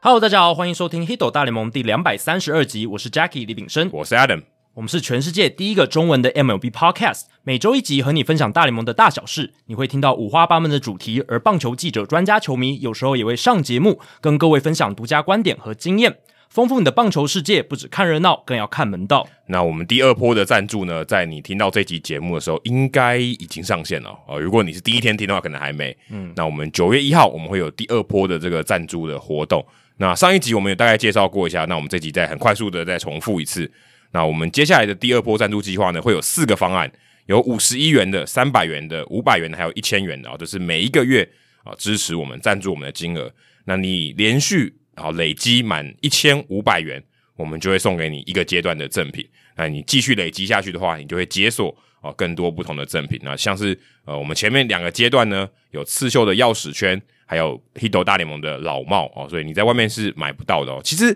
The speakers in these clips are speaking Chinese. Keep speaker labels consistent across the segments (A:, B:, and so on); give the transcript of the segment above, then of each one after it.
A: Hello，大家好，欢迎收听《h i d o 大联盟》第两百三十二集，我是 Jackie 李炳生，
B: 我是 Adam。
A: 我们是全世界第一个中文的 MLB Podcast，每周一集和你分享大联盟的大小事，你会听到五花八门的主题，而棒球记者、专家、球迷有时候也会上节目，跟各位分享独家观点和经验，丰富你的棒球世界。不只看热闹，更要看门道。
B: 那我们第二波的赞助呢，在你听到这集节目的时候，应该已经上线了哦。如果你是第一天听的话，可能还没。嗯，那我们九月一号我们会有第二波的这个赞助的活动。那上一集我们有大概介绍过一下，那我们这集再很快速的再重复一次。那我们接下来的第二波赞助计划呢，会有四个方案，有五十一元的、三百元的、五百元的，还有一千元的啊、哦，就是每一个月啊、哦支持我们赞助我们的金额。那你连续啊、哦累积满一千五百元，我们就会送给你一个阶段的赠品。那你继续累积下去的话，你就会解锁哦更多不同的赠品。那像是呃我们前面两个阶段呢，有刺绣的钥匙圈，还有 Hito 大联盟的老帽哦，所以你在外面是买不到的哦。其实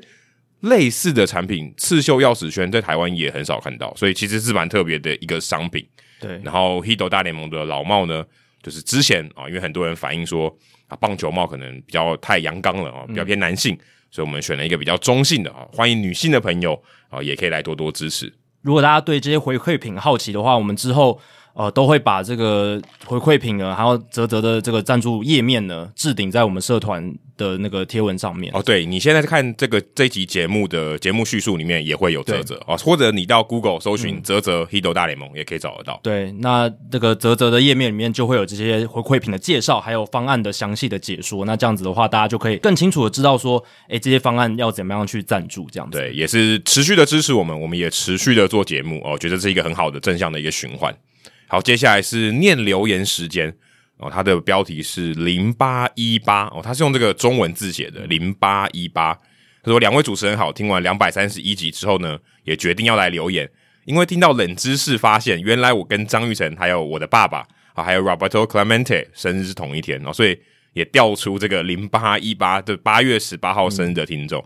B: 类似的产品，刺绣钥匙圈在台湾也很少看到，所以其实是蛮特别的一个商品。
A: 对
B: 然后 Hito 大联盟的老帽呢，就是之前啊，因为很多人反映说啊，棒球帽可能比较太阳刚了啊，比较偏男性，所以我们选了一个比较中性的啊，欢迎女性的朋友啊，也可以来多多支持。
A: 如果大家对这些回馈品好奇的话，我们之后呃都会把这个回馈品呢，还有泽泽的这个赞助页面呢，置顶在我们社团的那个贴文上面。
B: 哦，对你现在看这个这集节目的节目叙述里面也会有泽泽啊，或者你到 Google 搜寻泽泽 Hito 大联盟也可以找得到。
A: 对，那这个泽泽的页面里面就会有这些回馈品的介绍，还有方案的详细的解说。那这样子的话，大家就可以更清楚的知道说，诶，这些方案要怎么样去赞助，这样子。
B: 对，也是持续的支持我们，我们也持续的做节目哦，觉得这是一个很好的正向的一个循环。好，接下来是念留言时间哦，它的标题是零八一八哦，它是用这个中文字写的零八一八。他说：“两位主持人好，听完两百三十一集之后呢，也决定要来留言，因为听到冷知识，发现原来我跟张玉成还有我的爸爸啊，还有 Roberto Clemente 生日是同一天哦，所以也调出这个零八一八的八月十八号生日的听众。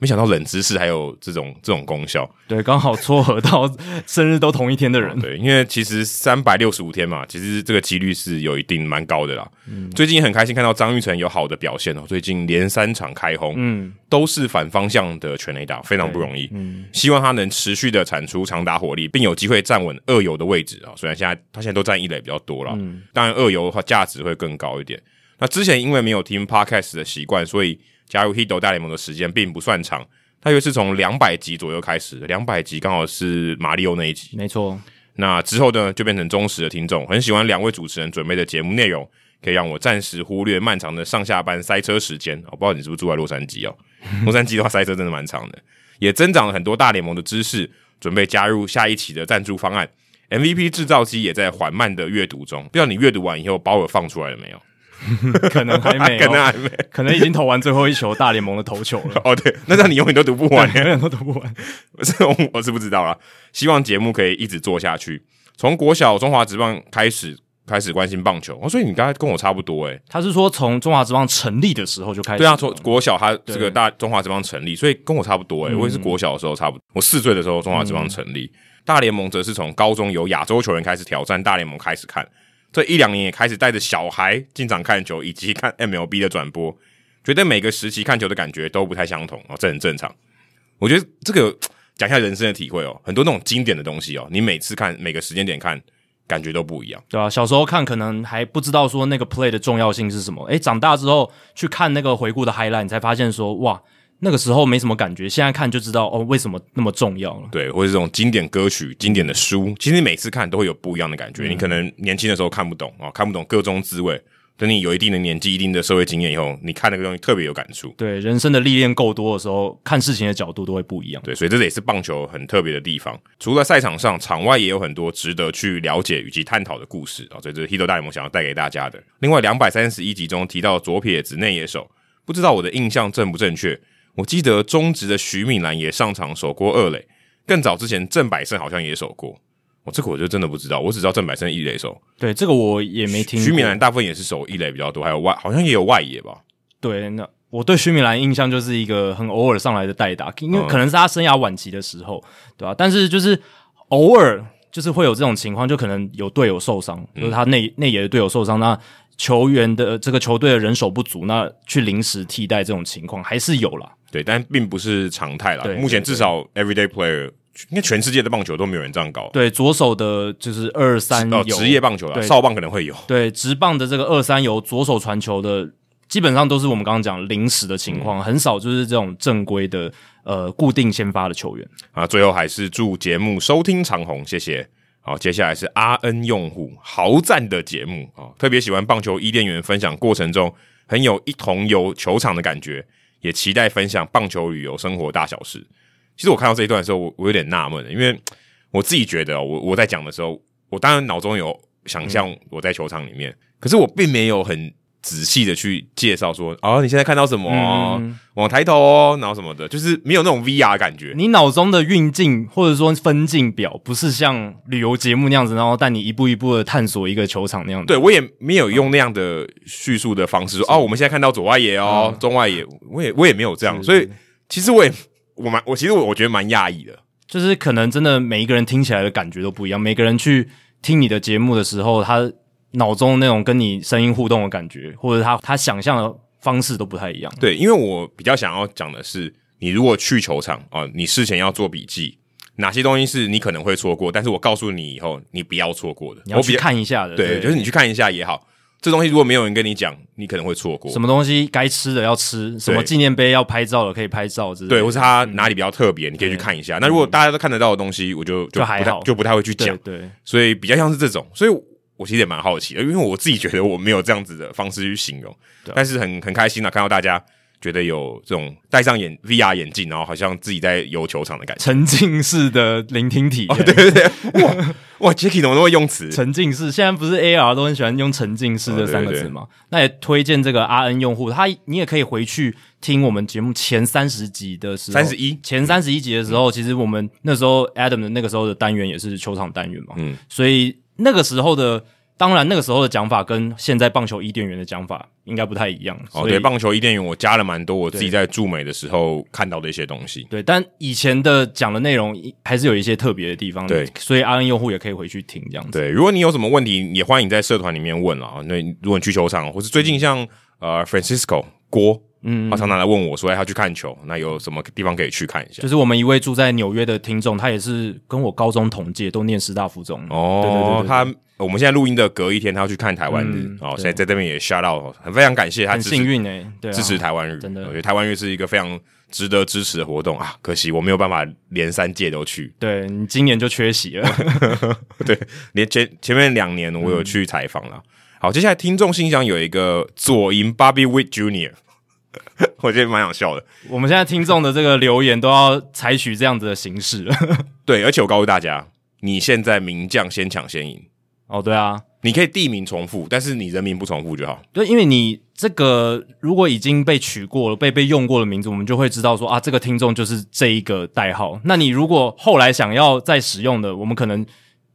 B: 没想到冷知识还有这种这种功效，
A: 对，刚好撮合到 生日都同一天的 人。
B: 哦对，因为其实三百六十五天嘛，其实这个几率是有一定蛮高的啦。
A: 嗯
B: 最近也很开心看到张玉成有好的表现哦，最近连三场开轰，
A: 嗯，
B: 都是反方向的全垒打，非常不容易。
A: 嗯，
B: 希望他能持续的产出长打火力，并有机会站稳二游的位置啊、虽然现在他现在都站一垒比较多了，
A: 嗯
B: 当然二游的话价值会更高一点。那之前因为没有听 podcast 的习惯，所以加入 Hito 大联盟的时间并不算长，大约是从两百集左右开始，两百集刚好是马里奥那一集。
A: 没错，
B: 那之后呢，就变成忠实的听众，很喜欢两位主持人准备的节目内容，可以让我暂时忽略漫长的上下班塞车时间。哦我、不知道你是不是住在洛杉 矶哦，洛杉矶的话塞车真的蛮长的，也增长了很多大联盟的知识，准备加入下一期的赞助方案。MVP 制造机也在缓慢的阅读中，不知道你阅读完以后把我放出来了没有？
A: 可能还没、哦，
B: 可能还没。
A: 可能已经投完最后一球大联盟的头球了，
B: 哦，对，那这样你永远都读不 完。
A: 永远都读 不完。
B: 我是我我是不知道啦。希望节目可以一直做下去。从国小中华职棒开始开始关心棒球，哦，所以你刚才跟我差不多欸诶、
A: 他是说从中华职棒成立的时候就开始，
B: 对啊，从国小它这个大中华职棒成立，所以跟我差不多欸诶、
A: 嗯
B: 我也是国小的时候差不多，我四岁的时候中华职棒成立，大联盟则是从高中由亚洲球员开始挑战大联盟开始看，这一两年也开始带着小孩进场看球以及看 MLB 的转播，觉得每个时期看球的感觉都不太相同哦，这很正常。我觉得这个讲一下人生的体会哦，很多那种经典的东西哦，你每次看每个时间点看，感觉都不一样。
A: 对啊，小时候看可能还不知道说那个 play 的重要性是什么，诶，长大之后去看那个回顾的 highlight，你才发现说哇，那个时候没什么感觉，现在看就知道哦，为什么那么重要了。
B: 对，或者这种经典歌曲、经典的书，其实你每次看都会有不一样的感觉。你可能年轻的时候看不懂啊、哦，看不懂各中滋味。等你有一定的年纪、一定的社会经验以后，你看那个东西特别有感触。
A: 对，人生的历练够多的时候，看事情的角度都会不一样。
B: 对，所以这也是棒球很特别的地方。除了赛场上，场外也有很多值得去了解以及探讨的故事啊、哦所以这是 Hito 大联盟想要带给大家的。另外，两百三十一集中提到左撇子内野手，不知道我的印象正不正确？我记得中职的徐敏兰也上场守过二垒，更早之前郑百胜好像也守过。我、这个我就真的不知道，我只知道郑百胜一垒手，
A: 对，这个我也没听过。
B: 徐敏兰大部分也是守一垒比较多，还有外好像也有外野吧。
A: 对，那我对徐米兰印象就是一个很偶尔上来的代打，因为
B: 嗯
A: 可能是他生涯晚期的时候，对吧、但是就是
B: 嗯
A: 偶尔就是会有这种情况，就可能有队友受伤，就是他内内野的队友受伤，那球员的这个球队的人手不足，那去临时替代这种情况还是有啦。
B: 对，但并不是常态啦
A: 对。
B: 目前至少 everyday player，应该全世界的棒球都没有人这样搞。
A: 对，左手的就是二三
B: 哦，
A: 游
B: 职业棒球啦，
A: 对
B: 少棒可能会有。
A: 对直棒的这个二三游左手传球的，基本上都是我们刚刚讲临时的情
B: 嗯
A: 况，很少就是这种正规的呃固定先发的球员。
B: 啊，最后还是祝节目收听长虹，谢谢。好，接下来是阿恩用户豪赞的节目啊、哦特别喜欢棒球伊甸园分享过程中很有一同游球场的感觉，也期待分享棒球旅游生活大小事。其实我看到这一段的时候，我我有点纳闷，因为我自己觉得哦，我我在讲的时候，我当然脑中有想象我在球场里面，可是我并没有很仔细的去介绍说，哦，你现在看到什么哦，
A: 嗯
B: 往抬头哦，然后什么的，就是没有那种 VR 感觉。
A: 你脑中的运镜或者说分镜表，不是像旅游节目那样子，然后带你一步一步的探索一个球场那样子。
B: 对我也没有用那样的叙述的方式说，哦，我们现在看到左外野哦，
A: 嗯
B: 中外野，我也我也没有这样，所以其实我也我蛮我其实我我觉得蛮讶异的，
A: 就是可能真的每一个人听起来的感觉都不一样，每个人去听你的节目的时候，他脑中那种跟你声音互动的感觉，或者他他想象的方式都不太一样。
B: 对，因为我比较想要讲的是，你如果去球场啊、哦你事前要做笔记，哪些东西是你可能会错过，但是我告诉你以后，你不要错过的，
A: 你要
B: 我比
A: 去
B: 较
A: 看一下的，
B: 对，就是你去看一下也好，这东西如果没有人跟你讲，你可能会错过
A: 什。么东西该吃的要吃，什么纪念碑要拍照的可以拍照之类的。
B: 对，或是
A: 嗯
B: 它哪里比较特别，你可以去看一下。那如果大家都看得到的东西，我就就
A: 就
B: 不
A: 还
B: 太
A: 好
B: 就不太会去
A: 对
B: 讲。
A: 对，
B: 所以比较像是这种，所以我其实也蛮好奇的，因为我自己觉得我没有这样子的方式去形容，
A: 对啊
B: 但是很很开心啊，看到大家觉得有这种戴上眼 VR 眼镜，然后好像自己在游球场的感觉。
A: 沉浸式的聆听体验。
B: 哦对对对，哇哇，Jacky 怎么那么用词？
A: 沉浸式，现在不是 AR 都很喜欢用沉浸
B: 哦
A: 式这三个字吗？那也推荐这个 RN 用户，他你也可以回去听我们节目前三十集的时候，
B: 31
A: 前三十一集的时
B: 嗯
A: 候，其实我们那时候 Adam 的那个时候的单元也是球场单元嘛，
B: 嗯
A: 所以那个时候的。当然，那个时候的讲法跟现在棒球伊甸园的讲法应该不太一样。
B: 哦，
A: 所以
B: 对，棒球伊甸园我加了蛮多我自己
A: 对
B: 在驻美的时候看到的一些东西。
A: 对，但以前的讲的内容还是有一些特别的地方，
B: 对
A: 所以 RN 用户也可以回去听这样子。
B: 对，如果你有什么问题，也欢迎在社团里面问啊。那如果你去球场，或是最近像呃 Francisco 郭，嗯，他常常来问我说哎他去看球，那有什么地方可以去看一下
A: 就？是我们一位住在纽约的听众，他也是跟我高中同届，都念师大附中。
B: 哦，
A: 对对对对对
B: 他我们现在录音的隔一天，他要去看台湾日、
A: 嗯
B: 哦，
A: 对
B: 现在在这边也 shout out，哦很非常感谢他
A: 很
B: 支
A: 幸
B: 持
A: 运哎、对、啊，
B: 支持台湾日，
A: 真的
B: 我觉得台湾日是一个非常值得支持的活动啊，可惜我没有办法连三届都去，
A: 对你今年就缺席了，
B: 连前前面两年我有去采访啦。好，接下来听众信箱有一个左营 Bobby Witt Junior，我觉得蛮想笑的。
A: 我们现在听众的这个留言都要采取这样子的形式了。
B: 对，而且我告诉大家，你现在名将先抢先赢，
A: 哦，对啊，
B: 你可以地名重复，但是你人名不重复就好。
A: 对，因为你这个如果已经被取过了、被被用过的名字，我们就会知道说啊，这个听众就是这一个代号。那你如果后来想要再使用的，我们可能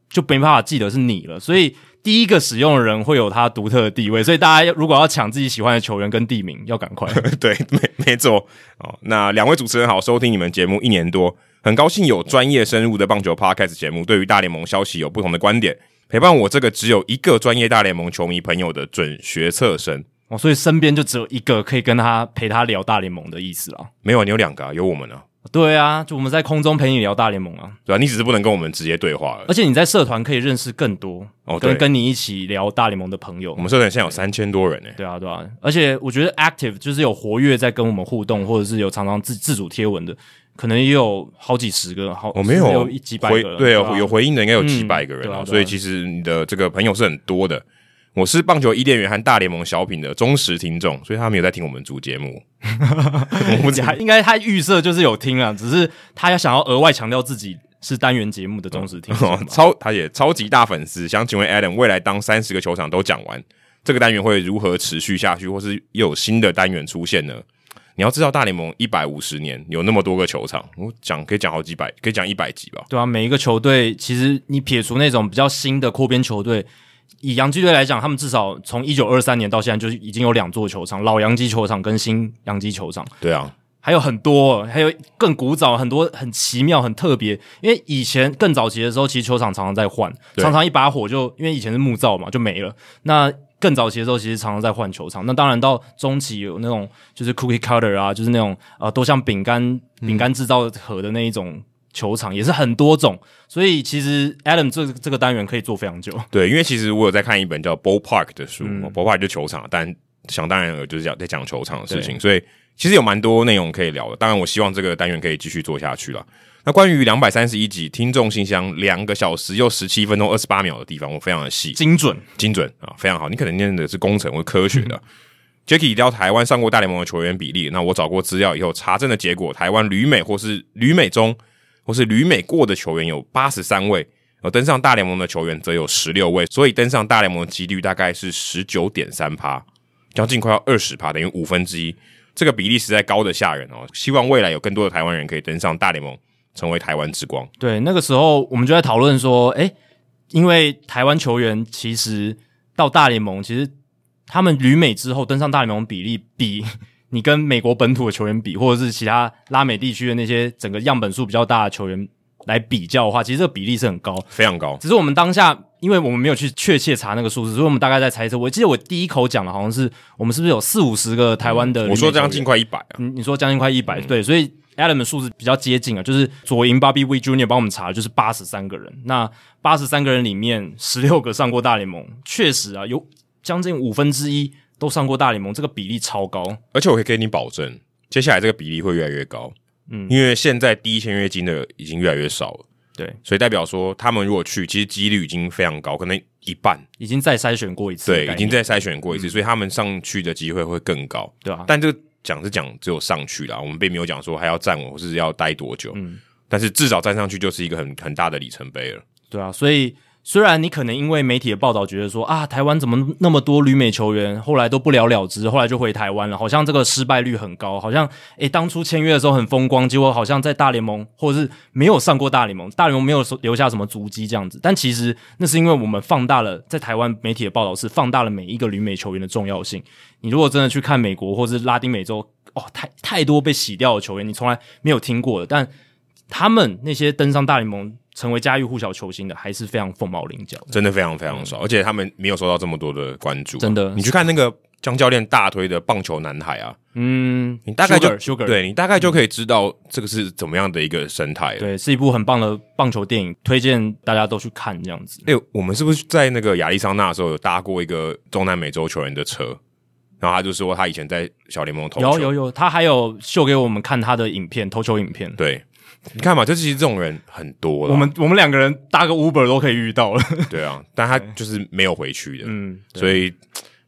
A: 就没办法记得是你了。所以第一个使用的人会有他独特的地位。所以大家要如果要抢自己喜欢的球员跟地名，要赶快。
B: 对，没没错哦。那两位主持人好，收听你们节目一年多，很高兴有专业深入的棒球 podcast 节目，对于大联盟消息有不同的观点，陪伴我这个只有一个专业大联盟球迷朋友的准学测生。
A: 哦，所以身边就只有一个可以跟他陪他聊大联盟的意思啦。
B: 没有啊，你有两个、啊，有我们啊，
A: 对啊，就我们在空中陪你聊大联盟啊，
B: 对吧、你只是不能跟我们直接对话而已。
A: 而且你在社团可以认识更多
B: 哦对
A: 跟跟你一起聊大联盟的朋友
B: 我。们社团现在有三千多人呢、欸
A: 对啊，对啊，而且我觉得 active 就是有活跃在跟我们互动，或者是有常常自自主贴文的，可能也有好几十个，好
B: 我、哦没
A: 甚至
B: 有
A: 有一几百个
B: 回
A: 了，
B: 对啊哦
A: 吧
B: 有回应的应该有几
A: 嗯
B: 百个人
A: 对啊
B: 啊，
A: 对啊
B: 所以其实你的这个朋友是很多的。我是棒球伊甸园和大联盟小品的忠实听众，所以他没有在听我们主节目。我们
A: 他 应该他预设就是有听啊，只是他要想要额外强调自己是单元节目的忠实听众
B: 哦
A: 吧、，
B: 超他也超级大粉丝，想请问 Adam，未来当三十个球场都讲完，这个单元会如何持续下去，或是又有新的单元出现呢？你要知道，大联盟一百五十年有那么多个球场，我讲可以讲好几百，可以讲一百集吧。
A: 对啊，每一个球队其实你撇除那种比较新的扩编球队，以洋基队来讲，他们至少从一九二三年到现在，就是已经有两座球场，老洋基球场跟新洋基球场。
B: 对啊，
A: 还有很多，还有更古早很多很奇妙很特别，因为以前更早期的时候，其实球场常常在换，
B: 对
A: 常常一把火就因为以前是木造嘛就没了。那更早期的时候，其实常常在换球场。那当然到中期有那种就是 cookie cutter 啊，就是那种呃多像饼干饼干制造盒的那一种球场，也是很多种。所以其实 Adam 这这个单元可以做非常久。
B: 对，因为其实我有在看一本叫《Ballpark》的书、哦 b a l l p a r k 就球场，但想当然尔就是讲在讲球场的事情，所以其实有蛮多内容可以聊的。当然，我希望这个单元可以继续做下去了。那关于两百三十一集听众信箱两个小时又十七分钟二十八秒的地方，我非常的细
A: 精准，
B: 精准啊，非常好。你可能念的是工程或科学的。Jacky
A: 嗯
B: 聊台湾上过大联盟的球员比例，那我找过资料以后查证的结果，台湾旅美或是旅美中或是旅美过的球员有八十三位，而登上大联盟的球员则有十六位，所以登上大联盟的几率大概是十九点三趴，将近快要二十趴，等于五分之一。这个比例实在高的吓人哦！希望未来有更多的台湾人可以登上大联盟，成为台湾之光。
A: 对，那个时候我们就在讨论说，诶，因为台湾球员其实到大联盟，其实他们旅美之后登上大联盟比例比你跟美国本土的球员比，或者是其他拉美地区的那些整个样本数比较大的球员来比较的话，其实这个比例是很高。
B: 非常高，
A: 只是我们当下，因为我们没有去确切查那个数字，所以我们大概在猜测。我记得我第一口讲的好像是我们是不是有四五十个台湾的旅美
B: 我
A: 球员、
B: 说将近快一百啊，
A: 嗯你你说将近快一
B: 嗯
A: 百、对，所以 Adam 的数字比较接近啊，就是左营 Bobby We Junior 帮我们查的就是八十三个人，那八十三个人里面十六个上过大联盟，确实啊，有将近五分之一都上过大联盟，这个比例超高，
B: 而且我可以给你保证，接下来这个比例会越来越高。嗯，因为现在低签约金的已经越来越少了。
A: 对，
B: 所以代表说，他们如果去，其实几率已经非常高，可能一半，
A: 已经再筛选过一次的概
B: 对，
A: 念，嗯
B: 已经在筛选过一次，所以他们上去的机会会更高。
A: 对啊，
B: 但这个讲是讲只有上去啦，我们并没有讲说还要站稳或是要待多久，
A: 嗯
B: 但是至少站上去就是一个很很大的里程碑了。
A: 对啊，所以虽然你可能因为媒体的报道觉得说啊，台湾怎么那么多旅美球员，后来都不了了之，后来就回台湾了，好像这个失败率很高，好像诶当初签约的时候很风光，结果好像在大联盟或者是没有上过大联盟，大联盟没有留下什么足迹这样子。但其实那是因为我们放大了在台湾媒体的报道是放大了每一个旅美球员的重要性。你如果真的去看美国或是拉丁美洲，哦，太太多被洗掉的球员，你从来没有听过的，但他们那些登上大联盟成为家喻户晓球星的，还是非常凤毛麟角的。
B: 真的非常非常少，而且他们没有受到这么多的关注。
A: 嗯
B: 啊
A: 真的
B: 你去看那个江教练大推的棒球男孩啊，
A: 嗯，
B: 你大概就
A: Sugar, Sugar
B: 对你大概就可以知道这个是怎么样的一个生态
A: 嗯
B: 了。
A: 对，是一部很棒的棒球电影，推荐大家都去看这样子。
B: 哎、我们是不是在那个亚利桑那的时候有搭过一个中南美洲球员的车？然后他就说他以前在小联盟投球，
A: 有有有，他还有秀给我们看他的影片，投球影片。
B: 对，你看嘛，就是其实这种人很多了，
A: 我们我们两个人搭个 Uber 都可以遇到了。
B: 对啊，但他就是没有回去的，
A: 嗯，
B: 所以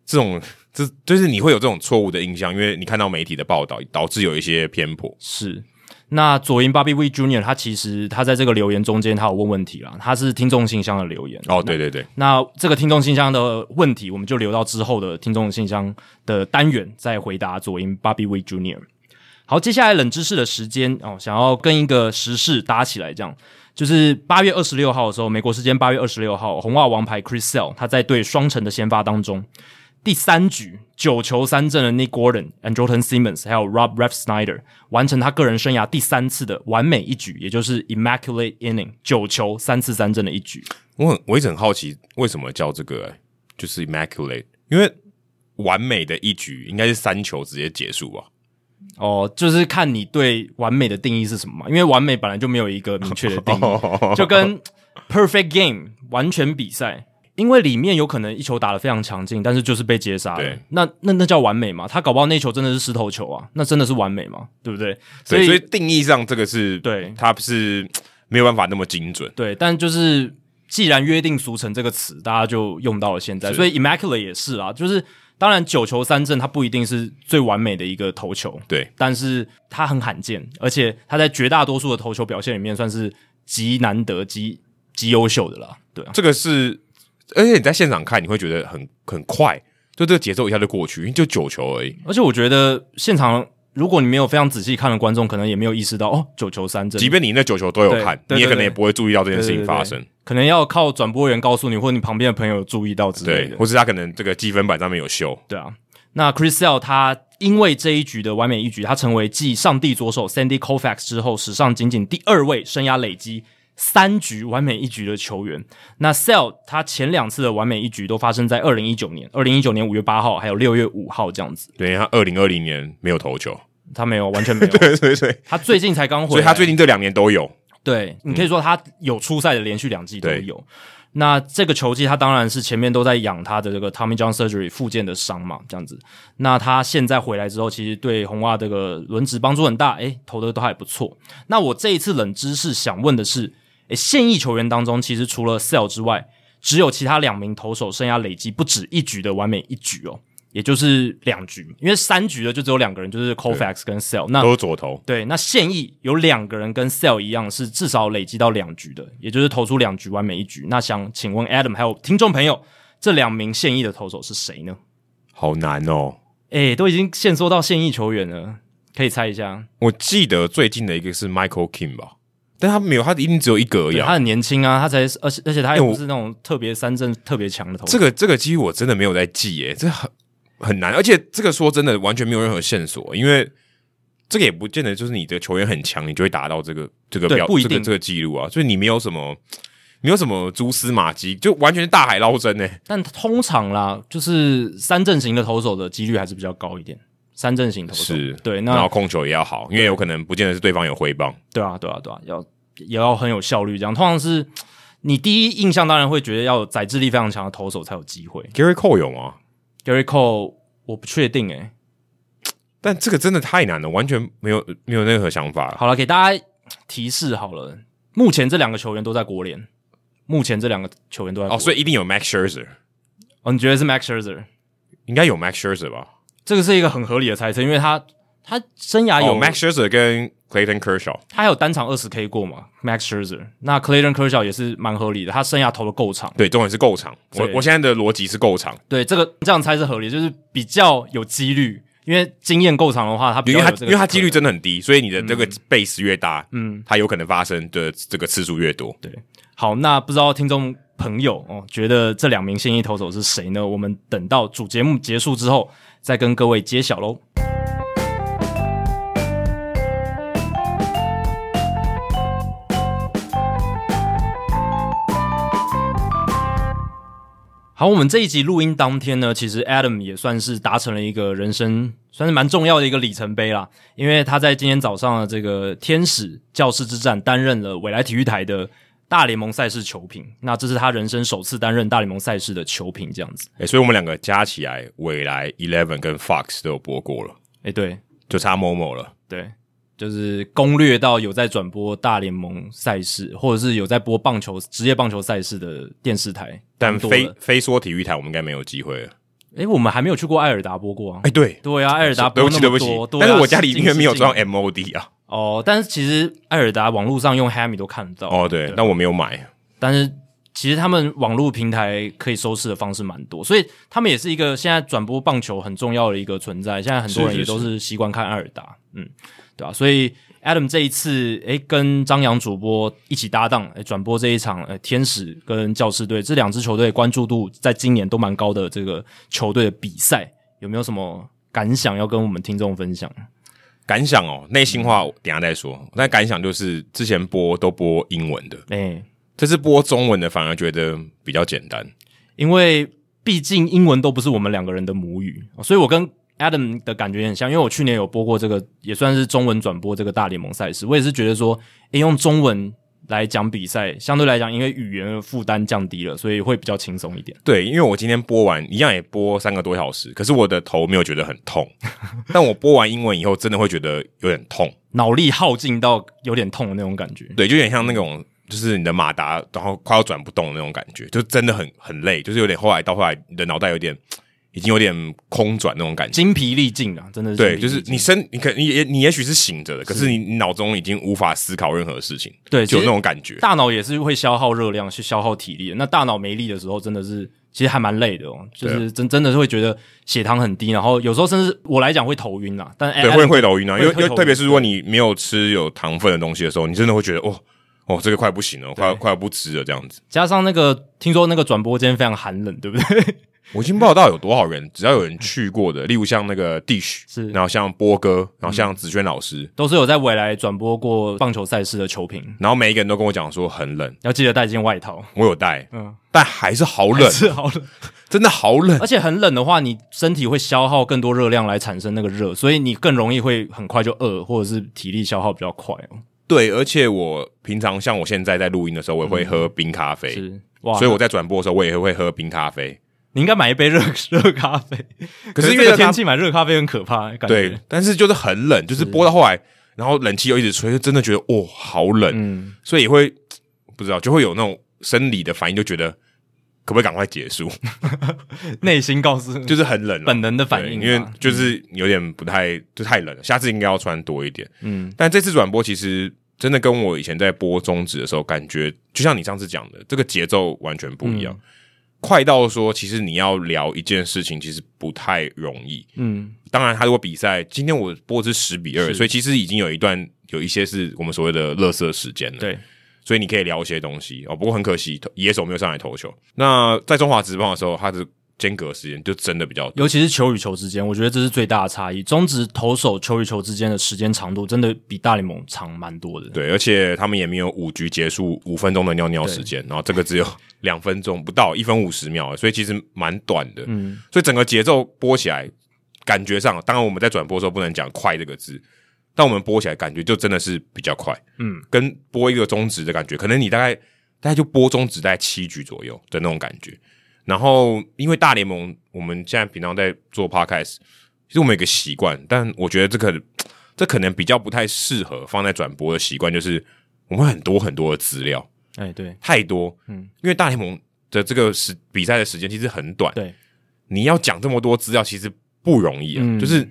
B: 这种这就是你会有这种错误的印象，因为你看到媒体的报道，导致有一些偏颇。
A: 是。那左营 Bobby We Junior 他其实他在这个留言中间他有问问题啦，他是听众信箱的留言
B: 哦，对对对，
A: 那这个听众信箱的问题，我们就留到之后的听众信箱的单元再回答左音 Bobby w e Junior。好，接下来冷知识的时间哦，想要跟一个时事搭起来，这样就是八月二十六号的时候，美国时间八月二十六号，红袜王牌 Chris Sale 他在对双城的先发当中，第三局九球三振的 Nick Gordon、Andrelton Simmons 还有 Rob Ref Snyder 完成他个人生涯第三次的完美一局，也就是 immaculate inning 九球三次三振的一局。
B: 我很我一直很好奇，为什么叫这个、欸就是 immaculate，因为完美的一局应该是三球直接结 束吧？
A: 哦，就是看你对完美的定义是什么嘛，因为完美本来就没有一个明确的定
B: 哦
A: 义，就跟 perfect game 完全比赛，因为里面有可能一球打得非常强劲，但是就是被接杀了
B: 对，
A: 那那那叫完美吗？他搞不好那球真的是石头球啊，那真的是完美吗？对不对？所
B: 对，
A: 以
B: 所以定义上这个是
A: 对
B: 它是没有办法那么精准。
A: 对，但就是既然约定俗成这个词，大家就用到了现在，
B: 是
A: 所以 immaculate 也是啊，就是当然九球三振它不一定是最完美的一个投球，
B: 对，
A: 但是它很罕见，而且它在绝大多数的投球表现里面算是极难得、极极优秀的啦。对啊，
B: 这个是，而且你在现场看，你会觉得很很快，就这个节奏一下就过去，因为就九球而已。
A: 而且我觉得现场如果你没有非常仔细看的观众，可能也没有意识到哦，九球三振，
B: 即便你那九球都有看，
A: 对对
B: 你也可能
A: 对
B: 也不会注意到这件事
A: 对
B: 情
A: 对
B: 发
A: 对
B: 生，
A: 可能要靠转播员告诉你，或你旁边的朋友注意到之类的。
B: 或是他可能这个积分板上面有修，
A: 对啊，那 Chris Sale 他因为这一局的完美一局，他成为继上帝左手 Sandy Koufax 之后，史上仅仅第二位生涯累积三局完美一局的球员。那 Sell 他前两次的完美一局都发生在二零一九年，二零一九年五月八号还有六月五号这样子，
B: 对，因为他二零二零年没有 投球，
A: 他没有完全没有，
B: 对对对，
A: 他最近才刚回
B: 所
A: 来，
B: 以他最近这两年都有，
A: 对你可以说他有出赛的连续两季都
B: 对
A: 有。那这个球季他当然是前面都在养他的这个 Tommy John surgery 附件的伤嘛，这样子。那他现在回来之后，其实对红袜这个轮值帮助很大，诶，投的都还不错。那我这一次冷知识想问的是，诶，现役球员当中，其实除了 Sell 之外，只有其他两名投手生涯累积不止一局的完美一局哦，也就是两局，因为三局的就只有两个人，就是 Colfax 跟 Sell。那
B: 都是左投，
A: 对，那现役有两个人跟 Sell 一样是至少累积到两局的，也就是投出两局完美一局。那想请问 Adam 还有听众朋友，这两名现役的投手是谁呢？
B: 好难哦。
A: 诶、都已经限缩到现役球员了，可以猜一下。
B: 我记得最近的一个是 Michael Kim 吧，但他没有，他一定只有一个而已
A: 对
B: 啊
A: 他很年轻啊，他才而且而且他
B: 哎
A: 也
B: 我
A: 不是那种特别三振特别强的投手。
B: 这个这个几乎我真的没有在记耶，这很很难，而且这个说真的完全没有任何线索，因为这个也不见得就是你的球员很强，你就会达到这个这个
A: 对
B: 标
A: 不一
B: 这个
A: 定
B: 这个记录啊，所以你没有什么没有什么蛛丝马迹，就完全是大海捞针呢。
A: 但通常啦，就是三阵型的投手的几率还是比较高一点。三阵型投手
B: 是
A: 对，那
B: 然后控球也要好，因为有可能不见得是对方有挥棒，
A: 对啊，对啊，对啊，要也要很有效率。这样，通常是你第一印象当然会觉得要有载制力非常强的投手才有机会。
B: Gary Cole 有吗？
A: Gary Cole 我不确定诶、欸
B: 但这个真的太难了，完全没有没有任何想法。
A: 好了，给大家提示好了，目前这两个球员都在国联，目前这两个球员都在国
B: 哦，所
A: 以
B: 以一定有 Max Scherzer，
A: 哦，你觉得是 Max Scherzer？
B: 应该有 Max Scherzer 吧？
A: 这个是一个很合理的猜测，因为他他生啊涯有、
B: 哦，Max Scherzer 跟 Clayton Kershaw，
A: 他还有单场二十 K 过嘛？Max Scherzer，那 Clayton Kershaw 也是蛮合理的，他生涯投的够长。
B: 对，重点是够长。我
A: 对哦
B: 我现在的逻辑是够长，
A: 对，这个这样猜是合理，就是比较有几率，因为经验够长的话，他比
B: 因
A: 较
B: 为它
A: 有这个
B: 因为它
A: 可能
B: 几率真的很低，所以你的这个 base 越大，嗯，它有可能发生的这个次数越多。
A: 好。那不知道听众朋友哦，觉得这两名现役投手是谁呢？我们等到主节目结束之后再跟各位揭晓喽。好，我们这一集录音当天呢，其实 Adam 也算是达成了一个人生算是蛮重要的一个里程碑啦，因为他在今天早上的这个天使教师之战担任了未来体育台的大联盟赛事球评，那这是他人生首次担任大联盟赛事的球评，这样子。
B: 哎、所以我们两个加起来，未来 Eleven 跟 Fox 都有播过了，
A: 诶，对
B: 就差 Momo 了。
A: 对，就是攻略到有在转播大联盟赛事，或者是有在播棒球职业棒球赛事的电视台，
B: 但
A: 蛮多
B: 非
A: 的
B: 非说体育台，我们应该没有机会了。
A: 诶，我们还没有去过埃尔达播过啊。
B: 哎、对，
A: 对啊，埃尔达
B: 对
A: 播
B: 不
A: 那
B: 起，
A: 么
B: 对不起
A: 多，，对啊
B: 但是我家里因为没有
A: 失敬
B: 装 MOD 啊。
A: 哦，但是其实艾尔达网络上用 Hammy 都看得到
B: 哦，对，那我没有买。
A: 但是其实他们网络平台可以收视的方式蛮多，所以他们也是一个现在转播棒球很重要的一个存在。现在很多人
B: 是
A: 也
B: 是
A: 都是习惯看艾尔达，嗯，对吧、所以 Adam 这一次诶跟张扬主播一起搭档，诶转播这一场诶天使跟教士队这两支球队关注度在今年都蛮高的这个球队的比赛，有没有什么感想要跟我们听众分享？
B: 感想哦，内心话我等一下再说。但感想就是，之前播都播英文的，
A: 诶、
B: 这次播中文的反而觉得比较简单。
A: 因为毕竟英文都不是我们两个人的母语，所以我跟 Adam 的感觉也很像，因为我去年有播过这个，也算是中文转播这个大联盟赛事，我也是觉得说，诶、用中文来讲比赛，相对来讲，因为语言的负担降低了，所以会比较轻松一点。
B: 对，因为我今天播完一样也播三个多小时，可是我的头没有觉得很 痛，但我播完英文以后，真的会觉得有点痛。
A: 脑力耗尽到有点痛的那种感觉，
B: 对，就有点像那种就是你的马达，然后快要转不动的那种感觉，就真的很很累，就是有点后来到后来你的脑袋有点已经有点空转那种感觉。
A: 精疲力尽啊，真的是
B: 对，
A: 精疲
B: 就是
A: 力尽
B: 你身，你可你也你也许是醒着的，可是你你脑中已经无法思考任何事情，
A: 对
B: 就
A: 其
B: 有那
A: 实
B: 种感觉。
A: 大脑也是会消耗热量，去消耗体力的。那大脑没力的时候，真的是其实还蛮累的哦，就
B: 对啊
A: 是真真的是会觉得血糖很低，然后有时候甚至我来讲会头晕啦。但哎
B: 对，
A: Adam-
B: 会会头晕啊，
A: 会
B: 因为
A: 会
B: 因为
A: 头晕
B: 特别是如果你没有吃有糖分的东西的时候，你真的会觉得哦哦，这个快不行了，快要快要不吃了这样子。
A: 加上那个听说那个转播间非常寒冷，对不对？
B: 我已经不知道有多少人，只要有人去过的，例如像那个 Dish，
A: 是嗯
B: 然后像波哥，然后像子轩老师，
A: 都是有在未来转播过棒球赛事的球评，
B: 然后每一个人都跟我讲说很冷，
A: 要记得带一件外套。
B: 我有带，
A: 嗯，
B: 但还是好 冷，
A: 是好冷，
B: 真的 好冷。
A: 而且很冷的话，你身体会消耗更多热量来产生那个热，所以你更容易会很快就饿，或者是体力消耗比较快哦。
B: 对，而且我平常像我现在在录音的时候，我也会喝冰咖啡，
A: 嗯是哇，
B: 所以我在转播的时候，我也会喝冰咖啡。
A: 你应该买一杯热 热咖啡。
B: 可是因
A: 这个
B: 为热咖
A: 天气买热咖啡很可怕，感觉
B: 对，但是就是很冷，就是播到后来，然后冷气又一直吹，就真的觉得哦好冷，
A: 嗯，
B: 所以也会不知道就会有那种生理的反应，就觉得可不可以赶快 结束，
A: 内心告诉
B: 就是很冷了。
A: 本能的反应
B: 对因为
A: 啊，
B: 就是有点不太，就太冷了。啊下次应该要穿多一点。
A: 嗯，
B: 但这次转播其实真的跟我以前在播中指的时候，感觉就像你上次讲的，这个节奏完全不一样。
A: 嗯
B: 快到说，其实你要聊一件事情，其实不太容易。
A: 嗯，
B: 当然，他如果比赛，今天我播的是十比二，
A: 是
B: 所以其实已经有一段有一些是我们所谓的垃圾时间了。
A: 对，
B: 所以你可以聊一些东西哦。不过很可惜，野手没有上来投球。那在中华职棒的时候，他的间隔时间就真的比较多。
A: 尤其是球与球之间，我觉得这是最大的差异。中职投手球与球之间的时间长度真的比大联盟长蛮多的。
B: 对，而且他们也没有五局结束五分钟的尿尿时间，然后这个只有两分钟不到，一分五十秒，所以其实蛮短的。
A: 嗯，
B: 所以整个节奏播起来，感觉上，当然我们在转播的时候不能讲“快”这个字，但我们播起来感觉就真的是比较快。
A: 嗯，
B: 跟播一个中指的感觉，可能你大概大概就播中指大概七局左右的那种感觉。然后因为大联盟，我们现在平常在做 podcast，其实我们有一个习惯，但我觉得这个这可能比较不太适合放在转播的习惯，就是我们很多很多的资料，
A: 哎、对
B: 太多，
A: 嗯，
B: 因为大联盟的这个时比赛的时间其实很短，
A: 对，
B: 你要讲这么多资料其实不容易啊，
A: 嗯
B: 就是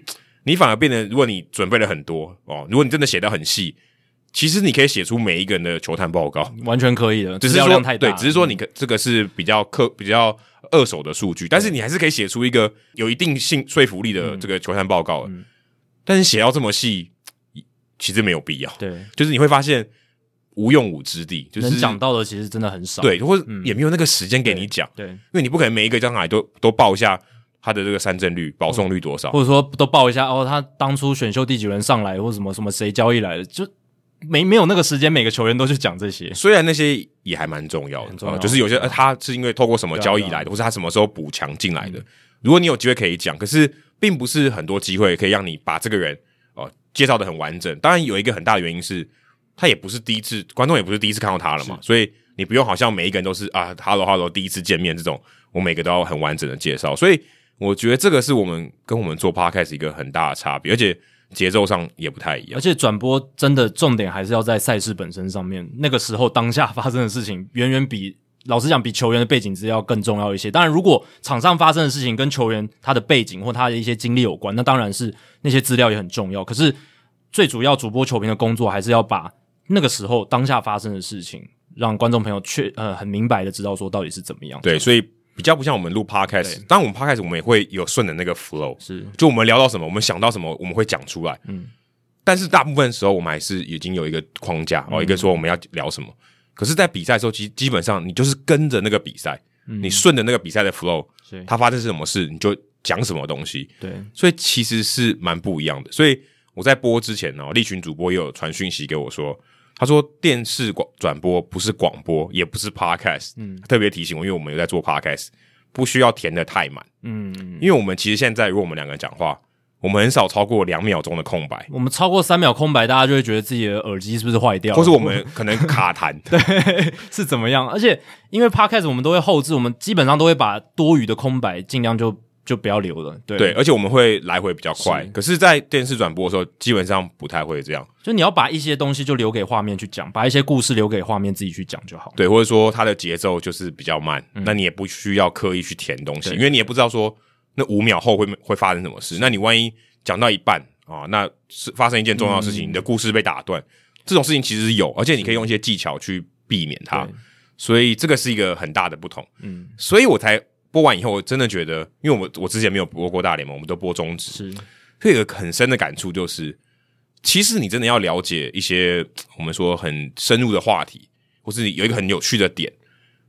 B: 你反而变得，如果你准备了很多哦，如果你真的写得很细，其实你可以写出每一个人的球探报告，
A: 完全可以的，
B: 只
A: 嗯资
B: 是
A: 料
B: 说
A: 量太大嗯
B: 对
A: 了，，
B: 只是说你可这个是比较客比较二手的数据，但
A: 嗯
B: 是你还是可以写出一个有一定性说服力的这个球探报告了。
A: 嗯
B: 但是写到这么细，其实没有必要，
A: 对，
B: 就是你会发现无用武之地，就
A: 嗯
B: 是
A: 能讲到的其实真的很少。
B: 对，或者也没有那个时间给你讲，
A: 对，
B: 因为你不可能每一个张海都都报一下他的这个三振率、保送率多少。
A: 或者说都报一下哦，他当初选秀第几轮上来，或什么什么谁交易来的，就没没有那个时间，每个球员都去讲这些。
B: 虽然那些也还蛮重要的，
A: 很重要
B: 呃就是有些、呃、他是因为透过什么交易来的，或是他什么时候补强进来的。如果你有机会可以讲，可是并不是很多机会可以让你把这个人哦、呃介绍的很完整。当然有一个很大的原因是，他也不是第一次，观众也不是第一次看到他了嘛，所以你不用好像每一个人都是啊，hello hello，第一次见面这种，我每个都要很完整的介绍。所以我觉得这个是我们跟我们做 podcast 一个很大的差别，而且节奏上也不太一样
A: 而。且转播真的重点还是要在赛事本身上面，那个时候当下发生的事情，远远比老实讲比球员的背景资料更重要一些。当然，如果场上发生的事情跟球员他的背景或他的一些经历有关，那当然是那些资料也很重要。可是最主要主播球评的工作还是要把那个时候当下发生的事情，让观众朋友确呃很明白的知道说到底是怎么样。
B: 对，所以比较不像我们录 podcast，
A: 对
B: 当然我们 podcast 我们也会有顺着那个 flow，
A: 是
B: 就我们聊到什么，我们想到什么，我们会讲出来。
A: 嗯
B: 嗯，但是大部分时候我们还是已经有一个框架哦，
A: 嗯
B: 一个说我们要聊什么。可是，在比赛的时候，基基本上你就是跟着那个比赛，你顺着那个比赛的 flow，
A: 嗯对
B: 它发生是什么事，你就讲什么东西。
A: 对，
B: 所以其实是蛮不一样的。所以我在播之前呢、哦，利群主播也有传讯息给我说，他说电视广转播不是广播，也不是 podcast，嗯，特别提醒我，因为我们有在做 podcast，不需要填的太满，
A: 嗯，
B: 因为我们其实现在如果我们两个人讲话，我们很少超过两秒钟的空白。
A: 我们超过三秒空白，大家就会觉得自己的耳机是不是坏掉了，
B: 或是我们可能卡痰，
A: 是怎么样？而且因为 podcast 我们都会后置，我们基本上都会把多余的空白尽量就就不要留了。对，
B: 对，而且我们会来回比较快
A: 是。
B: 可是，在电视转播的时候，基本上不太会这样。
A: 就你要把一些东西就留给画面去讲，把一些故事留给画面自己去讲就好。
B: 对，或者说它的节奏就是比较慢，那你也不需要刻意去填东西，
A: 嗯对
B: 因为你也不知道说那五秒后会会发生什么事。那你万一讲到一半啊，那是发生一件重要的事
A: 嗯
B: 情，你的故事被打断，这种事情其实有，而且你可以用一些技巧去避免它
A: 对。
B: 所以这个是一个很大的不同，
A: 嗯，
B: 所以我才播完以后，我真的觉得，因为我我之前没有播过大联盟，我们都播中职，
A: 是
B: 会有一个很深的感触，就是其实你真的要了解一些我们说很深入的话题，或是有一个很有趣的点，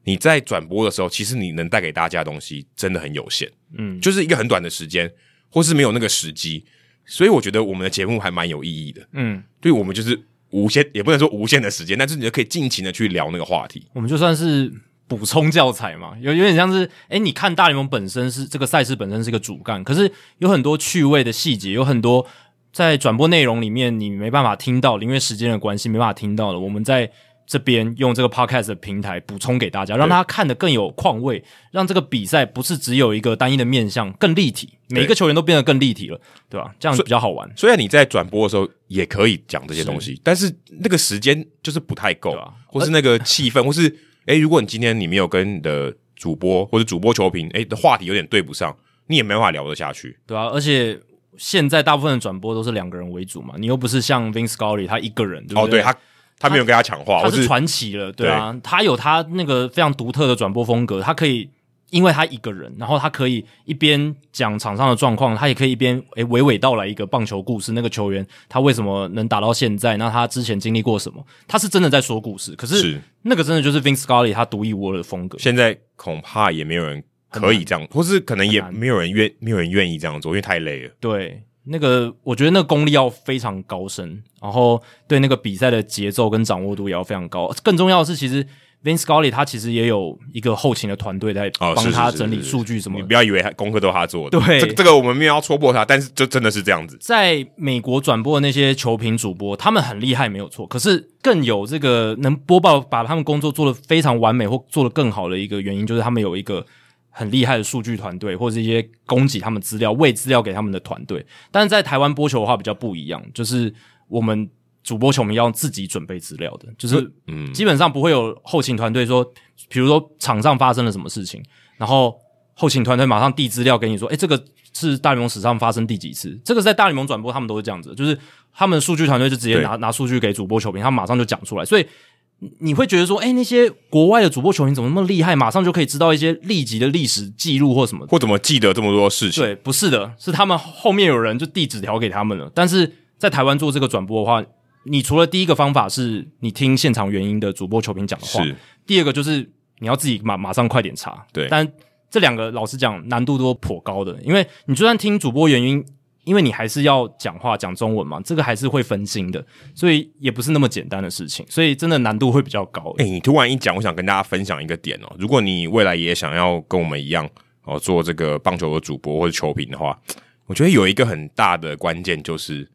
B: 你在转播的时候，其实你能带给大家的东西真的很有限，
A: 嗯，
B: 就是一个很短的时间，或是没有那个时机。所以我觉得我们的节目还蛮有意义的，
A: 嗯，
B: 对我们就是无限，也不能说无限的时间，但是你就可以尽情的去聊那个话题。
A: 我们就算是补充教材嘛，有有点像是，诶、你看大联盟本身是这个赛事本身是一个主干，可是有很多趣味的细节，有很多在转播内容里面你没办法听到，因为时间的关系没办法听到的，我们在。这边用这个 podcast 的平台补充给大家，让大家看得更有况味，让这个比赛不是只有一个单一的面向，更立体，每一个球员都变得更立体了，对吧、这样比较好玩，
B: 虽然你在转播的时候也可以讲这些东西，但是那个时间就是不太够，
A: 对啊
B: 或是那个气氛，或 是诶，如果你今天你没有跟你的主播或者主播球评，诶的话题有点对不上，你也没办法聊得下去。
A: 对啊，而且现在大部分的转播都是两个人为主嘛，你又不是像 Vince Scully 他一个人，对不
B: 哦，对他，他没有跟他抢话，
A: 他
B: 或
A: 是
B: 是
A: 传奇了，对啊，他有他那个非常独特的转播风格，他可以因为他一个人，然后他可以一边讲场上的状况，他也可以一边诶娓娓道来一个棒球故事，那个球员他为什么能打到现在，那他之前经历过什么，他是真的在说故事，可是
B: 是
A: 那个真的就是 Vince Scully 他独一无二的风格，
B: 现在恐怕也没有人可以这样，或是可能也
A: 很难
B: 没有人愿没有人愿意这样做，因为太累了。
A: 对，那个我觉得那个功力要非常高深，然后对那个比赛的节奏跟掌握度也要非常高。更重要的是，其实 Vince Scully 他其实也有一个后勤的团队在
B: 哦
A: 帮
B: 是是
A: 他
B: 是
A: 整理
B: 是是
A: 数据什么
B: 你
A: 的。
B: 不要以为他功课都是他做的，
A: 对
B: 这个这个我们没有要戳破他，但是就真的是这样子。
A: 在美国转播的那些球评主播，他们很厉害没有错，可是更有这个能播报把他们工作做得非常完美或做得更好的一个原因，就是他们有一个很厉害的数据团队，或者一些供给他们资料、喂资料给他们的团队。但是在台湾播球的话比较不一样，就是我们主播球迷要自己准备资料的，就是
B: 嗯，
A: 基本上不会有后勤团队说，比如说场上发生了什么事情，然后后勤团队马上递资料给你说，哎诶，这个是大联盟史上发生第几次？这个在大联盟转播他们都是这样子，就是他们数据团队就直接
B: 对
A: 拿拿数据给主播球评，他马上就讲出来，所以。你你会觉得说，诶，哎那些国外的主播球评怎么那么厉害，马上就可以知道一些立即的历史记录或什么的
B: 或怎么记得这么多事情？
A: 对，不是的，是他们后面有人就递纸条给他们了。但是在台湾做这个转播的话，你除了第一个方法是你听现场原音的主播球评讲的话
B: 是，
A: 第二个就是你要自己马马上快点查。
B: 对
A: 但这两个老实讲难度都颇高的，因为你就算听主播原音。因为你还是要讲话讲中文嘛，这个还是会分心的，所以也不是那么简单的事情，所以真的难度会比较高。
B: 哎、你突然一讲，我想跟大家分享一个点哦。如果你未来也想要跟我们一样哦，做这个棒球的主播或者球评的话，我觉得有一个很大的关键就是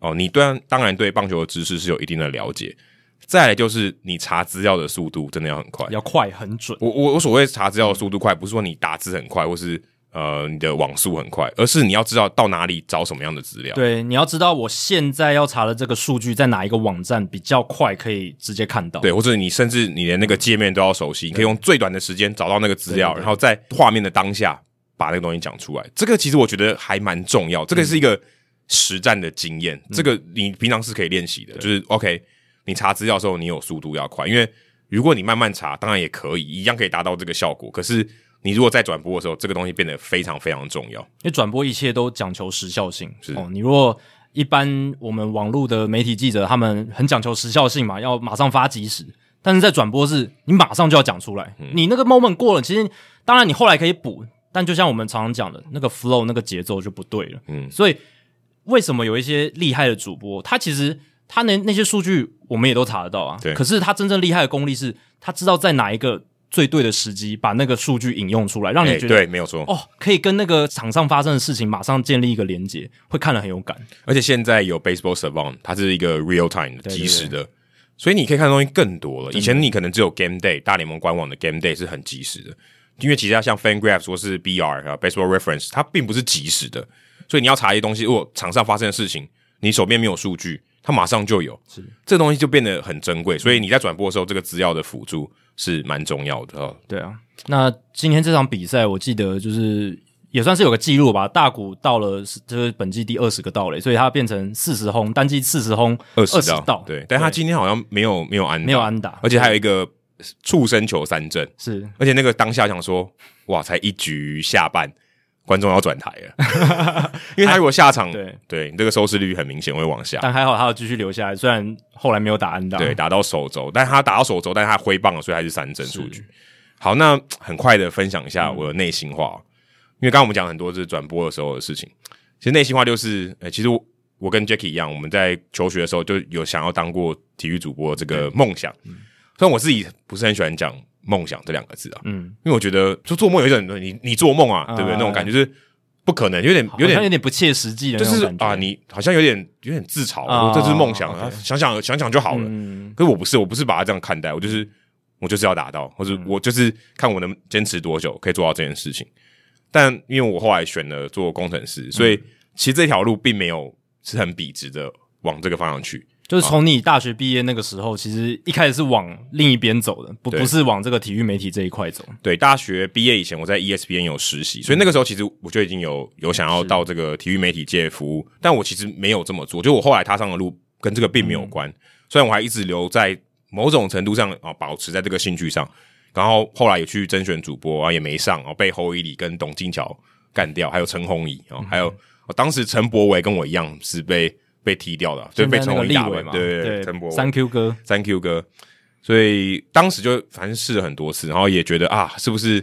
B: 哦，你对当然对棒球的知识是有一定的了解，再来就是你查资料的速度真的要很快。
A: 要快很准，
B: 我我我所谓查资料的速度快，不是说你打字很快，或是呃你的网速很快，而是你要知道到哪里找什么样的资料。
A: 对，你要知道我现在要查的这个数据在哪一个网站比较快可以直接看到。
B: 对，或者你甚至你连那个界面都要熟悉，你可以用最短的时间找到那个资料，然后在画面的当下把那个东西讲出来。这个其实我觉得还蛮重要，这个是一个实战的经验，
A: 嗯
B: 这个你平常是可以练习的。就是 OK，你查资料的时候你有速度要快，因为如果你慢慢查，当然也可以，一样可以达到这个效果。可是你如果在转播的时候，这个东西变得非常非常重要。
A: 因为转播一切都讲求时效性。哦，你如果一般我们网络的媒体记者，他们很讲求时效性嘛，要马上发即时。但是在转播是，你马上就要讲出来，
B: 嗯
A: 你那个 moment 过了，其实当然你后来可以补，但就像我们常常讲的，那个 flow 那个节奏就不对了。
B: 嗯
A: 所以为什么有一些厉害的主播，他其实他那那些数据我们也都查得到啊，
B: 对
A: 可是他真正厉害的功力是，他知道在哪一个最对的时机把那个数据引用出来，让你
B: 哎，
A: 觉得
B: 对，没有错。
A: 哦，可以跟那个场上发生的事情马上建立一个连接，会看了很有感。
B: 而且现在有 Baseball Savant，它是一个 real time 的
A: 对
B: 即时的，所以你可以看的东西更多了。以前你可能只有 Game Day，大联盟官网的 Game Day 是很及时的，因为其他像 FanGraphs 或是 BR 啊 Baseball Reference，它并不是及时的，所以你要查一些东西，如果场上发生的事情，你手边没有数据，它马上就有，
A: 是
B: 这个东西就变得很珍贵。所以你在转播的时候，这个资料的辅助是蛮重要的哦。
A: 对啊，那今天这场比赛，我记得就是也算是有个记录吧。大谷到了是就是本季第二十个盗垒，所以他变成四十轰，单季四十轰，
B: 二
A: 十
B: 十
A: 道
B: 道，，对，但他今天好像没有没有安打
A: 没有安打，
B: 而且还有一个畜生球三振。
A: 是
B: 而且那个当下想说， 哇，才一局下半，观众要转台了，因为他如果下场，
A: 对，
B: 对，你这个收视率很明显会往下，
A: 但还好他有继续留下来，虽然后来没有打安打。
B: 对，打到手肘，但他打到手肘，但他挥棒了，所以还是三振数据。好，那很快的分享一
A: 嗯
B: 下我的内心话哦、因为刚刚我们讲很多是转播的时候的事情。其实内心话就是，呃、其实我我跟 Jacky 一样，我们在求学的时候就有想要当过体育主播这个梦想。
A: 嗯
B: 虽然我自己不是很喜欢讲梦想这两个字啊，
A: 嗯，
B: 因为我觉得就做梦有一种你你做梦啊，对不
A: 啊
B: 对？那种感觉就是不可能，有点有
A: 好像
B: 点
A: 有点不切实际的
B: 就
A: 那种
B: 是
A: 感觉
B: 啊，你好像有点有点自嘲，
A: 啊
B: 我这是梦想，
A: OK
B: 啊想想想想就好了。
A: 嗯
B: 可是我不是，我不是把它这样看待，我就是我就是要达到，或
A: 嗯
B: 者我就是看我能坚持多久可以做到这件事情。但因为我后来选了做工程师，所以
A: 嗯
B: 其实这条路并没有是很笔直的往这个方向去。
A: 就是从你大学毕业那个时候，其实一开始是往另一边走的，不
B: 对
A: 不是往这个体育媒体这一块走。
B: 对，大学毕业以前，我在 E ESPN 有实习，所以那个时候其实我就已经有有想要到这个体育媒体界服务，但我其实没有这么做，就我后来踏上的路跟这个并没
A: 嗯
B: 有关。虽然我还一直留在某种程度上啊、保持在这个兴趣上，然后后来也去甄选主播啊，也没上哦、被侯以礼跟董金桥干掉，还有陈宏仪哦，
A: 嗯
B: 还有、哦当时陈柏伟跟我一样是被被踢掉的，就
A: 现
B: 被
A: 在
B: 陈
A: 那个
B: 宏仪
A: 立
B: 打
A: 委
B: 败
A: 嘛，，
B: 对
A: 对，
B: 陈柏伟
A: 三 Q 哥，
B: 三 Q 哥，所以当时就反正试了很多次，然后也觉得啊，是不是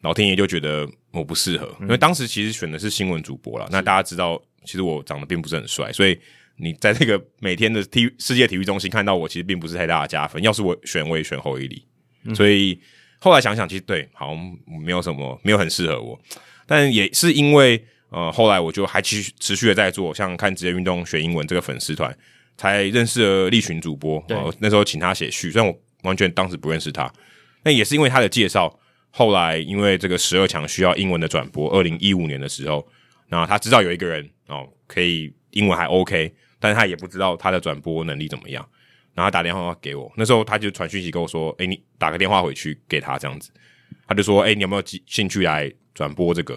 B: 老天爷就觉得我不适合？因为当时其实选的是新闻主播啦，那大家知道，其实我长得并不是很帅，所以你在这个每天的体育世界体育中心看到我，其实并不是太大的加分。要是我选，我也选侯一里，所以后来想想，其实对，好像没有什么，没有很适合我。但也是因为呃，后来我就还持续持续的在做，像看职业运动学英文这个粉丝团，才认识了立群主播。
A: 对
B: 呃那时候请他写序，虽然我完全当时不认识他，那也是因为他的介绍。后来因为这个十二强需要英文的转播，二零一五年的时候，那他知道有一个人哦可以英文还 OK，但是他也不知道他的转播能力怎么样。然后他打电话给我，那时候他就传讯息跟我说：“哎、你打个电话回去给他这样子。”他就说：“哎、你有没有兴兴趣来转播这个？”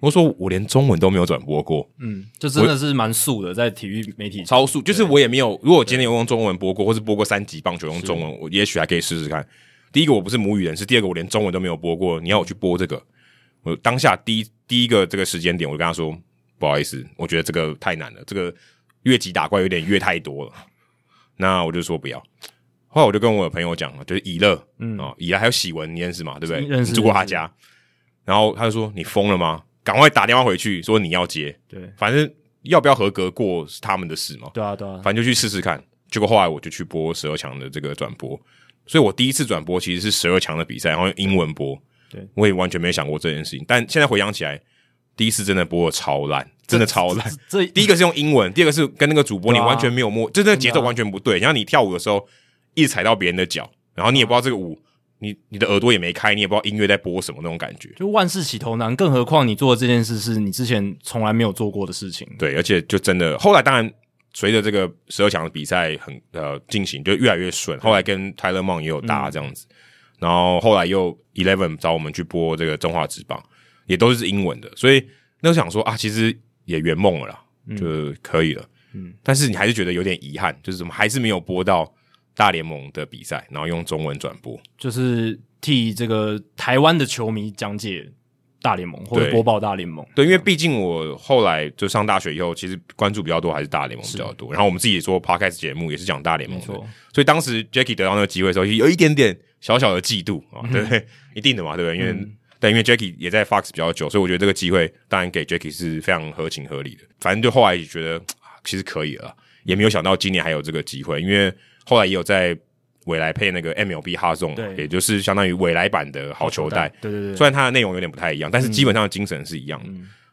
B: 我说：“我连中文都没有转播过，
A: 嗯，就真的是蛮素的，在体育媒体上。
B: 超速，就是我也没有。如果我今天有用中文播过，或是播过三级棒球用中文，我也许还可以试试看。第一个我不是母语人士，第二个我连中文都没有播过，你要我去播这个，我当下第一第一个这个时间点，我就跟他说：不好意思，我觉得这个太难了，这个越级打怪有点越太多了。 那我就说不要。后来我就跟我的朋友讲了，就是以乐，嗯哦，以乐还有喜文，你认识吗？对不对？
A: 认识
B: 你住过他
A: 认识
B: 家，然后他就说：你疯了吗？赶快打电话回去说你要接，
A: 对，
B: 反正要不要合格过是他们的事嘛。
A: 对啊，对啊，
B: 反正就去试试看。结果后来我就去播十二强的这个转播，所以我第一次转播其实是十二强的比赛，然后用英文播。
A: 对，
B: 我也完全没想过这件事情，但现在回想起来，第一次真的播的超烂，真的超烂。
A: 这
B: 第一个是用英文，第二个是跟那个主播你
A: 对啊
B: 完全没有默，就那个节奏
A: 真的啊
B: 完全不对。然后你跳舞的时候一直踩到别人的脚，然后你也不知道这个舞，你你的耳朵也没开，你也不知道音乐在播什么那种感觉。
A: 就万事起头难，更何况你做的这件事是你之前从来没有做过的事情。
B: 对，而且就真的后来当然随着这个十二强的比赛很呃进行，就越来越顺。后来跟 Tyler Mon 也有搭这样子，然后后来又 Eleven 找我们去播这个中华职棒，也都是英文的，所以那时候想说啊，其实也圆梦了啦，就可以了。嗯，但是你还是觉得有点遗憾，就是怎么还是没有播到大联盟的比赛，然后用中文转播。
A: 就是替这个台湾的球迷讲解大联盟或者
B: 对
A: 播报大联盟。
B: 对，因为毕竟我后来就上大学以后，其实关注比较多还是大联盟比较多。然后我们自己做 podcast 节目也是讲大联盟的
A: 没错，
B: 所以当时 Jackie 得到那个机会的时候，有一点点小小的嫉妒啊，对不对？ 一定的嘛，对不对？因为、但因为 Jackie 也在 Fox 比较久，所以我觉得这个机会当然给 Jackie 是非常合情合理的。反正就后来也觉得啊其实可以了啦，也没有想到今年还有这个机会，因为后来也有在未来配那个 MLB 哈颂
A: 对，
B: 也就是相当于未来版的好球带。
A: 对对对，嗯
B: 虽然它的内容有点不太一样，但是基本上的精神是一样的。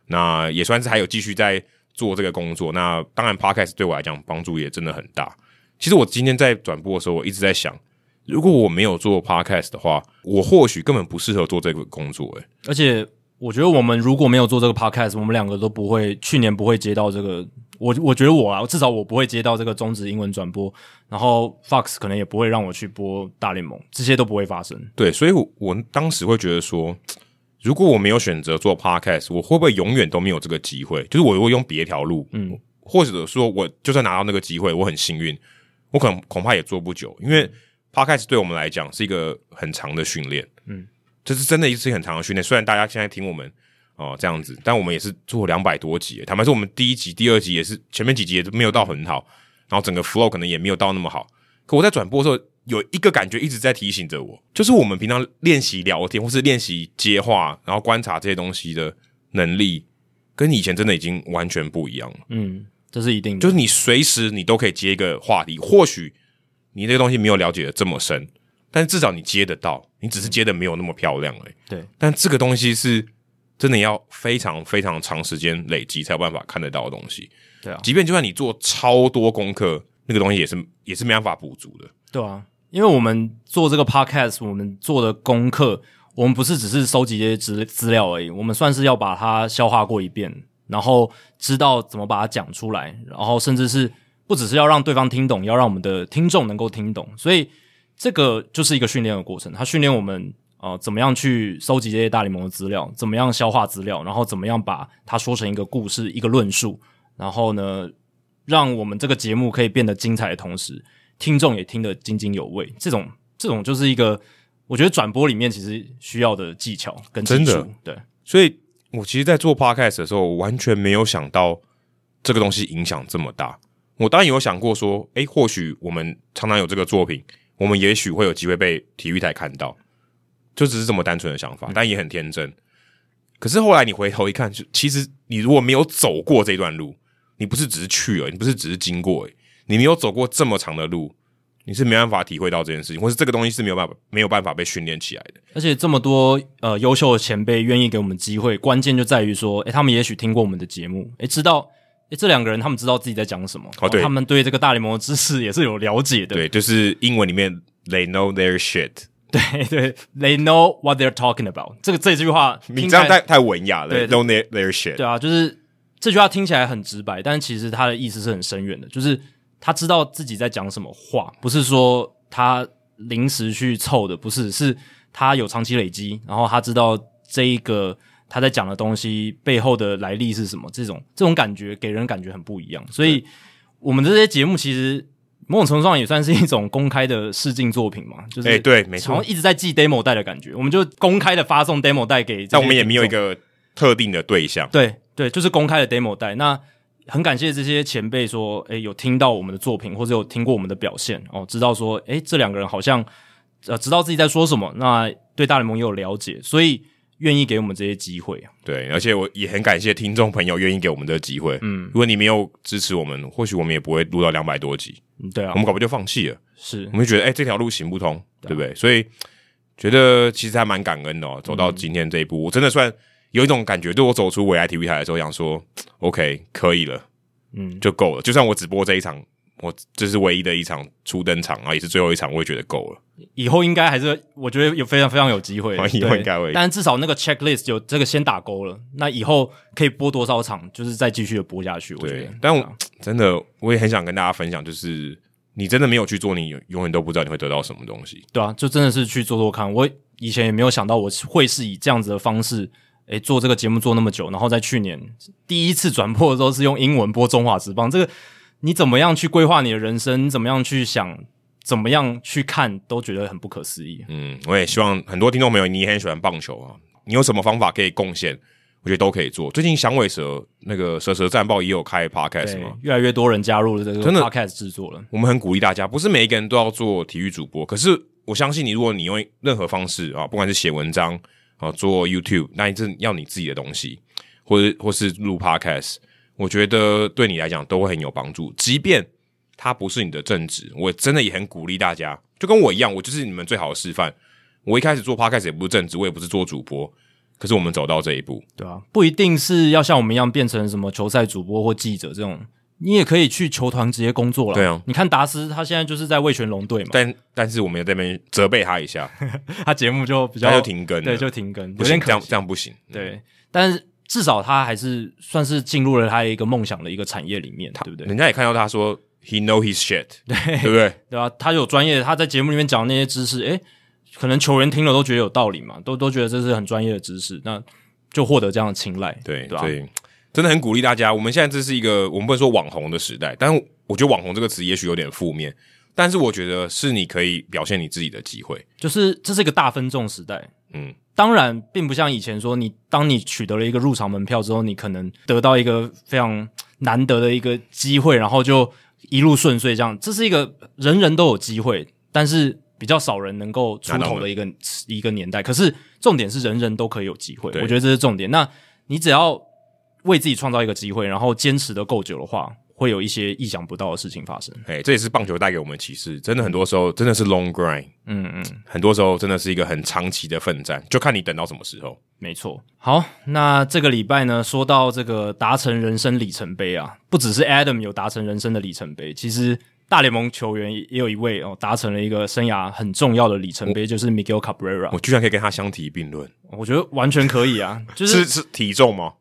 B: 那也算是还有继续在做这个工作。那当然，podcast 对我来讲帮助也真的很大。其实我今天在转播的时候，我一直在想，如果我没有做 podcast 的话，我或许根本不适合做这个工作、欸。
A: 而且我觉得我们如果没有做这个 podcast，我们两个都不会，去年不会接到这个。我我觉得我啊，至少我不会接到这个中职英文转播，然后 Fox 可能也不会让我去播大联盟，这些都不会发生。
B: 对，所以我，我当时会觉得说，如果我没有选择做 podcast，我会不会永远都没有这个机会？就是我如果用别条路，嗯，或者说我就算拿到那个机会，我很幸运，我可能恐怕也做不久，因为 podcast 对我们来讲是一个很长的训练，嗯，这是真的一次很长的训练。虽然大家现在听我们。哦，这样子，但我们也是做两百多集，坦白说，我们第一集、第二集也是前面几集也没有到很好，然后整个 flow 可能也没有到那么好。可我在转播的时候，有一个感觉一直在提醒着我，就是我们平常练习聊天或是练习接话，然后观察这些东西的能力，跟以前真的已经完全不一样了。
A: 嗯，这是一定的，
B: 就是你随时你都可以接一个话题，或许你这个东西没有了解的这么深，但至少你接得到，你只是接的没有那么漂亮而已。
A: 对，
B: 但这个东西是真的要非常非常长时间累积才有办法看得到的东西。
A: 对啊，
B: 即便就算你做超多功课，那个东西也是也是没办法补足的。
A: 对啊，因为我们做这个 podcast，我们做的功课，我们不是只是收集这些资资料而已，我们算是要把它消化过一遍，然后知道怎么把它讲出来，然后甚至是不只是要让对方听懂，要让我们的听众能够听懂，所以这个就是一个训练的过程，它训练我们。呃，怎么样去收集这些大联盟的资料？怎么样消化资料？然后怎么样把它说成一个故事、一个论述？然后呢，让我们这个节目可以变得精彩的同时，听众也听得津津有味。这种这种就是一个，我觉得转播里面其实需要的技巧跟技
B: 真的
A: 术。对，
B: 所以我其实，在做 podcast 的时候，我完全没有想到这个东西影响这么大。我当然有想过说，诶，或许我们常常有这个作品，我们也许会有机会被体育台看到，就只是这么单纯的想法，但也很天真。可是后来你回头一看，就其实你如果没有走过这段路，你不是只是去了，你不是只是经过而已，你没有走过这么长的路，你是没办法体会到这件事情，或是这个东西是没有办法没有办法被训练起来的。
A: 而且这么多呃优秀的前辈愿意给我们机会，关键就在于说，诶，他们也许听过我们的节目，诶，知道。诶这两个人他们知道自己在讲什么，然后
B: 哦对
A: 他们对这个大联盟的知识也是有了解的。
B: 对，就是英文里面 they know their shit。
A: 对 对，They know what they're talking about。这个这句话听起来，
B: 你这样太太文雅了
A: 对
B: ，don't their their shit。
A: 对啊，就是这句话听起来很直白，但其实他的意思是很深远的，就是他知道自己在讲什么话，不是说他临时去凑的，不是，是他有长期累积，然后他知道这一个他在讲的东西背后的来历是什么，这种这种感觉给人感觉很不一样，所以我们这些节目其实。某种程度上也算是一种公开的试镜作品嘛，就是
B: 哎对没错
A: 好像一直在寄 demo 带的感觉，我们就公开的发送 demo 带给这些听众，
B: 但我们也没有一个特定的对象，
A: 对对，就是公开的 demo 带。那很感谢这些前辈说，诶，有听到我们的作品，或者有听过我们的表现，哦，知道说，诶，这两个人好像呃知道自己在说什么，那对大联盟也有了解，所以愿意给我们这些机会。啊
B: 对，而且我也很感谢听众朋友愿意给我们这个机会。嗯，如果你没有支持我们，或许我们也不会录到两百多集，
A: 嗯，对啊
B: 我，们搞不好就放弃了。
A: 是
B: 我，们就觉得，哎、这条路行不通，对啊不对？所以觉得其实还蛮感恩的、哦，走到今天这一步，我真的算有一种感觉，对我走出未来体育台的时候，想说，OK，可以了，
A: 嗯，
B: 就够了。就算我只播这一场，我这是唯一的一场初登场啊，也是最后一场，我也觉得够了。，
A: 以后应该还是我觉得有非常非常有机会
B: 以后
A: 对
B: 应该会
A: 但至少那个 checklist 有这个先打勾了，那以后可以播多少场，就是再继续的播下去。我觉
B: 对
A: 得，，
B: 但
A: 啊
B: 我真的我也很想跟大家分享，就是你真的没有去做，你永永远都不知道你会得到什么东西。
A: 对啊，就真的是去做做看。我以前也没有想到我会是以这样子的方式，诶，做这个节目做那么久，然后在去年第一次转播的时候是用英文播《中华职棒》，这个你怎么样去规划你的人生？你怎么样去想？怎么样去看都觉得很不可思议。
B: 嗯，我也希望很多听众朋友，你也很喜欢棒球啊，你有什么方法可以贡献？我觉得都可以做。最近响尾蛇那个蛇蛇战报也有开 podcast
A: 对
B: 嘛，，
A: 越来越多人加入了这个
B: 真的
A: podcast 制作了。
B: 我们很鼓励大家，不是每一个人都要做体育主播，可是我相信你，如果你用任何方式啊，不管是写文章啊，做 YouTube，那你真要你自己的东西，或者或是录 Podcast，我觉得对你来讲都会很有帮助。即便它不是你的正职，我真的也很鼓励大家，就跟我一样，我就是你们最好的示范。我一开始做 Podcast 也不是正职，我也不是做主播，可是我们走到这一步，
A: 对啊，不一定是要像我们一样变成什么球赛主播或记者这种，你也可以去球团直接工作了。
B: 对啊
A: 你看达斯他现在就是在味全龙队嘛，
B: 但但是我们也在那边责备他一下，
A: 他节目就比较
B: 他就停更了，
A: 对，就停更，
B: 不
A: 有点
B: 行，
A: 可
B: 这样
A: 惜。
B: 这样不行，
A: 对，嗯但是至少他还是算是进入了他一个梦想的一个产业里面，对不对？
B: 人家也看到他说 he know his shit，对不对？
A: 对吧、他有专业，他在节目里面讲的那些知识，诶，可能球员听了都觉得有道理嘛，都都觉得这是很专业的知识，那就获得这样的青睐，
B: 对
A: 对吧、啊
B: 所以真的很鼓励大家。我们现在这是一个我们不能说网红的时代，但我觉得网红这个词也许有点负面，但是我觉得是你可以表现你自己的机会。
A: 就是这是一个大分众时代，
B: 嗯，
A: 当然，并不像以前说，你当你取得了一个入场门票之后，你可能得到一个非常难得的一个机会，然后就一路顺遂这样。这是一个人人都有机会，但是比较少人能够出头的一个一个年代。可是重点是人人都可以有机会，
B: 对
A: 我觉得这是重点。那你只要为自己创造一个机会，然后坚持的够久的话，会有一些意想不到的事情发生。
B: 哎，这也是棒球带给我们的启示。真的，很多时候真的是 long grind，
A: 嗯嗯，
B: 很多时候真的是一个很长期的奋战，就看你等到什么时候。
A: 没错。好，那这个礼拜呢，说到这个达成人生里程碑啊，不只是 Adam 有达成人生的里程碑，其实大联盟球员也也有一位哦，达成了一个生涯很重要的里程碑，就是 Miguel Cabrera。
B: 我居然可以跟他相提并论，
A: 我觉得完全可以啊，就是
B: 是是体重吗？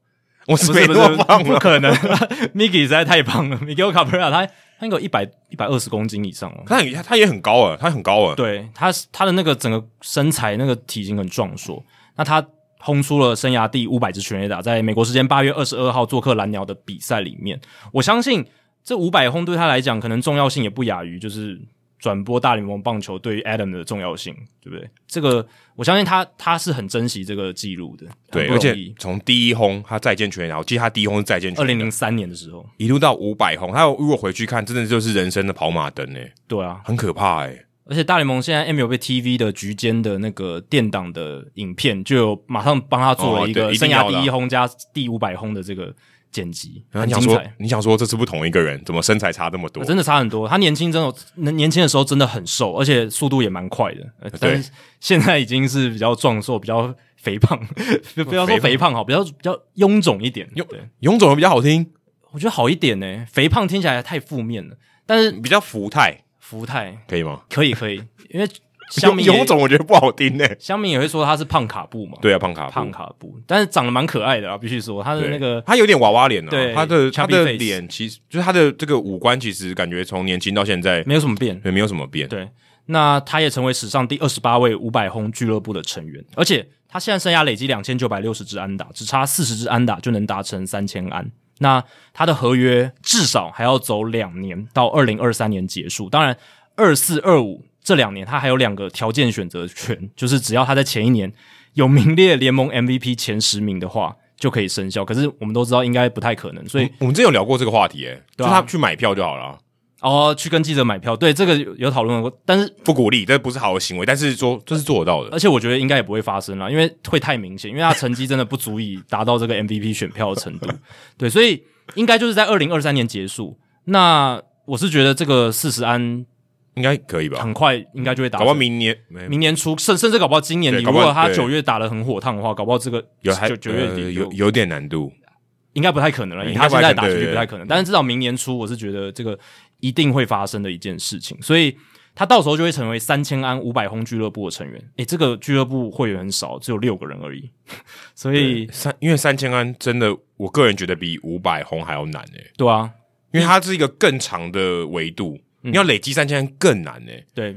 B: 我是
A: 不
B: 没
A: 是不
B: 那
A: 是
B: 么胖
A: 不
B: 了，
A: 可能 ，Miki 实在太胖了，Miguel Cabrera 他他应该有一百一百二十公斤以上哦。
B: 他很他也很高啊，他很高啊。
A: 对他他的那个整个身材那个体型很壮硕，那他轰出了生涯第五百支全垒打，在美国时间八月二十二号做客蓝鸟的比赛里面，我相信这五百轰对他来讲可能重要性也不亚于就是。转播大联盟棒球对于 Adam 的重要性，对不对？这个我相信他他是很珍惜这个记录的，
B: 对，
A: 很
B: 而
A: 不容
B: 且
A: 易。
B: 从第一轰他再见全垒打，我记得他第一轰是再见
A: 二
B: 全垒
A: 零
B: 打，
A: 零三年的时候，
B: 一路到五百轰，他如果回去看，真的就是人生的跑马灯哎、
A: 对啊，
B: 很可怕哎、
A: 而且大联盟现在 MLB TV 的局间的那个电档的影片，就有马上帮他做了一
B: 哦
A: 个
B: 对一
A: 生
B: 定
A: 涯
B: 要的啊
A: 第一轰加第五百轰的这个剪辑，
B: 然后
A: 很
B: 你想
A: 精
B: 说
A: 彩，，
B: 你想说这是不同一个人，怎么身材差这么多？
A: 真的差很多。他年轻真的年年轻的时候真的很瘦，而且速度也蛮快的，呃但是现在已经是比较壮硕、比较肥胖， 不不要说肥胖好，比较比较臃肿一点。
B: 臃
A: 对，
B: 臃肿的比较好听，
A: 我觉得好一点呢、肥胖听起来太负面了，但是
B: 比较福态，
A: 福泰
B: 可以吗？
A: 可以可以，因 为乡民也
B: 臃肿我觉得不好听呢、
A: 乡民也会说他是胖卡布嘛。
B: 对啊，胖卡布
A: 胖卡布，但是长得蛮可爱的啊，必须说他的
B: 对
A: 那个
B: 他有点娃娃脸啊，
A: 对
B: 他的
A: chubby
B: 他的
A: face
B: 脸其实就是他的这个五官，其实感觉从年轻到现在
A: 没有什么变。
B: 也没有什么变。
A: 对，那他也成为史上第二十八位五百轰俱乐部的成员，而且他现在生涯累积两千九百六十支安打，只差四十支安打就能达成三千安。那他的合约至少还要走两年，到二零二三年结束。当然，二四二五这两年他还有两个条件选择权，就是只要他在前一年有名列联盟 MVP 前十名的话，就可以生效。可是我们都知道应该不太可能，所以
B: 我们之前有聊过这个话题、欸，
A: 对
B: 就
A: 啊
B: 他去买票就好了啊，
A: 哦，去跟记者买票，对这个有有讨论过，但是
B: 不鼓励，这不是好的行为，但是说这是做得到的。
A: 而且我觉得应该也不会发生了，因为会太明显，因为他成绩真的不足以达到这个 MVP 选票的程 度，对，所以应该就是在二零二三年结束。那我是觉得这个四十安
B: 应该可以吧？
A: 很快应该就会达
B: 搞不好
A: 成。
B: 明年没
A: 明年初，甚甚至搞不好今年底，
B: 对搞
A: 如
B: 不好
A: 果他
B: 对
A: 九月打得很火烫的话，搞不好这个
B: 有还
A: 九九月底
B: 呃
A: 就
B: 有有点难度，
A: 应该不太可能了，以
B: 嗯应
A: 他
B: 该不
A: 现
B: 太
A: 在
B: 可能
A: 打出
B: 对
A: 去
B: 对
A: 不太可能。但是至少明年初，我是觉得这个一定会发生的一件事情，所以他到时候就会成为三千安五百轰俱乐部的成员。诶、这个俱乐部会员很少，只有六个人而已， 所以
B: 三因为三千安真的，我个人觉得比五百红还要难诶、
A: 对啊，
B: 因为它是一个更长的维度，
A: 嗯
B: 你要累积三千安更难诶、
A: 对，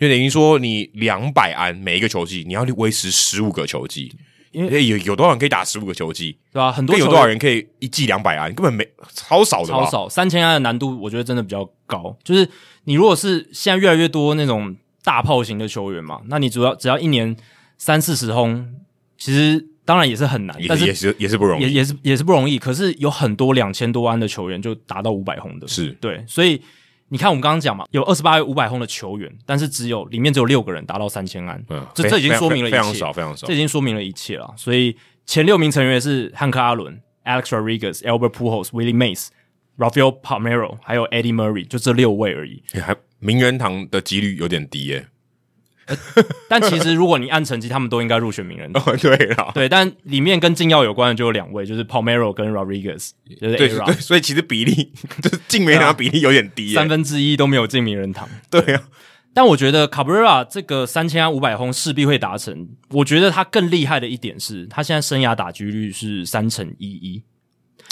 B: 就等于说你两百安每一个球季，你要维持十五个球季，
A: 因为
B: 诶有有多少人可以打十五个球季？
A: 对啊，很多
B: 更有
A: 球
B: 多少
A: 员
B: 人可以一季两百安？根本没超少的吧？
A: 超少，三千安的难度我觉得真的比较高。就是你如果是现在越来越多那种大炮型的球员嘛，那你主要只要一年三四十轰，其实当然也是很难，
B: 也
A: 但
B: 是
A: 是
B: 也是也是不容
A: 也
B: 易，
A: 也是也是不容易。可是有很多两千多安的球员就达到五百轰的，
B: 是
A: 对，所以你看我们刚刚讲嘛，有二十八位五百轰的球员，但是只有里面只有六个人达到三千安，
B: 嗯，
A: 这
B: 非
A: 这已经
B: 非常
A: 说明了一
B: 非常
A: 切
B: 少，非常少
A: 这。已经说明了一切了。所以前六名成员是汉克·阿伦、Alex Rodriguez、Albert Pujols、Willie Mays、Rafael Palmero，还有 Eddie Murray，就这六位而已。
B: 还名人堂的几率有点低欸诶、
A: 但其实如果你按成绩，他们都应该入选名 人堂。
B: 哦， 对啦，
A: 对，但里面跟禁药有关的就有两位，就是 Palmero 跟 Rodriguez，就是
B: 对
A: Era
B: 对，所以其实比例就是进梅拿比例有点低、欸，
A: 三分之一都没有进名人堂。
B: 对啊，
A: 但我觉得 Cabrera 这个三千五百轰势必会达成。我觉得他更厉害的一点是，他现在生涯打击率是三乘一一。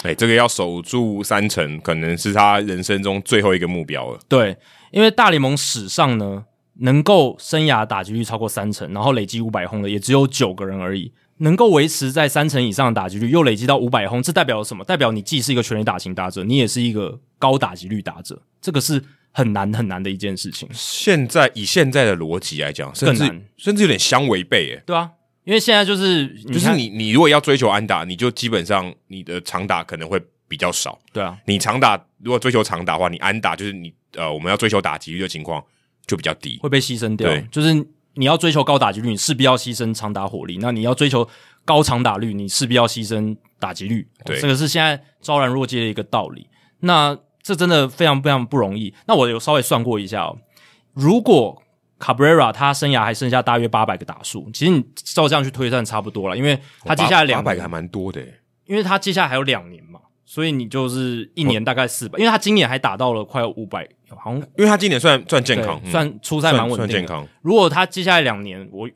B: 哎、这个要守住三成，可能是他人生中最后一个目标了。
A: 对，因为大联盟史上呢，能够生涯打击率超过三成，然后累积五百轰的也只有九个人而已。能够维持在三成以上的打击率，又累积到五百轰，这代表什么？代表你既是一个全垒打型打者，你也是一个高打击率打者，这个是很难很难的一件事情。
B: 现在以现在的逻辑来讲，甚
A: 更
B: 至
A: 难
B: 甚至有点相违背、哎，
A: 对啊，因为现在就是
B: 就
A: 看
B: 是你你如果要追求安打，你就基本上你的长打可能会比较少。
A: 对啊，
B: 你长打如果追求长打的话，你安打就是你呃我们要追求打击率的情况，就比较低。
A: 会被牺牲掉
B: 对。
A: 就是你要追求高打击率，你势必要牺牲长打火力；那你要追求高长打率，你势必要牺牲打击率。
B: 对
A: 这个是现在昭然若揭的一个道理。那这真的非常非常不容易。那我有稍微算过一下哦，如果 Cabrera 他生涯还剩下大约八百个打数，其实你照这样去推算差不多了，因为他接下来两
B: 百个还蛮多的欸，
A: 因为他接下来还有两年嘛，所以你就是一年大概四百、因为他今年还打到了快五百，好像
B: 因为他今年算算健康，
A: 对
B: 嗯
A: 算出赛
B: 算
A: 蛮稳
B: 算
A: 定
B: 健
A: 的。
B: 康，
A: 如果他接下来两年我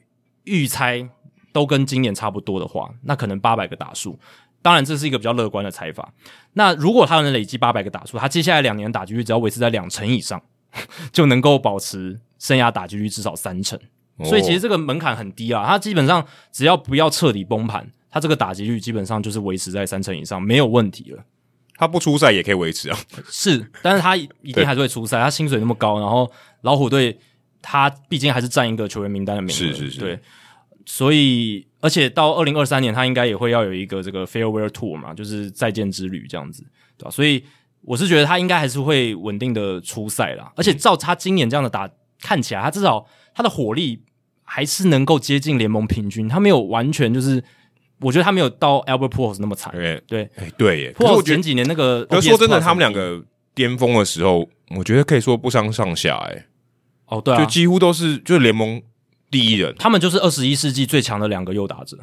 A: 预猜都跟今年差不多的话，那可能八百个打数。当然，这是一个比较乐观的猜法。那如果他能累积八百个打数，他接下来两年打击率只要维持在两成以上， 就能够保持生涯打击率至少三成。所以其实
B: 哦
A: 这个门槛很低啊，他基本上只要不要彻底崩盘，他这个打击率基本上就是维持在三成以上，没有问题了。
B: 他不出赛也可以维持啊。
A: 是，但是他一一定还是会出赛，他薪水那么高，然后老虎队他毕竟还是占一个球员名单的名额，
B: 是是是
A: 对，所以而且到二零二三年，他应该也会要有一个这个 farewell tour 嘛，就是再见之旅这样子，对吧、所以我是觉得他应该还是会稳定的出赛啦，
B: 嗯
A: 而且照他今年这样的打，看起来他至少他的火力还是能够接近联盟平均，他没有完全就是，我觉得他没有到 Albert Pujols 那么惨，
B: 对
A: 对
B: 哎，对耶，可是
A: Pujols
B: 我觉
A: 前
B: 得，
A: 几年那个 OPS plus
B: 可
A: 很低，
B: 是说真的，他们两
A: 哦
B: 个巅峰的时候，我觉得可以说不相上下，哎，
A: 哦对啊，
B: 就几乎都是就是联盟第一人，
A: 他们就是二十一世纪最强的两个右打者，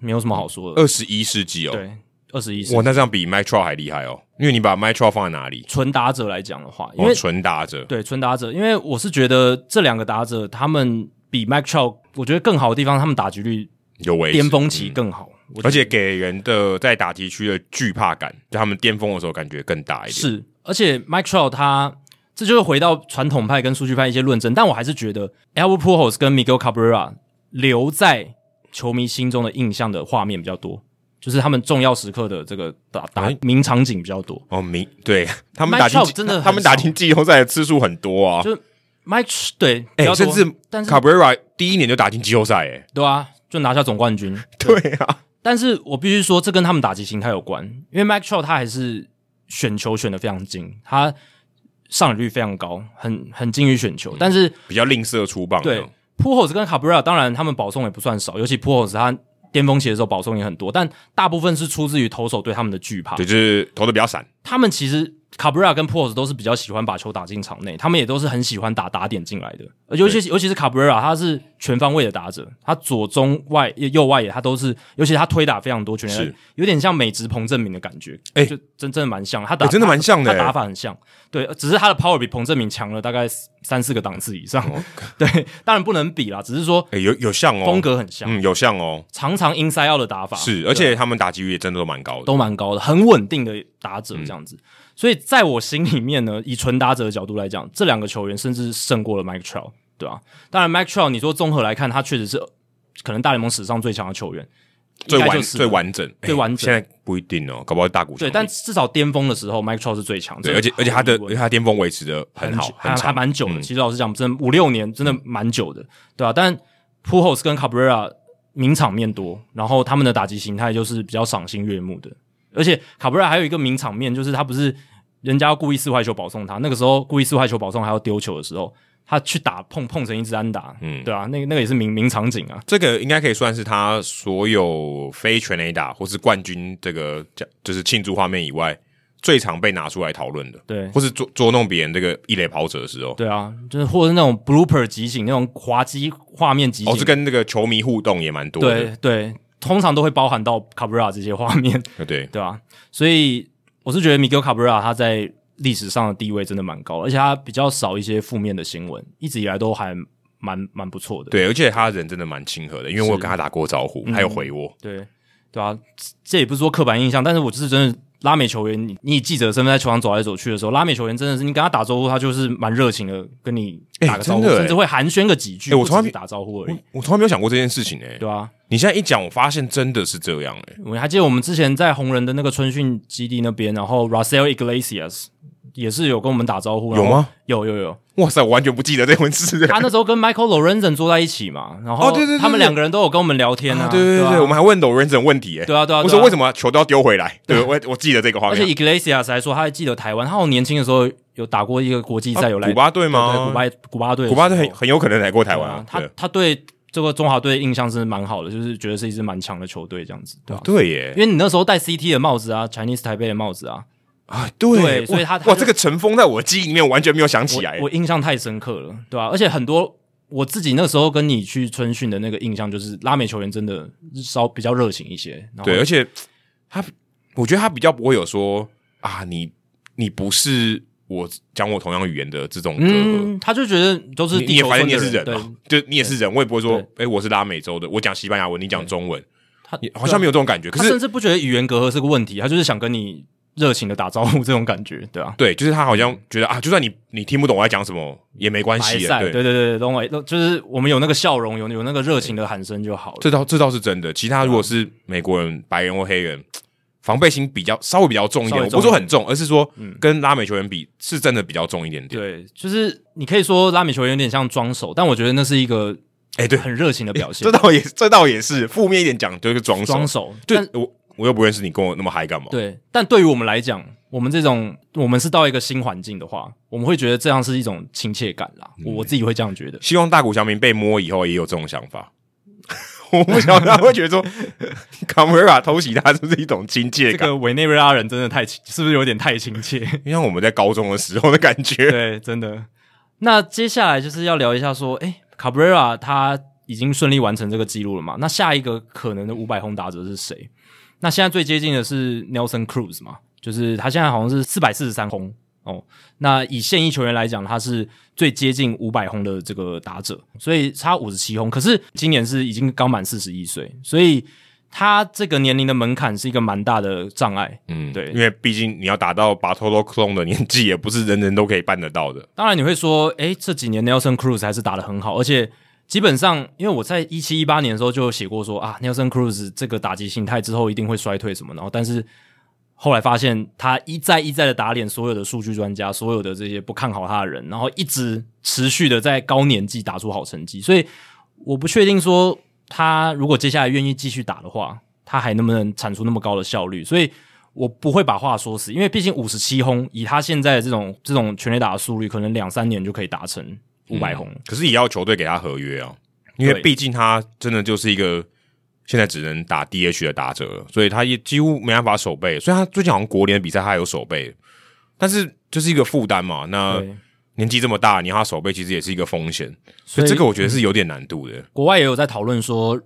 A: 没有什么好说的。
B: 二十一世纪哦，
A: 对，二十一世纪
B: 哇，那这样比 m i t r o 还厉害哦，因为你把 m i t r o 放在哪里？
A: 纯打者来讲的话，因为、
B: 哦，纯打者，
A: 对纯打者，因为我是觉得这两个打者他们比 Mike Trout 我觉得更好的地方，他们打击率
B: 有维持
A: 巅峰期更好，我觉得
B: 而且给人的在打击区的惧怕感，就他们巅峰的时候感觉更大一点。
A: 是，而且 Mike Trout 他这就是回到传统派跟数据派一些论证，但我还是觉得 Albert Pujols 跟 Miguel Cabrera 留在球迷心中的印象的画面比较多，就是他们重要时刻的这个打打
B: 哎
A: 名场景比较多。
B: 哦，明对他们打进
A: Mike Trout 真的很
B: 他们打进季后赛的次数很多啊
A: 就。Mike Tr- 对，比
B: 哎、
A: 较
B: 甚
A: 多
B: 至
A: 但是
B: Cabrera 第一年就打进季后赛，哎，
A: 对啊，就拿下总冠军。
B: 对啊，
A: 但是我必须说，这跟他们打击形态有关，因为 Mike Trout 他还是选球选的非常精，他上垒率非常高，很很精于选
B: 嗯
A: 球。但是
B: 比较吝啬出棒。
A: 对 p u o l s 跟 Cabrera 当然他们保送也不算少，尤其 p u o l s 他巅峰期的时候保送也很多，但大部分是出自于投手对他们的惧怕
B: 对，。就是投的比较散，
A: 他们其实 Cabrera 跟 p u o l s 都是比较喜欢把球打进场内，他们也都是很喜欢打打点进来的。而尤其尤其是 Cabrera，他是全方位的打者，他左中外右外野他都是，尤其他推打非常多，全垒
B: 是
A: 打有点像美职彭正明的感觉，
B: 哎
A: 就真真的蛮像，他打、
B: 哎真的蛮像的
A: 他
B: 哎
A: 打法很像，对，只是他的 power 比彭正明强了大概三四个档次以上，
B: 哦
A: 对，当然不能比啦，只是说
B: 哎、有有像哦，
A: 风格很像，
B: 嗯，有像哦，
A: 常常 inside out 的打法
B: 是，
A: 对啊
B: 而且他们打击率也真的都蛮高的。
A: 都蛮高的，很稳定的打者
B: 嗯
A: 这样子。所以在我心里面呢，以纯打者的角度来讲，这两个球员甚至胜过了 Mike Trout，对吧、当然，Mike Trout 你说综合来看，他确实是可能大联盟史上最强的球员，
B: 最
A: 应该
B: 完
A: 就是
B: 最完整，哎
A: 最完整
B: 现在不一定哦，搞不好大股
A: 对，但至少巅峰的时候，Mike Trout 是最强。
B: 对，
A: 这
B: 而且而且他的
A: 毫无疑
B: 而
A: 问
B: 且他巅峰维持的很好
A: 久，还
B: 很
A: 还
B: 长，嗯
A: 蛮久的。其实老实讲，真的五六年真的蛮久的，对吧、啊但 Pujols 跟 Cabrera 名场面多，然后他们的打击形态就是比较赏心悦目的。而且 Cabrera 还有一个名场面，就是他不是人家要故意四坏球保送他，那个时候故意四坏球保送还要丢球的时候，他去打碰碰成一支安打，
B: 嗯
A: 对啊，那个那个也是名名场景啊。
B: 这个应该可以算是他所有非全垒打或是冠军这个奖，就是庆祝画面以外，最常被拿出来讨论的，
A: 对
B: 或是捉捉弄别人这个一垒跑者的时候，
A: 对啊，就是或者是那种 blooper 集锦，那种滑稽画面集锦，
B: 哦，是跟这个球迷互动也蛮多的，
A: 对对，通常都会包含到 Cabrera 这些画面。
B: 对对，
A: 对啊，所以我是觉得 Miguel Cabrera 他在历史上的地位真的蛮高的，而且他比较少一些负面的新闻，一直以来都还蛮蛮不错的。
B: 对，而且他人真的蛮亲和的，因为我有跟他打过招呼，
A: 嗯
B: 还有回我，
A: 对对啊，这这也不是说刻板印象，但是我就是真的拉美球员，你你以记者的身份在球场走来走去的时候，拉美球员真的是你跟他打招呼，他就是蛮热情的跟你打个招呼，
B: 欸真的欸
A: 甚至会寒暄个几句，
B: 欸我从来
A: 不只
B: 没
A: 是打招呼而
B: 我
A: 已。
B: 我从来没有想过这件事情诶、
A: 对啊，
B: 你现在一讲，我发现真的是这样欸诶、
A: 我还记得我们之前在红人的那个春训基地那边，然后 Russell Iglesias 也是有跟我们打招呼，然后
B: 有吗？
A: 有有有，
B: 哇塞，我完全不记得这回 事。
A: 他那时候跟 Michael Lorenzen 坐在一起嘛，然后
B: 哦对对对对
A: 他们两个人都有跟我们聊天啊，
B: 对对对
A: 啊
B: 对，我们还问 l o r e 问题耶。
A: 对啊对啊，
B: 我说为什
A: 么？
B: 么球都要丢回来？对我我记得这个画
A: 而且
B: 面。
A: Iglesias 还说他还记得台湾，他好像年轻的时候有打过一个国际赛，有来
B: 啊古巴队
A: 对对古
B: 吗？
A: 巴古巴队的时候，
B: 古巴队很很有可能来过台湾
A: 对
B: 啊
A: 啊。他
B: 对
A: 他对这个中华队印象是蛮好的，就是觉得是一支蛮强的球队这样子，对啊。
B: 哦对耶
A: 因，为你那时候戴 CT 的帽子啊，Chinese 台北的帽子啊，
B: 啊
A: 对所以他
B: 哇
A: 他
B: 哇
A: 就
B: 这个尘封在我记忆里面完全没有想起来欸
A: 我我印象太深刻了，对吧、啊而且很多我自己那时候跟你去春训的那个印象，就是拉美球员真的稍比较热情一些，然后
B: 对，而且他我觉得他比较不会有说啊，你你不是我讲我同样语言的这种隔阂。
A: 嗯，他就觉得都是
B: 你你
A: 地
B: 也
A: 球
B: 反
A: 村
B: 正你
A: 的
B: 也是人啊
A: 对
B: 嘛，就你也是人，我也不会说，哎、
A: 对
B: 我是拉美洲的，我讲西班牙文，你讲中文，
A: 他
B: 也好像没
A: 有，
B: 有这种感觉。可
A: 他甚
B: 是，
A: 至不觉得语言隔阂是个问题，他就是想跟你热情的打招呼这种感觉，对啊。
B: 对，就是他好像觉得啊，就算你你听不懂我在讲什么也没关
A: 白
B: 系，
A: 赛，
B: 对
A: 对对对，懂我，就是我们有那个笑容，有有那个热情的喊声就好了。
B: 这倒这倒是真的。其他如果是美国人、白人或黑人，防备心比较稍微比较重一点，
A: 稍微重嗯
B: 我不是说很重，而是说跟拉美球员比，是真的比较重一点点。
A: 对，就是你可以说拉米球员有点像装手，但我觉得那是一个
B: 哎对
A: 很热情的表现
B: 这，倒也这倒也是负面一点讲，就是装
A: 装
B: 手。
A: 手。
B: 对
A: 但，
B: 我我又不认识你，跟我那么嗨干嘛？
A: 对，但对于我们来讲，我们这种我们是到一个新环境的话，我们会觉得这样是一种亲切感啦。我自己会这样觉得。
B: 希望大谷翔平被摸以后也有这种想法。 我不晓得他会觉得说 卡梅拉偷袭他是不是一种亲切
A: 这
B: 感，
A: 个委内瑞拉人真的太亲，是不是有点太亲切？
B: 就像我们在高中的时候的感觉。
A: 对，真的。那接下来就是要聊一下说，哎，Cabrera 他已经顺利完成这个记录了嘛？那下一个可能的五百轰打者是谁？那现在最接近的是 Nelson Cruz 嘛，就是他现在好像是四百四十三轰哦。那以现役球员来讲，他是最接近五百轰的这个打者，所以差五十七轰。可是今年是已经刚满四十一岁，所以他这个年龄的门槛是一个蛮大的障碍。
B: 嗯
A: 对
B: 因为毕竟你要达到巴托洛克隆的年纪，也不是人人都可以办得到的。
A: 当然你会说，诶，这几年 Nelson Cruz 还是打得很好，而且基本上，因为我在一七一八年的时候就有写过说啊，Nelson Cruz 这个打击形态之后一定会衰退什么，然后但是后来发现他一再一再的打脸所有的数据专家，所有的这些不看好他的人，然后一直持续的在高年纪打出好成绩，所以我不确定说他如果接下来愿意继续打的话，他还能不能产出那么高的效率，所以。我不会把话说死，因为毕竟五十七轰，以他现在的这种这种全垒打的速率，可能两三年就可以达成五百轰。
B: 可是也要球队给他合约啊，因为
A: 对
B: 毕竟他真的就是一个现在只能打 DH 的打者了，所以他也几乎没办法守备。虽然他最近好像国联比赛他还有守备，但是就是一个负担嘛。那
A: 对，
B: 年纪这么大，你要他守备其实也是一个风险，所
A: 所
B: 以
A: 以嗯
B: 这个我觉得是有点难度的。
A: 国外也有在讨论说，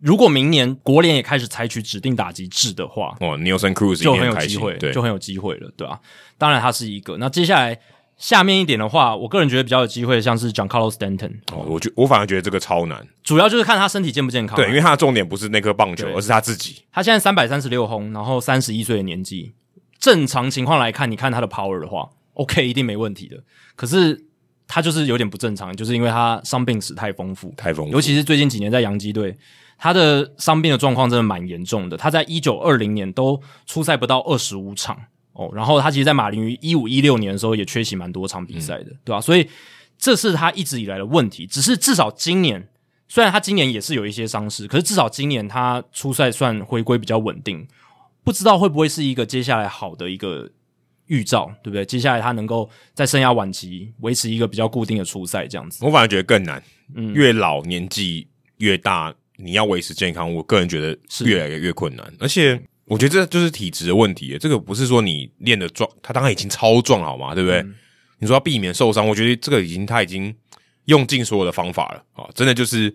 A: 如果明年国联也开始采取指定打击制的话，
B: 哦，Nelson Cruz
A: 就
B: 一定
A: 很有
B: 开
A: 机
B: 心
A: 会，
B: 对
A: 就，很有机会了，对吧、当然，他是一个。那接下来下面一点的话，我个人觉得比较有机会，像是 Giancarlo Stanton，
B: 哦，我觉我反而觉得这个超难，
A: 主要就是看他身体健不健康啊、
B: 对，因为他的重点不是那颗棒球，
A: 对
B: 而是他自己。
A: 他现在三百三十六轰，然后三十一岁的年纪，正常情况来看，你看他的 power 的话，OK 一定没问题的。可是他就是有点不正常，就是因为他伤病史太丰富，
B: 太丰富
A: 尤其是最近几年在洋基队，他的伤病的状况真的蛮严重的。他在一九二零年都出赛不到二十五场哦，然后他其实，在马林鱼一五一六年的时候也缺席蛮多场比赛的，对吧、所以这是他一直以来的问题。只是至少今年，虽然他今年也是有一些伤势，可是至少今年他出赛算回归比较稳定，不知道会不会是一个接下来好的一个预兆，对不对？接下来他能够在生涯晚期维持一个比较固定的出赛这样子。
B: 我反而觉得更难，
A: 嗯
B: 越老年纪越大，你要维持健康，我个人觉得
A: 是
B: 越来越困难。而且我觉得这就是体质的问题，这个不是说你练的壮，他当然已经超壮好吗？对不对？
A: 嗯
B: 你说要避免受伤，我觉得这个已经他已经用尽所有的方法了啊、哦真的就是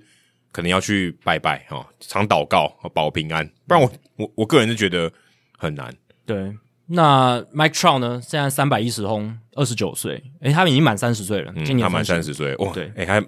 B: 可能要去拜拜啊、哦常祷告、哦保平安，不然我我我个人是觉得很难。
A: 对，那 Mike Trout 呢？现在三百一十轰，二十九岁，诶，他已经满三十岁了，今
B: 嗯，
A: 年
B: 他满
A: 30
B: 三十岁，哇，
A: 对
B: 哎、还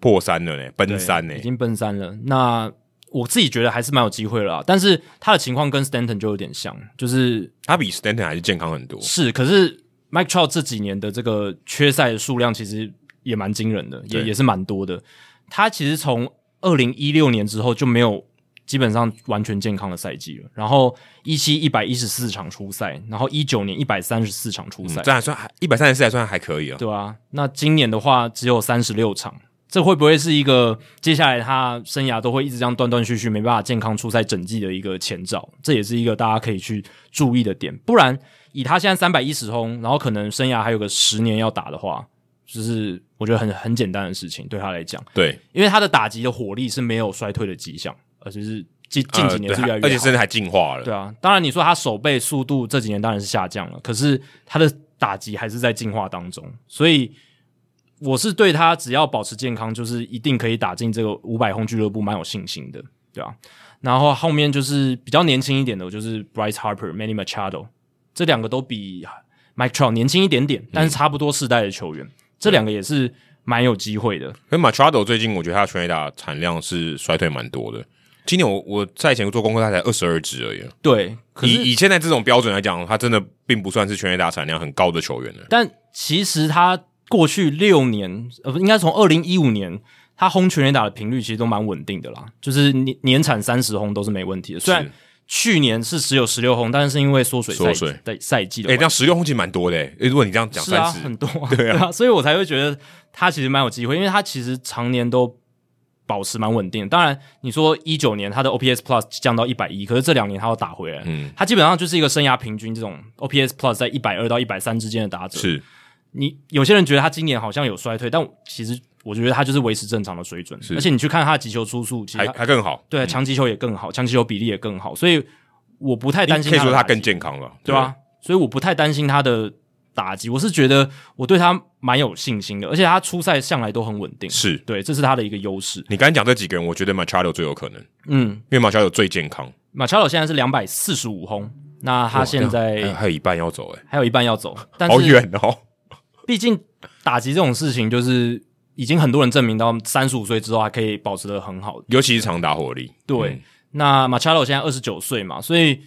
B: 破三了呢，奔
A: 对
B: 三呢
A: 已，经奔三了。那我自己觉得还是蛮有机会了啊，但是他的情况跟 Stanton 就有点像，就是
B: 他比 Stanton 还是健康很多。
A: 是，可是 Mike Trout 这几年的这个缺赛的数量其实也蛮惊人的，也
B: 对
A: 也是蛮多的。他其实从二零一六年之后就没有基本上完全健康的赛季了。然后一七一百一十四场出赛，然后一九年一百三十四场出赛，
B: 嗯这还算还一百三十四还算还可以哦。
A: 对啊，那今年的话只有三十六场，这会不会是一个接下来他生涯都会一直这样断断续续没办法健康出赛整季的一个前兆？这也是一个大家可以去注意的点。不然以他现在三百一十轰，然后可能生涯还有个十年要打的话，就是我觉得很很简单的事情对他来讲，
B: 对，
A: 因为他的打击的火力是没有衰退的迹象，而且是近近几年
B: 呃
A: 是越来
B: 对
A: 越好、
B: 而且甚至还进化了。
A: 对啊，当然你说他手背速度这几年当然是下降了，可是他的打击还是在进化当中，所以我是对他只要保持健康，就是一定可以打进这个五百轰俱乐部蛮有信心的，对啊。然后后面就是比较年轻一点的，就是 Bryce Harper、Manny Machado 这两个都比 Mike Trout 年轻一点点，但是差不多世代的球员，这两个也是蛮有机会的。
B: 因为 Machado 最近我觉得他的全垒打产量是衰退蛮多的。今年我我赛前做功课，他才二十二支而已。
A: 对，可是
B: 以以现在这种标准来讲，他真的并不算是全垒打产量很高的球员了。
A: 但其实他过去六年，呃，不应该从二零一五年，他轰全垒打的频率其实都蛮稳定的啦，就是年年产三十轰都是没问题的。虽然
B: 是
A: 去年是只有十六轰，但是因为缩水赛
B: 缩水
A: 对赛季的
B: 哎、
A: 关
B: 这样十六轰其实蛮多的、欸。如果你这样
A: 啊
B: 讲
A: 是啊，
B: 三十、
A: 很多、啊，对啊， 所以我才会觉得他其实蛮有机会，因为他其实常年都保持蛮稳定的。当然，你说一九年他的 OPS Plus 降到一百一，可是这两年他要打回来，
B: 嗯
A: 他基本上就是一个生涯平均这种 OPS Plus 在一百二到一百三之间的打者，
B: 是
A: 你有些人觉得他今年好像有衰退，但我其实我觉得他就是维持正常的水准。而且你去看他的击球出速，其实
B: 还嗯
A: 他
B: 还更好，
A: 对强击球也更好，强击球比例也更好，所以我不太担心
B: 可以说
A: 的打
B: 他
A: 击
B: 更健康了，
A: 对吧、啊所以我不太担心他的打击，我是觉得我对他蛮有信心的，而且他出赛向来都很稳定，
B: 是
A: 对，这是他的一个优势。
B: 你刚才讲这几个人，我觉得 Machado 最有可能，
A: 嗯，
B: 因为 Machado 最健康。
A: 马乔尔现在是两百四十五轰，那他
B: 哇
A: 现
B: 还有
A: 在
B: 还有一半要走、欸，
A: 还有一半要走，但
B: 好
A: 是
B: 远哦。
A: 毕竟打击这种事情，就是已经很多人证明到三十五岁之后还可以保持的很好。
B: 尤其是长打火力，
A: 对，
B: 嗯
A: 那马查罗现在二十九岁嘛，所以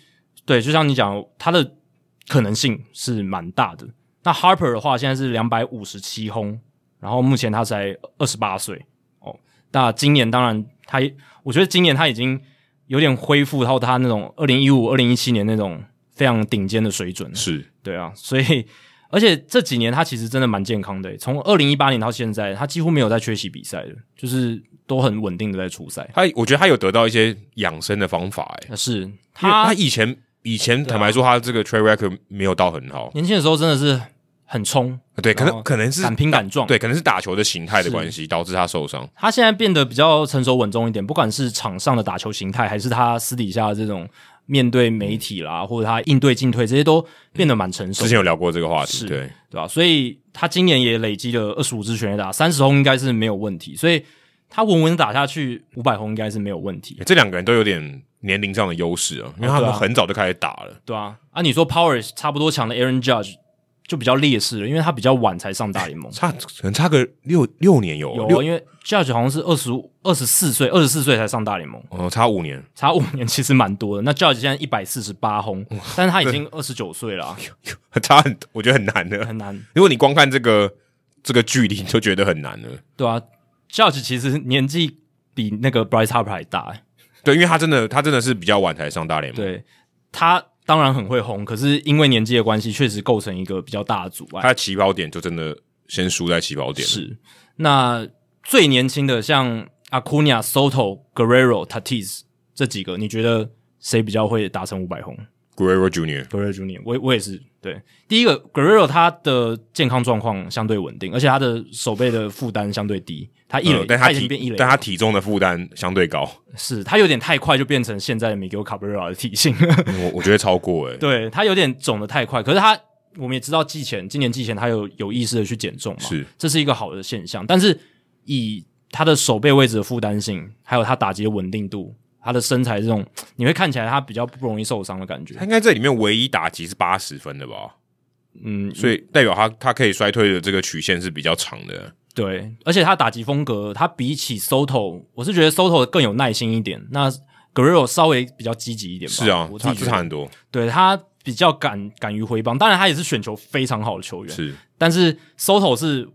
A: 对，就像你讲，他的可能性是蛮大的。那 Harper 的话，现在是两百五十七轰，然后目前他才二十八岁哦。那今年当然他也，我觉得今年他已经有点恢复到他那种二零一五、二零一七年那种非常顶尖的水准了。
B: 是
A: 对啊，所以而且这几年他其实真的蛮健康的，欸从二零一八年到现在，他几乎没有在缺席比赛的，就是都很稳定的在出赛。
B: 他，我觉得他有得到一些养生的方法、欸，
A: 那是
B: 因为他
A: 他啊
B: 以前以前坦白说，他这个 track record 没有到很好，
A: 年轻的时候真的是很冲，
B: 对，可
A: 嗯然后
B: 能可能是
A: 敢拼敢撞。，
B: 对，可能是打球的形态的关系导致他受伤，
A: 他现在变得比较成熟稳重一点，不管是场上的打球形态，还是他私底下的这种面对媒
B: 嗯
A: 体啦，或者他应对进退这些都变得蛮成熟
B: 之前有聊过这个话题，
A: 是
B: 对，
A: 对吧、啊所以他今年也累积了二十五支全垒打，三十轰应该是没有问题，所以他稳稳地打下去五百轰应该是没有问题。
B: 欸这两个人都有点年龄上的优势啊，因为他
A: 对
B: 们
A: 啊
B: 很早就开始打了，。
A: 对啊，啊，你说 Power 差不多强的 Aaron Judge 就比较劣势了，因为他比较晚才上大联盟
B: 差可能差个六六年有
A: 有
B: 六
A: 啊，因为 Judge 好像是二十五、二十四岁，二十四岁才上大联盟，
B: 哦差五年，
A: 差五年 其实蛮多的。那 Judge 现在一百四十八轰，但是他已经二十九岁了啊、
B: 差很我觉得很难的，
A: 很难，
B: 如果你光看这个这个距离，你就觉得很难了。
A: 对啊，Judge 其实年纪比那个 Bryce Harper 还大、欸
B: 对，因为他真的，他真的是比较晚才上大联盟，
A: 对他当然很会轰，可是因为年纪的关系，确实构成一个比较大的阻碍
B: 他。的起跑点就真的先输在起跑点了。
A: 是，那最年轻的像 Acuna、Soto、Guerrero、Tatis 这几个，你觉得谁比较会达成五百轰
B: Guerrero Junior，
A: ？Guerrero Junior，我我也是。对，第一个 Guerrero 他的健康状况相对稳定，而且他的手背的负担相对低，他一垒、
B: 呃但嗯他
A: 已经变一
B: 体
A: 垒了，
B: 但他体重的负担相对高，
A: 是他有点太快就变成现在的 Miguel Cabrera 的体型。
B: 我我觉得超过哎、欸，
A: 对他有点肿的太快，可是他我们也知道季前今年季前他有有意识的去减重嘛，
B: 是
A: 这是一个好的现象。但是以他的手背位置的负担性，还有他打击的稳定度，他的身材这种，你会看起来他比较不容易受伤的感觉
B: 他。应该这里面唯一打击是八十分的吧，
A: 嗯，
B: 所以代表他他可以衰退的这个曲线是比较长的。
A: 对，而且他打击风格，他比起 Soto，我是觉得 Soto 更有耐心一点。那 Guerrero 稍微比较积极一点吧，
B: 是啊
A: 我，自
B: 差
A: 己
B: 就
A: 觉得，
B: 差很多，
A: 对他比较敢敢于挥棒，当然他也是选球非常好的球员，
B: 是
A: 但是 Soto 是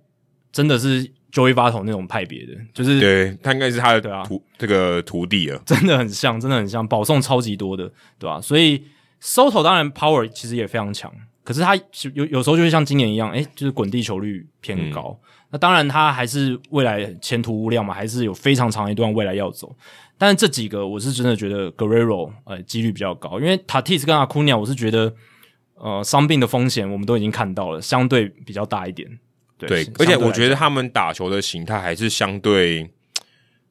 A: 真的是 Joey Votto 那种派别的，就是
B: 对他应该是他
A: 对啊
B: 的徒、这个徒弟啊了。
A: 真的很像，真的很像，保送超级多的，对吧、所以 Soto 当然 power 其实也非常强，可是他其有有时候就会像今年一样，诶、就是滚地球率偏高。
B: 嗯
A: 那当然，他还是未来前途无量嘛，还是有非常长一段未来要走。但是这几个我是真的觉得 Guerrero 呃几率比较高，因为 Tatis 跟 Acuna 我是觉得呃伤病的风险我们都已经看到了，相对比较大一点。对，
B: 对
A: 相，
B: 而且
A: 相对
B: 我
A: 来
B: 觉
A: 讲
B: 得他们打球的形态还是相对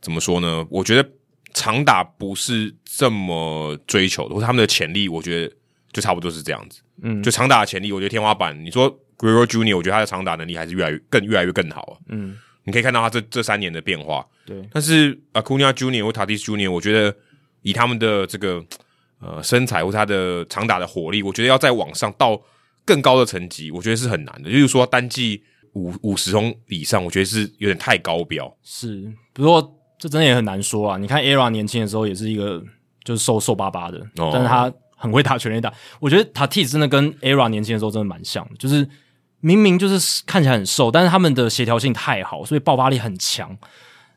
B: 怎么说呢？我觉得长打不是这么追求的，或者他们的潜力，我觉得就差不多是这样子。嗯，就长打的潜力，我觉得天花板。你说 Gregor Junior，我觉得他的长打能力还是越来越更越来越更好啊。
A: 嗯，
B: 你可以看到他这这三年的变化。
A: 对，
B: 但是 Acuna Junior 或 Tatis Junior，我觉得以他们的这个呃身材或他的长打的火力，我觉得要再往上到更高的层级，我觉得是很难的。就是说单季五五十轰以上，我觉得是有点太高标。
A: 是，不过这真的也很难说啊。你看 ERA 年轻的时候也是一个就是瘦瘦巴巴的，
B: 哦
A: 但是他很会打全垒打。我觉得 Tatis 真的跟 ERA 年轻的时候真的蛮像的，就是明明就是看起来很瘦，但是他们的协调性太好，所以爆发力很强。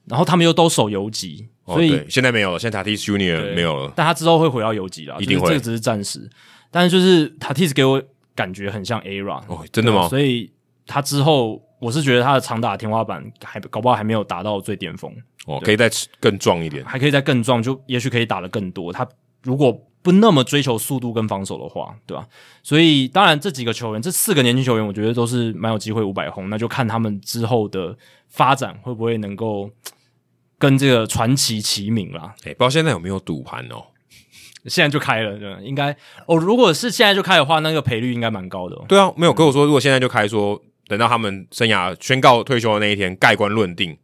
A: 然后他们又都守游击，
B: 哦，
A: 所以、
B: 对，现在没有了，现在 Tatis
A: 对
B: Junior 没有了。
A: 但他之后会回到游击啦，
B: 一
A: 就
B: 定
A: 是这
B: 会
A: 个只是暂时。但是就是 Tatis 给我感觉很像 ERA，、
B: 哦，真的吗？
A: 啊所以他之后我是觉得他的长打天花板还搞不好还没有达到最巅峰。
B: 哦，可以再更壮一点。
A: 还可以再更壮，就也许可以打得更多。他如果不那么追求速度跟防守的话，对吧、所以当然这几个球员，这四个年轻球员，我觉得都是蛮有机会五百轰，那就看他们之后的发展会不会能够嘖跟这个传奇齐名啦。
B: 哎、不知道现在有没有赌盘哦？
A: 现在就开了，对吧，应该哦，如果是现在就开的话，那个赔率应该蛮高的、哦。
B: 对啊，没有跟我说，如果现在就开说，等到他们生涯宣告退休的那一天，盖棺论定，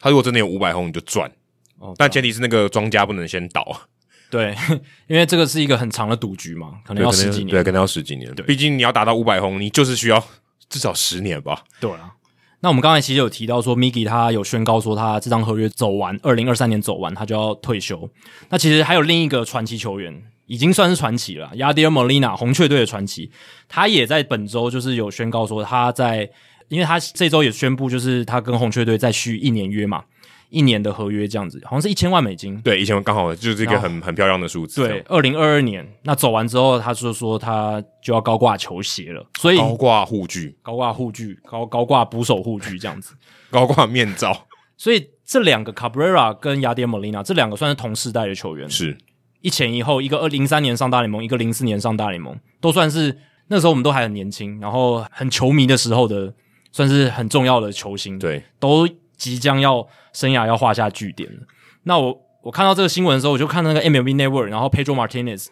B: 他如果真的有五百轰，你就赚。
A: 哦
B: 但前提是那个庄家不能先倒，
A: 对， 因为这个是一个很长的赌局嘛，可能要十几年。
B: 对，可能要十几年。毕竟你要达到五百轰，你就是需要至少十年吧。
A: 对啊。那我们刚才其实有提到说，Miki 他有宣告说他这张合约走完，二零二三年走完，他就要退休。那其实还有另一个传奇球员，已经算是传奇了，Yadier Molina 红雀队的传奇，他也在本周就是有宣告说他在，因为他这周也宣布就是他跟红雀队再续一年约嘛，一年的合约这样子，好像是一千万美金。
B: 对，以前刚好就是一
A: 然
B: 个
A: 后
B: 很很漂亮的数字，
A: 对，，二零二二年那走完之后，他就说他就要高挂球鞋了，所以
B: 高挂护具，
A: 高挂护具，高高挂捕手护具这样子。
B: 高挂面罩，
A: 所以这两个 Cabrera 跟雅典 Molina 这两个算是同世代的球员，
B: 是
A: 一前一后，一个二零三年上大联盟，一个零四年上大联盟，都算是那时候我们都还很年轻，然后很球迷的时候的，算是很重要的球星，，
B: 对，
A: 都即将要生涯要画下句点了。那我我看到这个新闻的时候，我就看到那个 MLB Network，然后 Pedro Martinez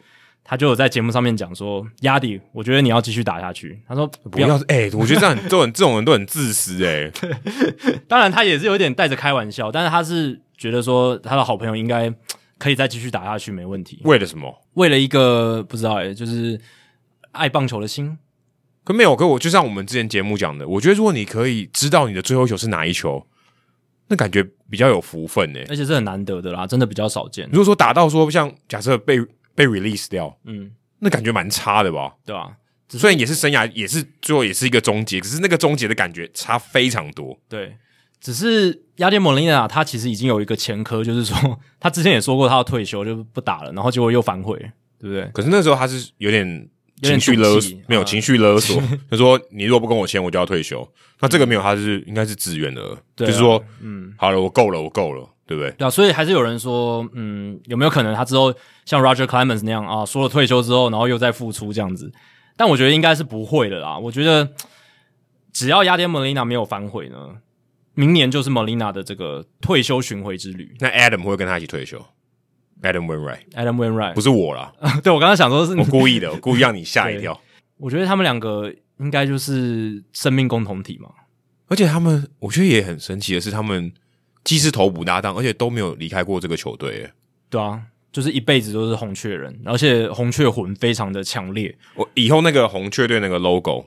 A: 他就有在节目上面讲说，亚迪，我觉得你要继续打下去。他说不
B: 不要，哎，我觉得这样很这种这种人都很自私，哎，
A: 当然，他也是有点带着开玩笑，但是他是觉得说他的好朋友应该可以再继续打下去，没问题。
B: 为了什么？
A: 为了一个不知道诶、就是爱棒球的心，
B: 可没有，可我就像我们之前节目讲的，我觉得如果你可以知道你的最后一球是哪一球，那感觉比较有福分，哎。
A: 而且是很难得的啦，真的比较少见
B: 如。果说打到说像假设被被 release 掉，
A: 嗯，
B: 那感觉蛮差的吧？
A: 对吧、啊
B: 虽然也是生涯，也是最后也是一个终结，可是那个终结的感觉差非常多。
A: 对，只是雅典莫林娜他其实已经有一个前科，就是说他之前也说过他要退休，就不打了，然后结果又反悔，对不对？
B: 可是那时候他是有点
A: 有点
B: 情绪勒
A: 赌气
B: 索，没有
A: 啊
B: 情绪 勒索，就说你如果不跟我签，我就要退休。那这个没有，他是应该是自愿的，
A: 对啊
B: 就是说，嗯，好了，我够了，我够了，对不对？
A: 对啊，所以还是有人说，嗯，有没有可能他之后像 Roger Clemens 那样啊，说了退休之后，然后又再复出这样子？但我觉得应该是不会的啦。我觉得只要雅典 Molina 没有反悔呢，明年就是 Molina 的这个退休巡回之旅。
B: 那 Adam 会跟他一起退休，Adam Wainwright
A: Adam
B: 不
A: Wainwright，
B: 是我啦，
A: 对我刚刚想说是
B: 我，故意的，我故意让你 吓一跳。
A: 我觉得他们两个应该就是生命共同体嘛。
B: 而且他们，我觉得也很神奇的是，他们既是头捕搭档，而且都没有离开过这个球队耶。
A: 对啊，就是一辈子都是红雀人，而且红雀魂非常的强烈。
B: 我以后那个红雀队那个 logo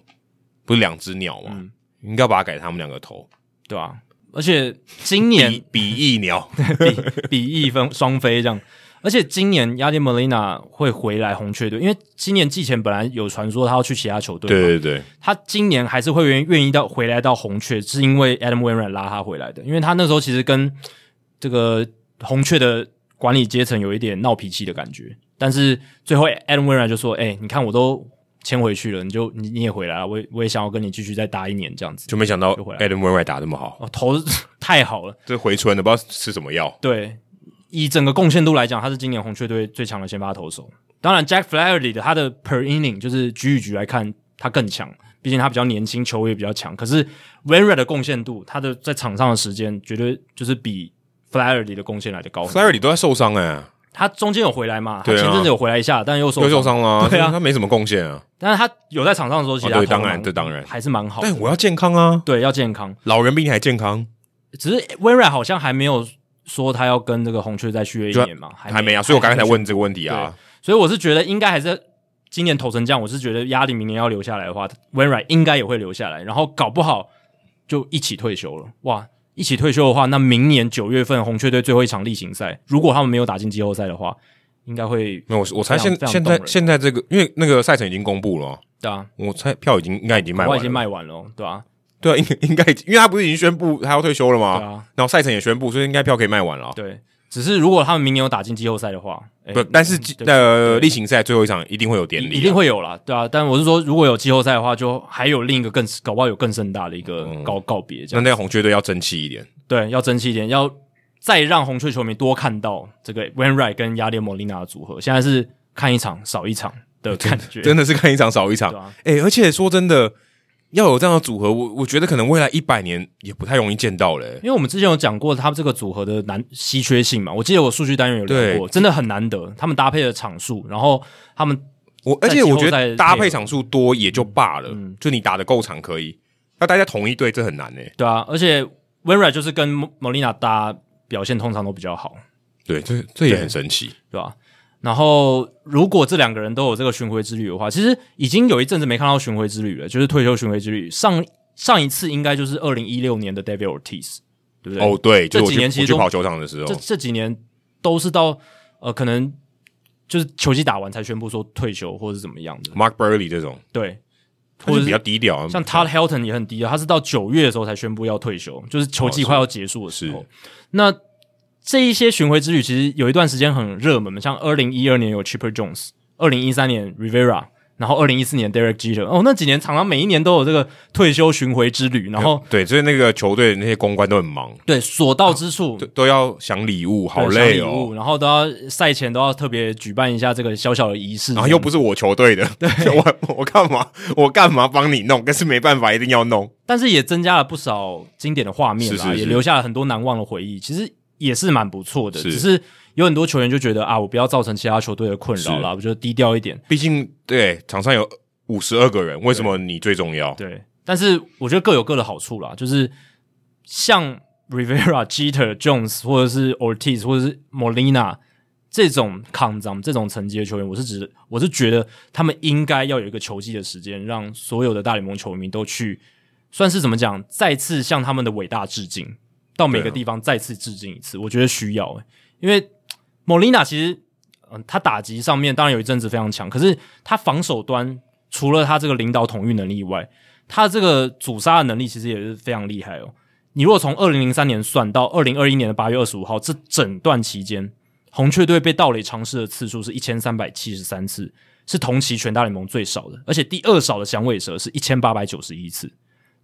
B: 不是两只鸟吗？
A: 嗯
B: 应该把它改成他们两个头，
A: 对啊，而且今年
B: 比比翼鸟，
A: 比比翼分双飞这样。而且今年雅典 Molina 会回来红雀队，因为今年季前本来有传说他要去其他球队，
B: 对，对对，
A: 他今年还是会愿愿意到回来到红雀，是因为 Adam Wainwright 拉他回来的，因为他那时候其实跟这个红雀的管理阶层有一点闹脾气的感觉，但是最后 Adam Wainwright 就说：“哎、你看我都签回去了，你就你你也回来了，我也我也想要跟你继续再搭一年这样子。
B: 就没想到
A: 回来
B: Adam Wainwright 打这么好，
A: 哦”投太好了，
B: 这回春了，不知道吃什么药。
A: 对，以整个贡献度来讲，他是今年红雀队最强的先发投手。当然，Jack Flaherty 的他的 per inning 就是局与局来看，他更强，毕竟他比较年轻，球也比较强。可是 w a i n r i g h t 的贡献度，他的在场上的时间绝对就是比 Flaherty 的贡献来的高很多。
B: Flaherty 都在受伤哎，
A: 他中间有回来嘛？他
B: 对啊
A: 前阵子有回来一下，但又受
B: 又受伤了，
A: 对啊
B: 他没什么贡献啊。
A: 但是他有在场上的时候，其实
B: 哦
A: 他
B: 对，
A: 投得
B: 当然，
A: 蛮
B: 这当然。
A: 还是蛮好的
B: 但我要健康啊，
A: 对，要健康。
B: 老人比你还健康，
A: 只是 w a i n r i g h t 好像还没有说他要跟这个红雀再续约一
B: 就
A: 年嘛，
B: 还没啊。所以我刚才才
A: 还没
B: 问这个问题啊。
A: 所以我是觉得应该还是今年投成这样，我是觉得压力明年要留下来的话，温软应该也会留下来，然后搞不好就一起退休了。哇，一起退休的话，那明年九月份红雀队最后一场例行赛，如果他们没有打进季后赛的话，应该会
B: 没有，我我猜现
A: 非常
B: 现
A: 动
B: 在
A: 人
B: 现在这个，因为那个赛程已经公布了，
A: 对啊，
B: 我猜票已经应该已经卖
A: 我
B: 完
A: 已经
B: 了。
A: 卖完了哦，对啊，
B: 对啊，应应该已经，因为他不是已经宣布他要退休了
A: 对
B: 吗？
A: 啊，
B: 然后赛程也宣布，所以应该票可以卖完了。
A: 对。只是如果他们明年有打进季后赛的话，哎
B: 不，但是
A: 对
B: 呃，
A: 对
B: 例行赛最后一场一定会有典礼啊，
A: 一定会有啦，对啊。但我是说，如果有季后赛的话，就还有另一个更搞不好有更盛大的一个
B: 嗯
A: 告、告别这样。
B: 那那个红雀队要争气一点。
A: 对，要争气一点，要再让红雀球迷多看到这个 w a i n r i g h t 跟雅典莫利娜的组合。现在是看一场少一场的感觉，
B: 真的是看一场少一场
A: 对啊。
B: 哎、而且说真的，要有这样的组合，我我觉得可能未来一百年也不太容易见到嘞、
A: 因为我们之前有讲过他这个组合的难稀缺性嘛。我记得我数据单元有聊过，真的很难得，他们搭配的场数，然后他们
B: 我
A: 在
B: 而且我
A: 季
B: 觉
A: 后赛
B: 得搭配场数多也就罢了，
A: 嗯
B: 就你打的够长可以，那大家同一队这很难欸嘞、
A: 对啊，而且 w a i n r i g h t 就是跟莫利娜搭，表现通常都比较好，
B: 对，这这也很神奇。
A: 对吧、然后，如果这两个人都有这个巡回之旅的话，其实已经有一阵子没看到巡回之旅了，就是退休巡回之旅。上上一次应该就是二零一六年的 David Ortiz，对不对？
B: 哦，对，就是我
A: 这
B: 去
A: 几年
B: 我
A: 其实
B: 去
A: 都
B: 跑球场的时候
A: 这，这几年都是到呃，可能就是球季打完才宣布说退休或者是怎么样的，
B: Mark Burley 这种，
A: 对，
B: 他
A: 或
B: 就
A: 者
B: 比较
A: 是
B: 低调啊，
A: 像 Todd Helton 也很低啊，他是到九月的时候才宣布要退休，就是球季快要结束的时候。
B: 哦是
A: 那这一些巡回之旅其实有一段时间很热门，像二零一二年有 Chipper Jones，二零一三年 Rivera，然后二零一四年 Derek Jeter，哦，那几年常常每一年都有这个退休巡回之旅，然后
B: 对，所以那个球队那些公关都很忙，
A: 对所到之处
B: 都。都要想礼物，好
A: 对
B: 累
A: 想礼物
B: 哦。
A: 然后都要赛前都要特别举办一下这个小小的仪式，
B: 然后又不是我球队 的， 我我干嘛我干嘛帮你弄？但是没办法，一定要弄。
A: 但是也增加了不少经典的画面啦，
B: 是是是
A: 也留下了很多难忘的回忆。其实也是蛮不错的，
B: 是
A: 只是有很多球员就觉得啊，我不要造成其他球队的困扰啦，我就低调一点。
B: 毕竟对场上有五十二个人，为什么你最重要？
A: 对，但是我觉得各有各的好处啦，就是像 Rivera、Jeter、Jones 或者是 Ortiz 或者是 Molina 这种抗张这种层级的球员，我是指我是觉得他们应该要有一个球季的时间，让所有的大联盟球迷都去算是怎么讲，再次向他们的伟大致敬，到每个
B: 对啊
A: 地方再次致敬一次，我觉得需要、欸，因为 Molina 其实。嗯，他打击上面当然有一阵子非常强，可是他防守端除了他这个领导统御能力以外，他这个阻杀的能力其实也是非常厉害哦。你如果从二零零三年算到二零二一年的八月二十五号，这整段期间，红雀队被盗垒尝试的次数是一千三百七十三次，是同期全大联盟最少的，而且第二少的响尾蛇是一千八百九十一次，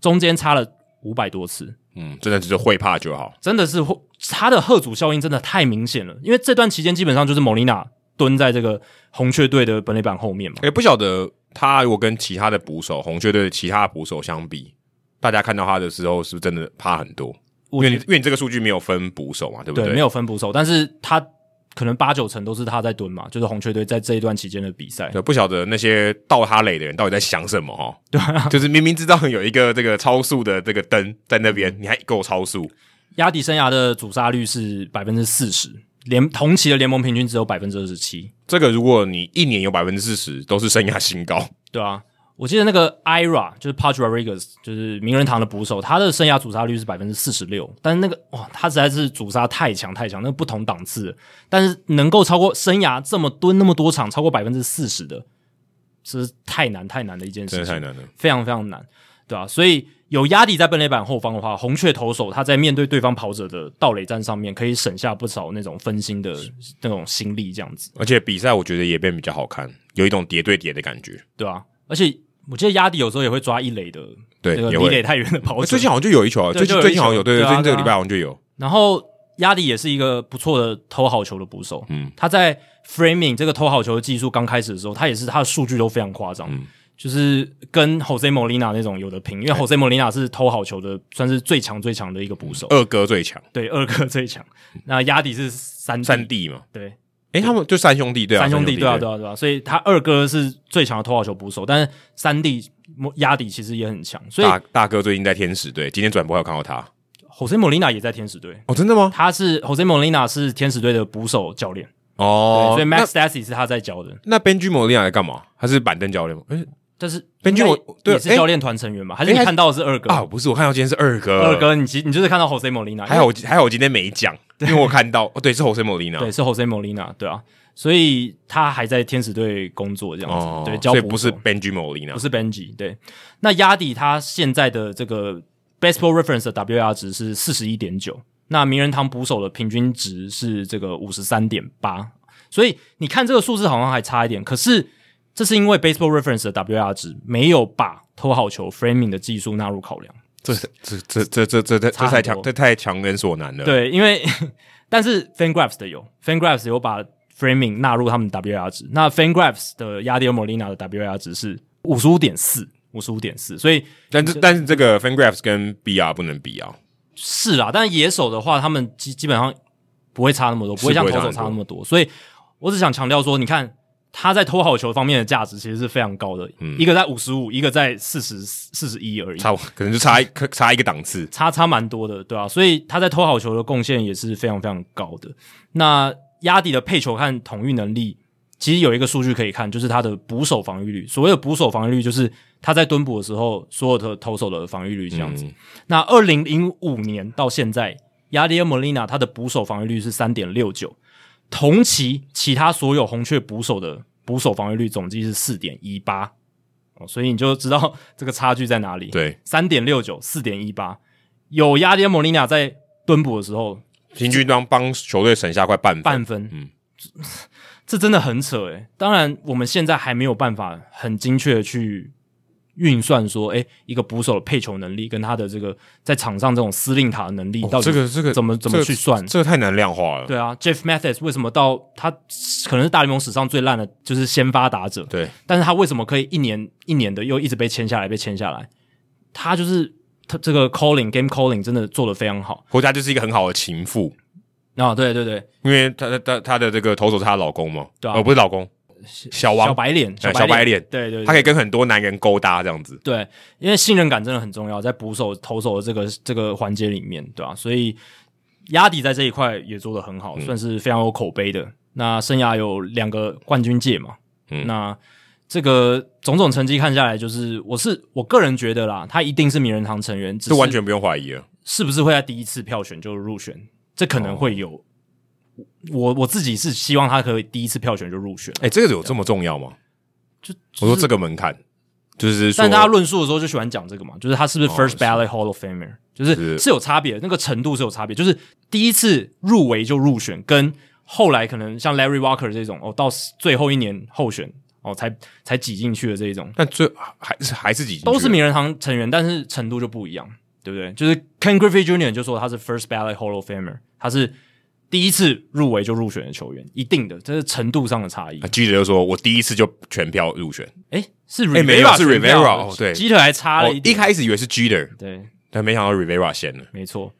A: 中间差了五百多次。
B: 嗯，真的就是会怕就好。
A: 真的是会他的贺主效应真的太明显了，因为这段期间基本上就是莫莉娜蹲在这个红雀队的本垒板后面嘛。
B: 也、哎不晓得他如果跟其他的捕手，红雀队的其他捕手相比，大家看到他的时候是不是真的怕很多？因
A: 我
B: 为
A: 觉
B: 你
A: 得
B: 因为你这个数据没有分捕手嘛，对不
A: 对
B: 对？
A: 没有分捕手，但是他可能八九成都是他在蹲嘛，就是红雀队在这一段期间的比赛。
B: 对，不晓得那些盗他垒的人到底在想什么哦。对、
A: 啊
B: 就是明明知道有一个这个超速的这个灯在那边，你还给我超速，
A: 亚迪生涯的主杀率是百分之四十，联同期的联盟平均只有百分之二十七，
B: 这个如果你一年有百分之四十都是生涯新高，
A: 对啊。我记得那个 Ira 就是 p a d r i g u e z 就是名人堂的捕手，他的生涯阻杀率是百分之四十六，但是那个哇，他实在是阻杀太强太强，那个不同档次的，但是能够超过生涯这么蹲那么多场超过百分之四十的，这是太难太难的一件
B: 真
A: 事
B: 的
A: 情
B: 太，难了。
A: 非常非常难，对啊，所以有压力在本垒板后方的话，红雀投手他在面对对方跑者的盗垒战上面，可以省下不少那种分心的那种心力，这样子，
B: 而且比赛我觉得也变比较好看，有一种叠对叠的感觉。
A: 对啊，而且我记得压底有时候也会抓一垒的，
B: 对
A: 这个离
B: 也会哎
A: 垒太远的跑者，
B: 最近好像就有一球啊，
A: 对就有
B: 最近
A: 一
B: 最近好像有，
A: 球
B: 对
A: 对啊
B: 最近这个
A: 对啊
B: 礼拜好像就有。
A: 然后压力也是一个不错的投好球的捕手，
B: 嗯，
A: 他在 framing 这个投好球的技术刚开始的时候，他也是他的数据都非常夸张，
B: 嗯
A: 就是跟 Jose Molina 那种有的拼，因为 Jose Molina 是投好球的算是最强最强的一个捕手，
B: 二哥最强，
A: 对，二哥最强，那压底是三弟
B: 嗯三弟嘛，
A: 对。
B: 诶，他们就三兄弟对啊，
A: 三兄
B: 弟
A: 对啊，对啊，对啊，所以他二哥是最强的投好球捕手，但是三弟压底其实也很强，所以
B: 大大哥最近在天使队，今天转播还有看到他
A: Jose Molina 也在天使队，
B: 哦，真的吗？
A: 他是 Jose Molina 是天使队的捕手教练，对，
B: 哦
A: 所以
B: 那
A: Max Stassi 是他在教的，
B: 那 Benji m o l i n 来干嘛？他是板凳教练吗？哎诶
A: 但是
B: Benji 我
A: 应该
B: 对
A: 也是
B: 诶
A: 教练团成员嘛？还是你
B: 诶还
A: 看到的是二哥？
B: 啊，不是，我看到今天是二哥，
A: 哎二，哥，你其你就是看到 Jose Molina，
B: 还好我还好我今天没讲，因为我看到哦，对，是 Jose m o l i
A: 因
B: n
A: 为对是 Jose Molina，对啊，所以他还在天使队工作这样子，
B: 哦，
A: 对，教
B: 所以
A: 捕
B: 不是
A: 手
B: Benji m o l i n
A: 不是 Benji，对。那压底他现在的这个 Baseball Reference 的 WR 值是四十一点九，那名人堂捕手的平均值是这个五十三点八，所以你看这个数字好像还差一点，可是这是因为 Baseball Reference 的 WR 值没有把投好球 framing 的技术纳入考量。
B: 这这这这这这这
A: 差很
B: 太强，
A: 多
B: 这太强人所难了。，
A: 对，因为 但是 FanGraphs 的有，FanGraphs 有把 framing 纳入他们 WR 值，那 FanGraphs 的 Yadier Molina 的 WR 值是五十五点四，五十五点四，所以
B: 但是但是这个 FanGraphs 跟 BR 不能比啊，
A: 是啦，但野手的话，他们基基本上不会差那么多，不会像
B: 不
A: 投
B: 会差
A: 手差那么多，所以我只想强调说，你看。他在投好球方面的价值其实是非常高的，一个在五十五，一个在四十四十一而已，
B: 嗯差不可能 就差一可差一个档次。
A: 差差蛮多的，对啊，所以他在投好球的贡献也是非常非常高的。那压底的配球和统御能力，其实有一个数据可以看，就是他的捕手防御率。所谓的捕手防御率，就是他在蹲捕的时候所有的投手的防御率这样子。那二零零五年到现在，亚迪尔莫利娜他的捕手防御率是三点六九，同期其他所有红雀捕手的捕手防御率总计是四点一八。哦，所以你就知道这个差距在哪里。
B: 对，
A: 三点六九、四点一八，有雅典莫利亚在蹲捕的时候
B: 平均帮帮球队省下快半分
A: 半分，
B: 嗯
A: 这， 这真的很扯诶、当然，我们现在还没有办法很精确的去运算说，诶、一个捕手的配球能力跟他的这个在场上这种司令塔的能力
B: 哦
A: 到底、
B: 这个这个
A: 怎么怎么
B: 这个
A: 去算
B: 这个太难量化了。
A: 对啊，Jeff Mathis 为什么到他可能是大联盟史上最烂的，就是先发打者，
B: 对，
A: 但是他为什么可以一年一年的又一直被签下来，被签下来？他就是他这个 calling game calling 真的做得非常好
B: 或者他就是一个很好的情妇，
A: 啊！对对对，
B: 因为他他他他的这个投手是她老公嘛，
A: 对啊
B: 呃不是老公，小王
A: 小白脸，
B: 哎
A: 白
B: 小白脸
A: 对对，对
B: 他可以跟很多男人勾搭这样子。
A: 对，因为信任感真的很重要，在捕手、投手的这个这个环节里面，对吧、所以压底在这一块也做得很好，
B: 嗯
A: 算是非常有口碑的。那生涯有两个冠军戒嘛，
B: 嗯
A: 那这个种种成绩看下来，就是我是我个人觉得啦，他一定是名人堂成员，只
B: 这
A: 是
B: 完全不用怀疑了，
A: 是不是会在第一次票选就入选，这可
B: 哦
A: 能会有。我我自己是希望他可以第一次票选就入选，
B: 哎、这个有这么重要吗？
A: 就
B: 我说这个门槛，就是说，哦
A: 但大家论述的时候就喜欢讲这个嘛，就是他是不是 first ballot Hall of Famer，就是
B: 是
A: 是有差别，那个程度是有差别，就是第一次入围就入选，跟后来可能像 Larry Walker 这种哦，到最后一年候选哦才才挤进去的这一种，
B: 但最还是还是几
A: 都是名人堂成员，但是程度就不一样，对不对？就是 Ken Griffey Jr. 就说他是 first ballot Hall of Famer，他是第一次入围就入选的球员，一定的，这是程度上的差异。
B: 记者就说我第一次就全票入选，
A: 诶，是
B: 诶没有
A: Rivera
B: 是
A: 选票
B: Rivera，哦对
A: 基特还差
B: 我
A: 了一
B: 一
A: 点，
B: 开始以为是 Jeter，
A: 对。
B: 但没想到 Rivera 先了。
A: 没错。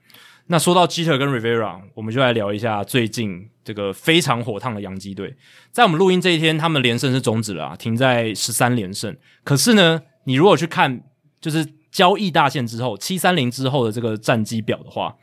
A: 那说到 Jeter 跟 Rivera，我们就来聊一下最近这个非常火烫的洋基队。在我们录音这一天，他们连胜是终止了、啊，停在十三连胜。可是呢，你如果去看就是交易大限之后，七三零之后的这个战绩表的话，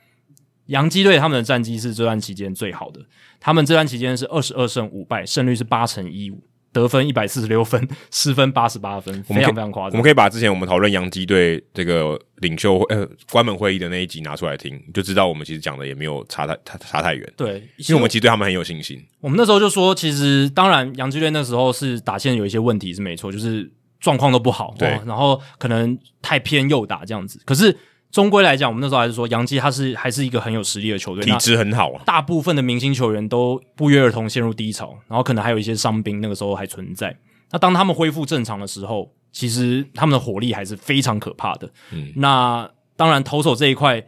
A: 洋基队他们的战绩是这段期间最好的。他们这段期间是二十二胜五败，胜率是八成一五。得分一百四十六分，失分八十八分，
B: 我
A: 非
B: 们可
A: 常
B: 以
A: 非常夸
B: 我
A: 张
B: 们。可以把之前我们讨论洋基队这个领袖会呃关门会议的那一集拿出来听，你就知道我们其实讲的也没有差太差差太远，
A: 对，因
B: 因为我们其实对他们很有信心。
A: 我们那时候就说，其实当然洋基队那时候是打线有一些问题是没错，就是状况都不好，
B: 对
A: 哦然后可能太偏右打这样子。可是终归来讲，我们那时候还是说洋基他是还是一个很有实力的球队，
B: 体
A: 那
B: 质很好啊，
A: 大部分的明星球员都不约而同陷入低潮，然后可能还有一些伤兵，那个时候还存在。那当他们恢复正常的时候，其实他们的火力还是非常可怕的。
B: 嗯，
A: 那当然投手这一块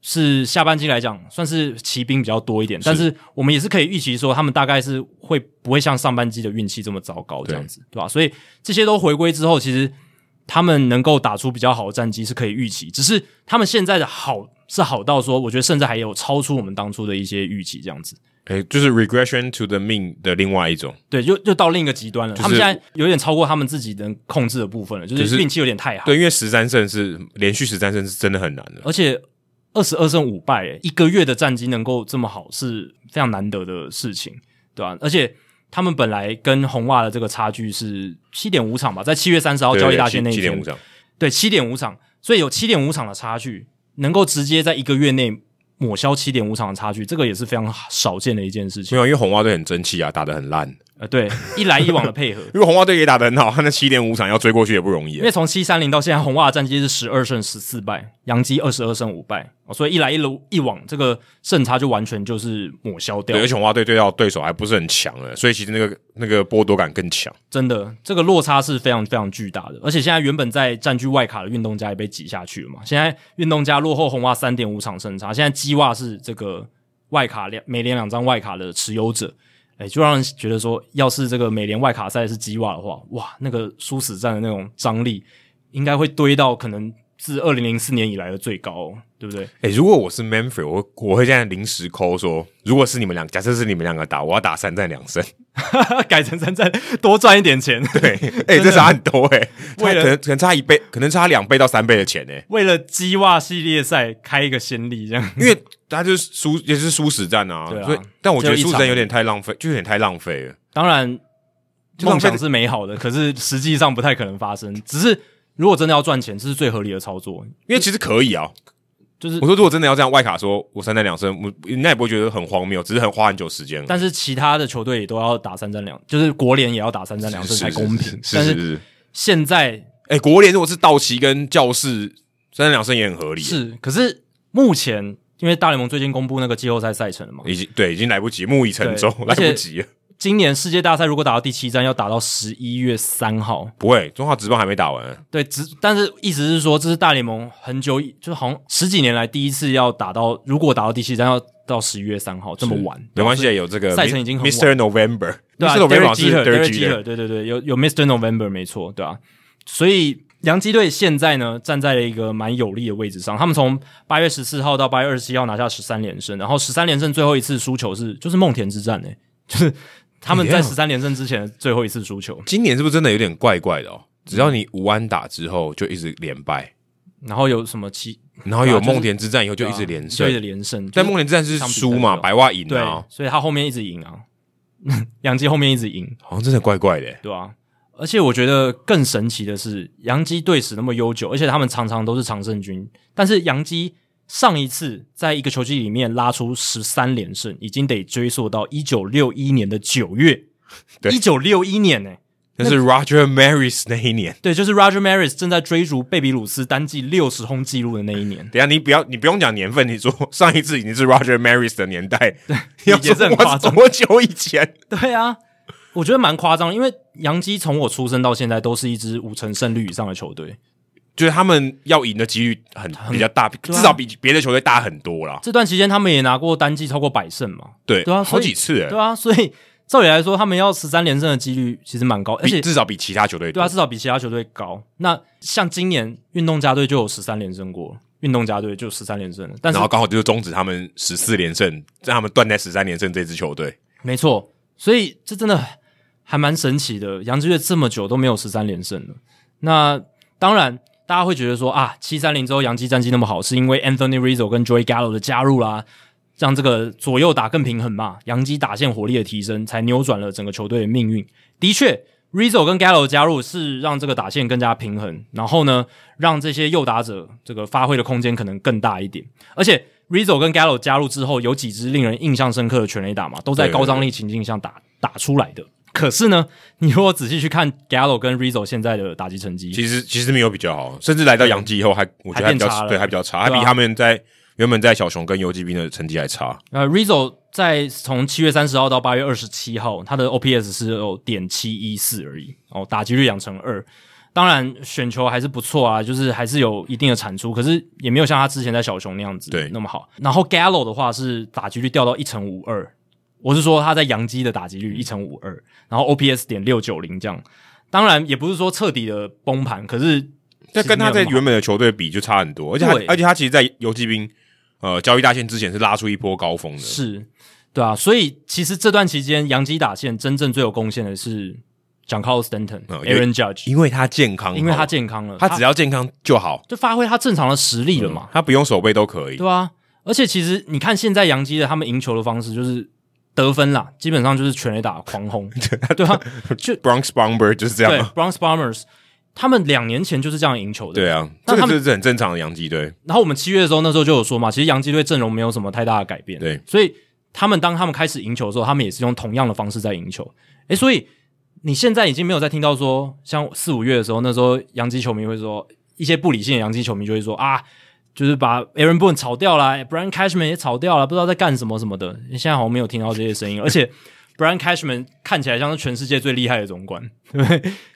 A: 是下半季来讲算是骑兵比较多一点，但是我们也是可以预期说他们大概是会不会像上半季的运气这么糟糕这样子，对吧？所以这些都回归之后，其实他们能够打出比较好的战绩是可以预期，只是他们现在的好是好到说，我觉得甚至还有超出我们当初的一些预期这样子。
B: 诶、哎就是 regression to the mean 的另外一种，
A: 对，又又到另一个极端了。
B: 就是
A: 他们现在有点超过他们自己能控制的部分了，就
B: 就是
A: 是运气有点太好。
B: 对，因为十三胜是连续十三胜是真的很难的，
A: 而且二十二胜五败，欸一个月的战绩能够这么好，是非常难得的事情，对吧、而且他们本来跟红袜的这个差距是七点五场吧，在七月三十号哦
B: 对
A: 交易
B: 对
A: 大限那一
B: 七点
A: 天
B: 五，场，
A: 对七点五场，所以有七点五场的差距，能够直接在一个月内抹消七点五场的差距，这个也是非常少见的一件事
B: 没
A: 情。
B: 有，因为红袜队很争气啊，打得很烂，
A: 呃，对，一来一往的配合，
B: 因为红袜队也打得很好，他 那七点五场要追过去也不容易
A: 因，为从七三零到现在，红袜的战绩是十二胜十四败，洋基二十二胜五败，哦所以一来一路一往，这个胜差就完全就是抹消掉
B: 对，而。且红袜队对到对手还不是很强的，所以其实那个那个剥夺感更强。
A: 真的，这个落差是非常非常巨大的。而且现在原本在占据外卡的运动家也被挤下去了嘛，现在运动家落后红袜三点五场胜差，现在基袜是这个外卡两美联两张外卡的持有者。哎，就让人觉得说，要是这个美联外卡赛是基袜的话，哇，那个殊死战的那种张力，应该会堆到可能自二零零四年以来的最高、哦，对不对？
B: 诶、如果我是 Manfred，我我会现在临时抠说，如果是你们两，假设是你们两个打，我要打三战两胜。
A: 改成三战多赚一点钱，
B: 对，诶、这差很多诶、
A: 为了
B: 差可能可能差一倍，可能差两倍到三倍的钱诶、
A: 为了鸡袜系列赛开一个先例，这样
B: 因为他就是输也是输死战啊，
A: 对啊
B: 所以但我觉得
A: 只有
B: 输
A: 一
B: 死
A: 场
B: 战有点太浪费，就有点太浪费了。
A: 当然，
B: 就浪
A: 梦
B: 费
A: 想是美好的，可是实际上不太可能发生。只是如果真的要赚钱，这是最合理的操作。
B: 因为其实可以啊，
A: 就是
B: 我，说如果真的要这样外卡说，我三战两胜，我人家也不会觉得很荒谬，只是很花很久时间。
A: 但是其他的球队也都要打三战两，就是国联也要打三战两胜才公平。
B: 是
A: 但
B: 是
A: 是
B: 是。
A: 现在
B: 哎、国联如果是道奇跟教士三战两胜也很合理，啊
A: 是，啊可是目前因为大联盟最近公布那个季后赛赛程了嘛，
B: 已经对已经来不及，木已成舟，
A: 对
B: 来
A: 而且
B: 不及了。
A: 今年世界大赛如果打到第七站，要打到十一月三号。
B: 不会，中华职棒还没打完，啊
A: 对，只但是意思是说，这是大联盟很久以，就是好像十几年来第一次要打到，如果打到第七站要到十一月三号这么晚，
B: 没关系，啊有这个
A: 赛程已经很晚
B: Mr. November，
A: 对啊
B: Mr. November
A: ，Derek
B: 是
A: Jeter，
B: Derek
A: Derek Jeter，对对对，有有 Mr. November 没错，对啊，所以洋基队现在呢站在了一个蛮有利的位置上，他们从八月十四号到八月二十七号拿下十三连胜，然后十三连胜最后一次输球是就是梦田之战诶、就是 他们在
B: Yeah
A: 十三连胜之前的最后一次输球，
B: 今年是不是真的有点怪怪的哦？只要你无安打之后就一直连败，
A: 然后有什么七
B: 然后有梦田之战以后 就一直连
A: 对
B: 胜
A: 的，连胜，啊就是
B: 但梦田之战是输嘛，
A: 就是
B: 白袜赢
A: 对
B: 啊，，
A: 所以他后面一直赢啊， 洋基后面一直赢，
B: 好像真的怪怪的。
A: 对啊，而且我觉得更神奇的是，洋基队史那么悠久，而且他们常常都是常胜军。但是洋基上一次在一个球季里面拉出十三连胜，已经得追溯到一九六一年的九月。
B: 对
A: 一九六一年呢、欸
B: 那是 Roger Maris 那一年。
A: 对，就是 Roger Maris 正在追逐贝比鲁斯单季六十轰纪录的那一年，
B: 等一下，你不要，你不用讲年份，你说上一次已经是 Roger Maris 的年代， 要
A: 也是
B: 说
A: 很夸张
B: 多久以前？
A: 对啊，我觉得蛮夸张，因为洋基从我出生到现在都是一支五成胜率以上的球队。
B: 就是他们要赢的几率很比较大，至
A: 啊
B: 少比别的球队大很多啦。
A: 这段期间他们也拿过单季超过百胜嘛，
B: 对，
A: 对啊
B: 好
A: 所以
B: 几次、欸，
A: 对啊，所以 照理来说，他们要十三连胜的几率其实蛮高，而
B: 比
A: 且
B: 至少比其他球队
A: 对
B: 多。
A: 啊，至少比其他球队高。那像今年运动家队就有十三连胜过，运动家队就十三连胜了，但是
B: 然后刚好就是终止他们十四连胜，让他们断在十三连胜这支球队。
A: 没错，所以这真的还蛮神奇的。杨志月这么久都没有十三连胜了。那当然，大家会觉得说啊，七三零之后杨基战绩那么好，是因为 Anthony Rizzo 跟 Joey Gallo 的加入啦，让这个左右打更平衡嘛，洋基打线火力的提升才扭转了整个球队的命运。的确，Rizzo 跟 Gallo 的加入是让这个打线更加平衡，然后呢，让这些右打者这个发挥的空间可能更大一点。而且 Rizzo 跟 Gallo 加入之后，有几支令人印象深刻的全垒打嘛，都在
B: 对
A: 高张力情境下打打出来的。可是呢， 你如果仔细去看 Gallo 跟 Rizzo 现在的打击成绩，
B: 其实其实没有比较好，甚至来到洋基以后还我觉得
A: 还
B: 还比
A: 变差
B: 较
A: 了
B: 对还比较差，还
A: 对啊
B: 比他们在原本在小熊跟游击兵的成绩还差。
A: 呃，Rizzo 在从七月三十号到八月二十七号，他的 OPS 是有点七一四而已，哦，打击率两成二。当然，选球还是不错啊，就是还是有一定的产出，可是也没有像他之前在小熊那样子
B: 对
A: 那么好。然后 Gallo 的话是打击率掉到一成五二，我是说他在洋基的打击率一成五二，然后 OPS 点六九零这样。当然也不是说彻底的崩盘，可是
B: 这跟他
A: 其
B: 在
A: 实没有那么好
B: 原本的球队比就差很多，而且他
A: 对
B: 而且他其实，在游击兵呃交易大线之前是拉出一波高峰的，
A: 是，对啊，所以其实这段期间，洋基打线真正最有贡献的是 j a n c a r l Stanton、
B: 嗯因为
A: Aaron Judge，
B: 因为他健康，
A: 因为他健康了，
B: 他只要健康就好，嗯
A: 就发挥他正常的实力了嘛，
B: 他不用守备都可以。
A: 对啊，而且其实你看现在洋基的他们赢球的方式就是得分啦，基本上就是全垒打狂 轰，对啊，
B: Bronx Bomber 就是这
A: 对
B: 样啊，
A: Bronx Bombers。他们两年前就是这样赢球的，
B: 对啊，
A: 但
B: 这
A: 他
B: 个
A: 们
B: 就是很正常的洋基队，
A: 然后我们七月的时候，那时候就有说嘛，其实洋基队阵容没有什么太大的改变，
B: 对，
A: 所以他们当他们开始赢球的时候，他们也是用同样的方式在赢球。诶，所以你现在已经没有再听到说，像四五月的时候，那时候洋基球迷会说，一些不理性的洋基球迷就会说啊，就是把 Aaron Boone 炒掉了，Brian Cashman 也炒掉了，不知道在干什么什么的。现在好像没有听到这些声音，而且 Brian Cashman 看起来像是全世界最厉害的总管，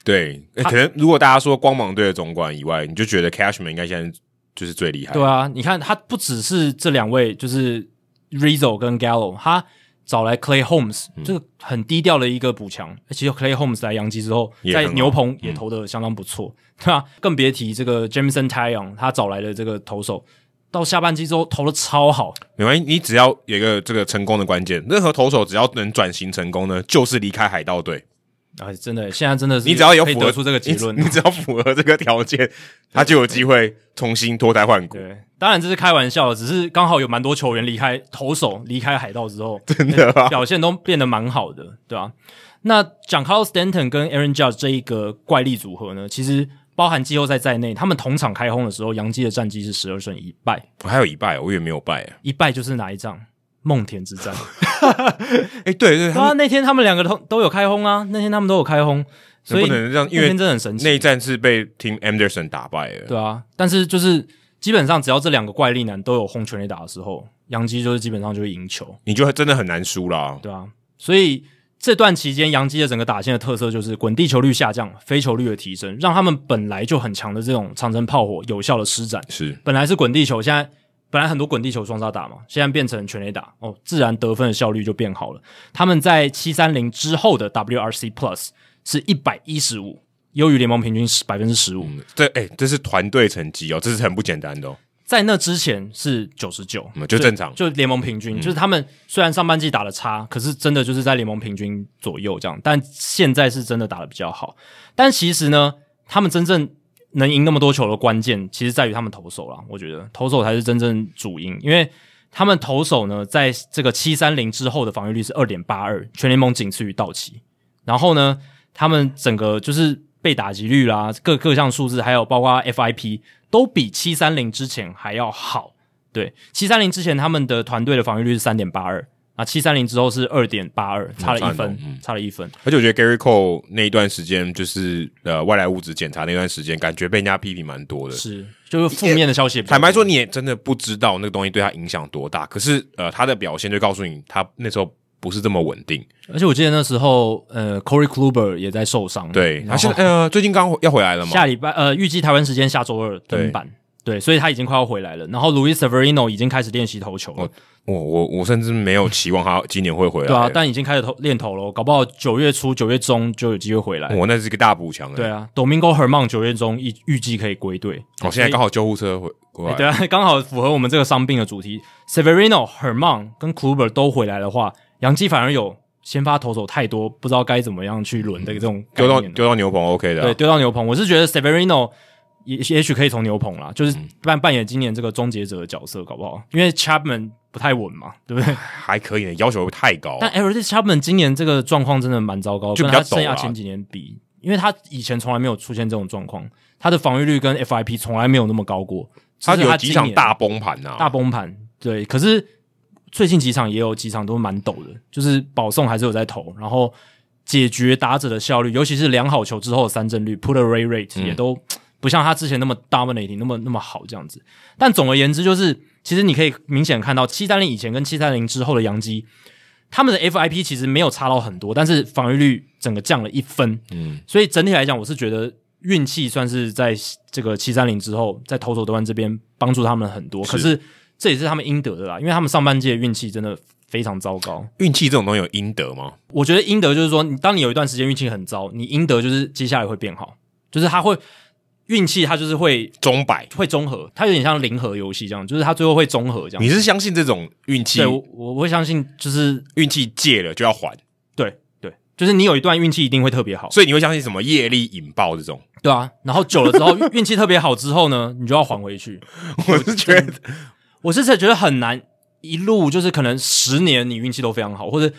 B: 对，呃可能如果大家说光芒队的总管以外，你就觉得 Cashman 应该现在就是最厉害，
A: 对啊，你看他不只是这两位，就是 Rizzo 跟 Gallo，他找来 Clay Holmes，、这
B: 嗯
A: 个很低调的一个补强。其实 Clay Holmes 来洋基之后，
B: 也
A: 在
B: 很好嗯
A: 牛棚也投的相当不错，对啊，更别提这个 Jameson t y o n 他找来的这个投手，到下半季之后投的超好，
B: 没关系，你只要有一个这个成功的关键，任何投手只要能转型成功呢，就是离开海盗队。
A: 啊，真的，现在真的是
B: 你只要有
A: 可以
B: 符合
A: 得出这个结论
B: 你，你只要符合这个条件，他就有机会重新脱胎换骨。
A: 对。当然这是开玩笑的，只是刚好有蛮多球员离开投手离开海盗之后，
B: 真的啊，
A: 表现都变得蛮好的，对吧、那讲 Carlos Stanton 跟 Aaron Judge 这一个怪力组合呢，其实包含季后赛在内，他们同场开轰的时候，杨基的战绩是十二胜一败，
B: 我还有一败，我也没有败啊。
A: 一败就是哪一仗？梦田之 战。
B: 哎、对对，他
A: 啊，
B: 们
A: 那天他们两个都都有开轰啊，那天他们都有开轰，所以
B: 能不能让因
A: 那
B: 为
A: 天真的很神奇。
B: 那一战是被 Team Anderson 打败了。
A: 对啊，但是就是基本上只要这两个怪力男都有轰全垒打的时候，杨基就是基本上就会赢球。
B: 你就真的很难输啦。
A: 对啊，所以这段期间，洋基的整个打线的特色就是滚地球率下降，非球率的提升，让他们本来就很强的这种长城炮火有效的施展。
B: 是
A: 本来是滚地球，现在本来很多滚地球双杀打嘛，现在变成全垒打哦，自然得分的效率就变好了。他们在七三零之后的 WRC Plus 是一百一十五，优于联盟平均百分之十五。
B: 嗯这哎、这是团队成绩哦，这是很不简单的哦。
A: 在那之前是九十九
B: 嗯，就正常嗯
A: 就联盟平均，就是他们虽然上半季打的差，可是真的就是在联盟平均左右这样，但现在是真的打的比较好。但其实呢，他们真正能赢那么多球的关键，其实在于他们投手啦。我觉得投手才是真正主因，因为他们投手呢，在这个七三零之后的防御率是二点八二，全联盟仅次于道奇。然后呢，他们整个就是被打击率啦，各各项数字，还有包括 FIP，都比七三零之前还要好。对，七三零之前他们的团队的防御率是三点八二，啊，七三零之后是二点八二，差了一
B: 差很嗯
A: 分，差了一分。
B: 而且我觉得 Gary Cole 那一段时间，就是呃外来物质检查那段时间，感觉被人家批评蛮多的。
A: 是，就是负面的消息也比较
B: 坦白说，
A: 多，
B: 你也真的不知道那个东西对他影响多大。可是呃，他的表现就告诉你，他那时候不是这么稳定。
A: 而且我记得那时候，呃，Corey Kluber 也在受伤，
B: 对，
A: 然
B: 他现
A: 后
B: 在呃最近刚要回来了嘛？
A: 下礼拜，呃，预计台湾时间下周二登板，对，所以他已经快要回来了。然后 Luis Severino 已经开始练习投球了，
B: 我我我甚至没有期望他今年会回来。
A: 对啊，但已经开始投练投了，搞不好九月初、九月中就有机会回来。
B: 我那是一个大补强。
A: 对，啊，Domingo Herman 九月中预预计可以归队。
B: 我哦现在刚好救护车回过
A: 哎
B: 来。
A: 对啊，刚好符合我们这个伤病的主题。Severino、Herman 跟 Kluber 都回来的话，杨基反而有先发投手太多，不知道该怎么样去轮的这种概
B: 丢到
A: 念了。
B: 丢到牛棚 OK 的啊、
A: 对，丢到牛棚。我是觉得 Severino 也也许可以从牛棚
B: 嗯
A: 啦，就是扮扮演今年这个终结者的角色，搞不好？因为 Chapman 不太稳嘛，对不对？
B: 还可以呢，要求太高。
A: 但 e r i c Chapman 今年这个状况真的蛮糟糕，
B: 就
A: 跟
B: 比较
A: 他生
B: 陡
A: 涯
B: 啦
A: 前几年比，因为他以前从来没有出现这种状况，他的防御率跟 FIP 从来没有那么高过。
B: 他
A: 这是
B: 有
A: 今
B: 几场
A: 年
B: 大崩盘啊呐、
A: 大崩盘，对，可是最近几场也有几场都蛮陡的，就是保送还是有在投，然后解决打者的效率，尤其是量好球之后的三振率 （put away rate） 也都不像他之前那么 dominating 那么那么好这样子。但总而言之，就是其实你可以明显看到七三零以前跟七三零之后的杨基，他们的 FIP 其实没有差到很多，但是防御率整个降了一分。嗯，所以整体来讲，我是觉得运气算是在这个七三零之后，在投手端这边帮助他们很多。可是这也是他们应得的啦，因为他们上半季的运气真的非常糟糕。
B: 运气这种东西有应得吗？
A: 我觉得应得就是说，你当你有一段时间运气很糟，你应得就是接下来会变好，就是他会运气，他就是会
B: 钟摆，
A: 会综合，它有点像零和游戏这样，就是它最后会综合这样。
B: 你是相信这种运气
A: 对？我我我会相信，就是
B: 运气借了就要还，
A: 对对，就是你有一段运气一定会特别好，
B: 所以你会相信什么业力引爆这种？
A: 对啊。然后久了之后 运运气特别好之后呢，你就要还回去。
B: 我是觉得
A: 我是真的觉得很难，一路就是可能十年你运气都非常好，或者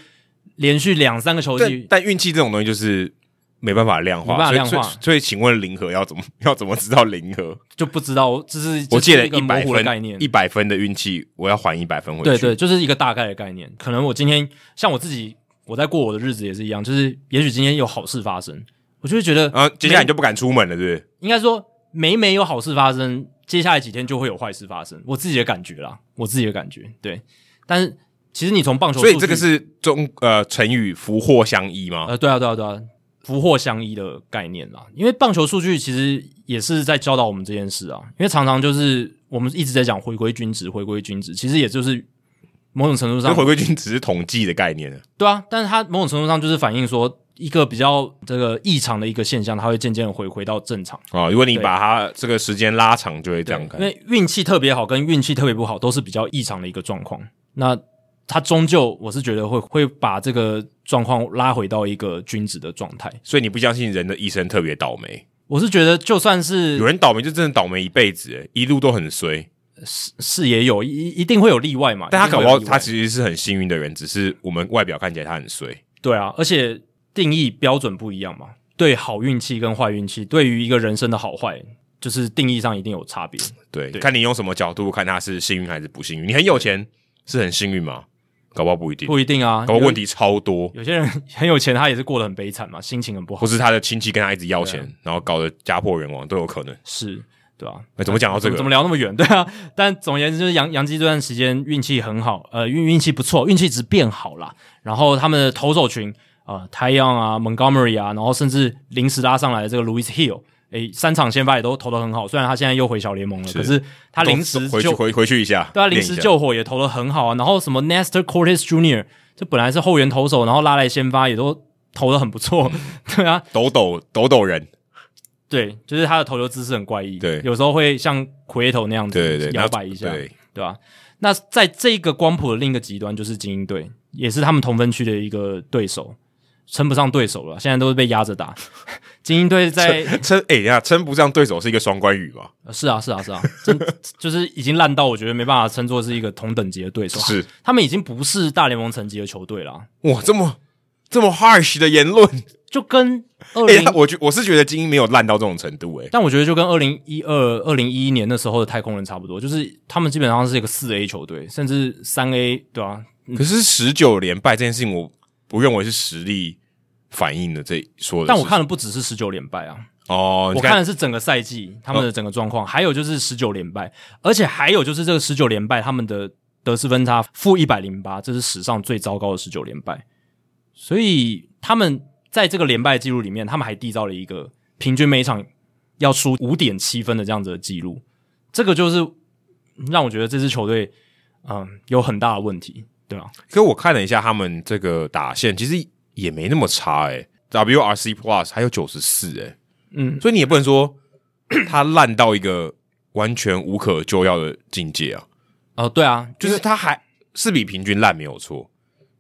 A: 连续两三个球
B: 但
A: 季
B: 但运气这种东西就是没办法量化，
A: 没办法量化
B: 所以所以所以请问零和要怎么 要怎么知道零和？
A: 就不知道，这是
B: 我借
A: 这
B: 了
A: 是一个
B: 一百
A: 模糊的概
B: 分
A: 念，，
B: 一百分的运气，我要还一百分回去。
A: 对对，就是一个大概的概念。可能我今天像我自己，我在过我的日子也是一样，就是也许今天有好事发生，我就会觉得
B: 然啊呃后接下来你就不敢出门了，对不对？
A: 应该说每每有好事发生，接下来几天就会有坏事发生。我自己的感觉啦，我自己的感觉，对。但是其实你从棒球数
B: 所
A: 据，
B: 以这个是中呃成语“福祸相依”吗？
A: 呃，对啊，对啊，对啊，福祸相依的概念啦。因为棒球数据其实也是在教导我们这件事啊。因为常常就是我们一直在讲回归均值，回归均值，其实也就是某种程度
B: 这
A: 上
B: 回归君只是统计的概念了。
A: 对啊，但是它某种程度上就是反映说一个比较这个异常的一个现象，它会渐渐地回回到正常。
B: 啊，如果你
A: 对
B: 把它这个时间拉长，就会这样看
A: 因。为运气特别好跟运气特别不好都是比较异常的一个状况。那它终究我是觉得会会把这个状况拉回到一个均值的状态。
B: 所以你不相信人的一生特别倒霉，
A: 我是觉得就算是
B: 有人倒霉就真的倒霉一辈子，欸一路都很衰。
A: 是也有一一定会有例外嘛，
B: 但他
A: 啊一定
B: 搞
A: 会
B: 不
A: 有
B: 好
A: 例
B: 他
A: 外
B: 其实是很幸运的人，只是我们外表看起来他很衰。
A: 对啊，而且定义标准不一样嘛，对好运气跟坏运气，对于一个人生的好坏，就是定义上一定有差别。
B: 对，
A: 对
B: 看你用什么角度看他是幸运还是不幸运。你很有钱是很幸运吗？搞不好不一定，
A: 不一定啊，
B: 搞不好
A: 有
B: 问题超多，
A: 有些人 很有钱，他也是过得很悲惨嘛，心情很不好
B: 或，是他的亲戚跟他一直要钱，
A: 啊
B: 然后搞得家破人亡都有可能。
A: 是，对啊。
B: 哎怎么讲到这
A: 怎么
B: 个
A: 怎？么聊那么远？对啊， 但总而言之，就是杨杨基这段时间运气很好，呃，运运气不错，运气值变好啦。然后他们的投手群啊，太阳啊，Montgomery 啊，然后甚至临时拉上来的这个 Louis Hill，诶，三场先发也都投得很好。虽然他现在又回小联盟了，
B: 是
A: 可是他临时
B: 回去
A: 就
B: 回回去一下，
A: 对啊，临
B: 练一
A: 时
B: 下
A: 救火也投的很好啊。然后什么 Nestor Cortes Jr. 这本来是后援投手，然后拉来先发也都投的很不 错。对啊，
B: 抖抖抖抖人，
A: 对，就是他的投球姿势很怪异，
B: 对
A: 有时候会像奎头那样子
B: 对对对，
A: 摇
B: 那
A: 摆一下，
B: 对，
A: 对吧、那在这个光谱的另一个极端就是精英队，也是他们同分区的一个对手，称不上对手了，现在都是被压着打。精英队在
B: 称哎等一下称不上对手是一个双关语吧？
A: 呃是啊是啊是啊，真就是已经烂到我觉得没办法称作是一个同等级的对啊手，
B: 是
A: 他们已经不是大联盟层级的球队了，
B: 哇，这么这么 harsh 的 言论，
A: 就跟二
B: 哎、
A: 零、
B: 那我觉我是觉得精英没有烂到这种程度、哎，
A: 但我觉得就跟二零一二、二零一一年那时候的太空人差不多，就是他们基本上是一个四 A 球队，甚至三 A，对啊，
B: 可是十九连败这件事情，我不认为是实力反映的这说的事情。
A: 但我看的不只是十九连败啊，
B: 哦，
A: 我
B: 你
A: 看哦的是整个赛季他们的整个状况，还有就是十九连败，而且还有就是这个十九连败他们的得失分差负一百零八，这是史上最糟糕的十九连败，所以他们在这个连败记录里面，他们还缔造了一个平均每一场要输五点七分的这样子的记录，这个就是让我觉得这支球队嗯有很大的问题，对啊吧、
B: 可我看了一下他们这个打线，其实也没那么差哎、WRC Plus 还有九十四哎，
A: 嗯，
B: 所以你也不能说 他烂到一个完全无可救药的境界啊，
A: 哦、对啊，
B: 就是他还是比平均烂没有错，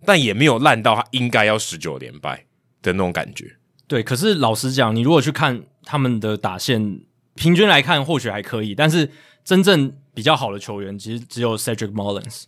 B: 但也没有烂到他应该要十九连败的那种感觉。
A: 对，可是老实讲，你如果去看他们的打线，平均来看或许还可以，但是真正比较好的球员其实只有 Cedric Mullins。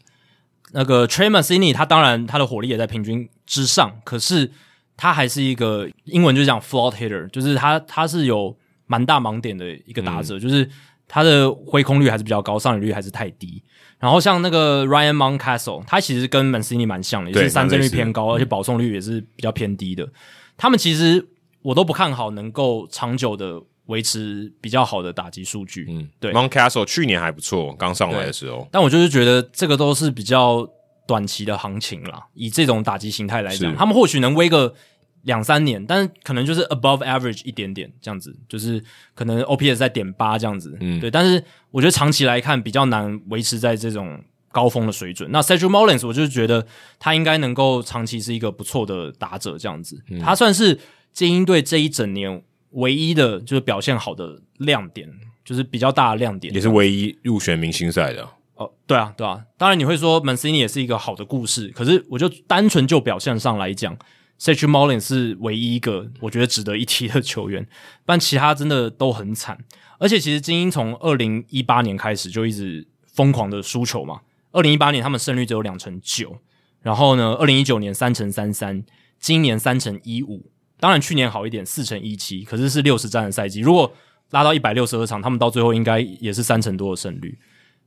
A: 那个 t r e m a s i n i 他当然他的火力也在平均之上，可是他还是一个英文就讲 float hitter，就是他他是有蛮大盲点的一个打者，
B: 嗯
A: 就是他的挥空率还是比较高，上垒率还是太低。然后像那个 Ryan Mountcastle，他其实跟 Mancini 蛮像的，也是
B: 对
A: 三振率
B: 蛮类似的
A: 偏高，而且保送率也是比较偏低的。他们其实我都不看好能够长久的维持比较好的打击数据。
B: 嗯，
A: 对
B: Montcastle 去年还不错，刚上来
A: 对
B: 的时候，
A: 但我就是觉得这个都是比较短期的行情啦。以这种打击形态来讲，
B: 是
A: 他们或许能威个两三年，但是可能就是 above average 一点点这样子，就是可能 OPS 在点八这样子。嗯，对。但是我觉得长期来看比较难维持在这种高峰的水准。那 Cedric Mullins，我就是觉得他应该能够长期是一个不错的打者这样子。他算是精英队这一整年唯一的就是表现好的亮点。就是比较大的亮点，
B: 也是唯一入选明星赛的。
A: 哦，对啊，对啊，当然你会说 Mancini 也是一个好的故事，可是我就单纯就表现上来讲 s a c h Mullin 是唯一一个我觉得值得一提的球员，但其他真的都很惨。而且其实精英从二零一八年开始就一直疯狂的输球嘛，二零一八年他们胜率只有两成九，然后呢，二零一九年三成三三，今年三成一五，当然去年好一点，四成一七，可是是六十战的赛季，如果拉到一百六十二场，他们到最后应该也是三成多的胜率。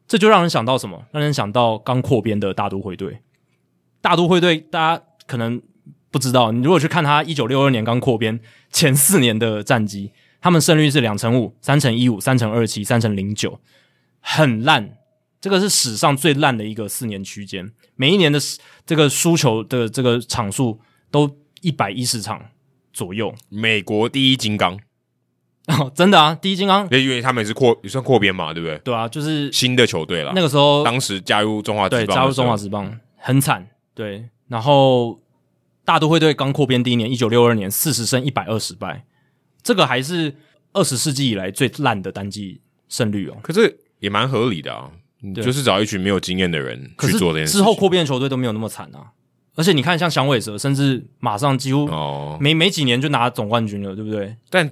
A: 这就让人想到什么？让人想到刚扩编的大都会队。大都会队大家可能不知道，你如果去看他一九六二年刚扩编前四年的战绩，他们胜率是两成五、三成一五、三成二七、三成零九，很烂。这个是史上最烂的一个四年区间，每一年的这个输球的这个场数都一百一十场左右、
B: 美国第一金刚，
A: 真的啊！第一金刚
B: 因为他们也是扩也算扩编嘛，对不对？
A: 对啊，就是
B: 新的球队啦，
A: 那个时候
B: 当时加入中华职
A: 对，
B: 棒的时候，
A: 加入中华职棒很惨，对。然后大都会队刚扩编第一年，一九六二年四十胜一百二十败，这个还是二十世纪以来最烂的单季胜率哦。
B: 可是也蛮合理的啊，你
A: 对
B: 就是找一群没有经验的人
A: 可
B: 去
A: 是
B: 做这件事情。
A: 之后扩编的球队都没有那么惨啊，而且你看像响尾蛇，甚至马上几乎
B: 哦，
A: 没没几年就拿总冠军了，对不对？
B: 但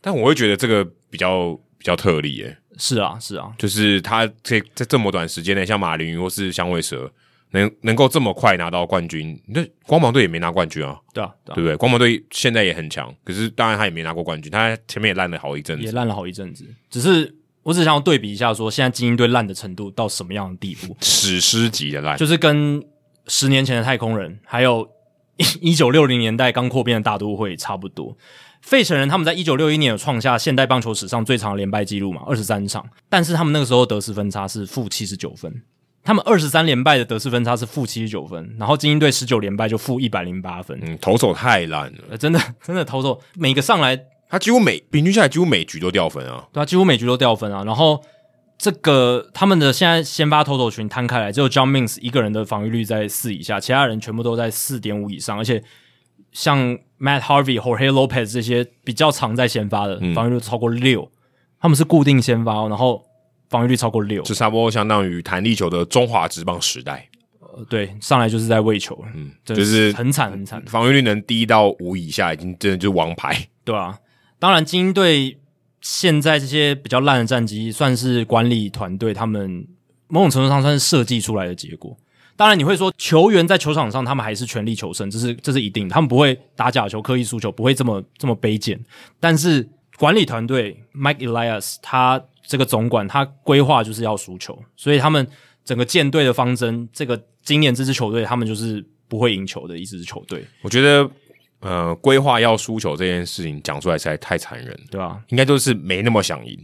B: 但我会觉得这个比较比较特例耶，
A: 是啊，是啊，
B: 就是他这在这么短时间内，像马林鱼或是响尾蛇。能能够这么快拿到冠军，那光芒队也没拿冠军啊，
A: 对啊，对啊
B: 对不对？光芒队现在也很强，可是当然他也没拿过冠军，他前面也烂了好一阵
A: 也
B: 子。
A: 烂了好一阵子。只是我只想要对比一下说现在精英队烂的程度到什么样的地步。
B: 史诗级的烂，
A: 就是跟十年前的太空人，还有一九六零年代刚扩编的大都会差不多。费城人他们在一九六一年有创下现代棒球史上最长的连败记录嘛，二十三场，但是他们那个时候得失分差是负七十九分，他们二十三连败的得失分差是负七十九分，然后精英队十九连败就负一百零八分，
B: 嗯，投手太烂了，
A: 呃，真的真的投手每个上来
B: 他几乎每平均下来几乎每局都掉分啊。
A: 对啊，几乎每局都掉分啊。然后这个他们的现在先发投手群摊开来，只有 John Mins 一个人的防御率在四以下，其他人全部都在四点五以上，而且像 Matt Harvey、Jorge Lopez 这些比较常在先发的，
B: 嗯
A: 防御率超过六、他们是固定先发哦、然后防御率超过六，
B: 这差不多相当于弹力球的中华职棒时代，
A: 呃对，上来就是在喂球，嗯，
B: 就是
A: 很惨很惨，
B: 防御率能低到五以下，已经真的就是王牌。
A: 对啊，当然精英队现在这些比较烂的战绩，算是管理团队他们某种程度上算是设计出来的结果。当然，你会说球员在球场上他们还是全力求胜，这是这是一定的，他们不会打假球、刻意输球，不会这么这么卑贱。但是管理团队 Mike Elias 他这个总管他规划就是要输球，所以他们整个舰队的方针，这个今年这支球队他们就是不会赢球的一支球队，
B: 我觉得，呃，规划要输球这件事情讲出来实在太残忍了，
A: 对吧、
B: 应该就是没那么想赢，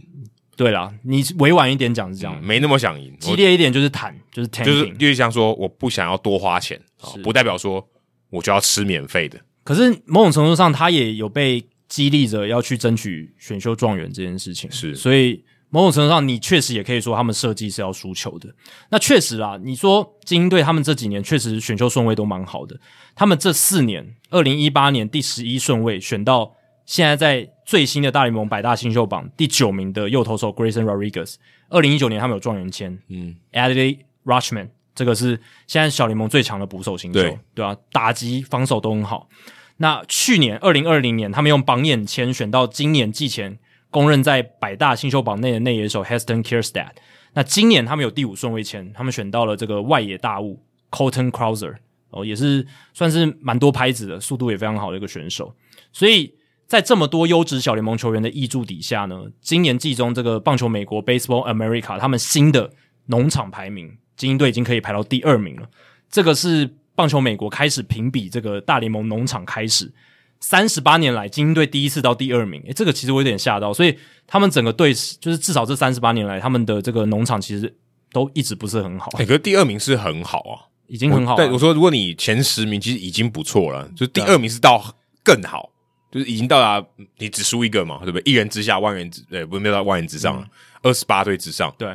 A: 对啦，你委婉一点讲是这样，
B: 没那么想赢，
A: 嗯激烈一点就是坦，就是
B: 我就是
A: tanking。
B: 就是想说我不想要多花钱，哦
A: 是
B: 不代表说我就要吃免费的。
A: 可是某种程度上，他也有被激励着要去争取选秀状元这件事情。
B: 是
A: 所以某种程度上，你确实也可以说他们设计是要输球的。那确实啦，你说精英队他们这几年确实选秀顺位都蛮好的，他们这四年，二零一八年第十一顺位选到现在在最新的大联盟百大新秀榜第九名的右投手 Grayson Rodriguez，二零一九年他们有状元签，
B: 嗯
A: a d l e y Rushman，这个是现在小联盟最强的捕手新秀，
B: 对
A: 啊，打击、防守都很好。那去年二零二零年，他们用榜眼签选到今年季前公认在百大新秀榜内的内野手 Heston Kierstad。那今年他们有第五顺位签，他们选到了这个外野大物 Colton Crowther，哦，也是算是蛮多拍子的，速度也非常好的一个选手。所以在这么多优质小联盟球员的挹注底下呢，今年季中这个棒球美国 Baseball America 他们新的农场排名，精英队已经可以排到第二名了。这个是棒球美国开始评比这个大联盟农场开始，三十八年来精英队第一次到第二名，诶，这个其实我有点吓到。所以他们整个队是就是至少这三十八年来，他们的这个农场其实都一直不是很好，
B: 哎、可是第二名是很好啊，
A: 已经嗯很好
B: 对，我
A: 了。
B: 说，如果你前十名其实已经不错了，就是第二名是到更好，就是已经到达你只输一个嘛，对不对？一人之下，万人之呃，不是没有到万人之上了，
A: 嗯
B: 二十八队之上，
A: 对，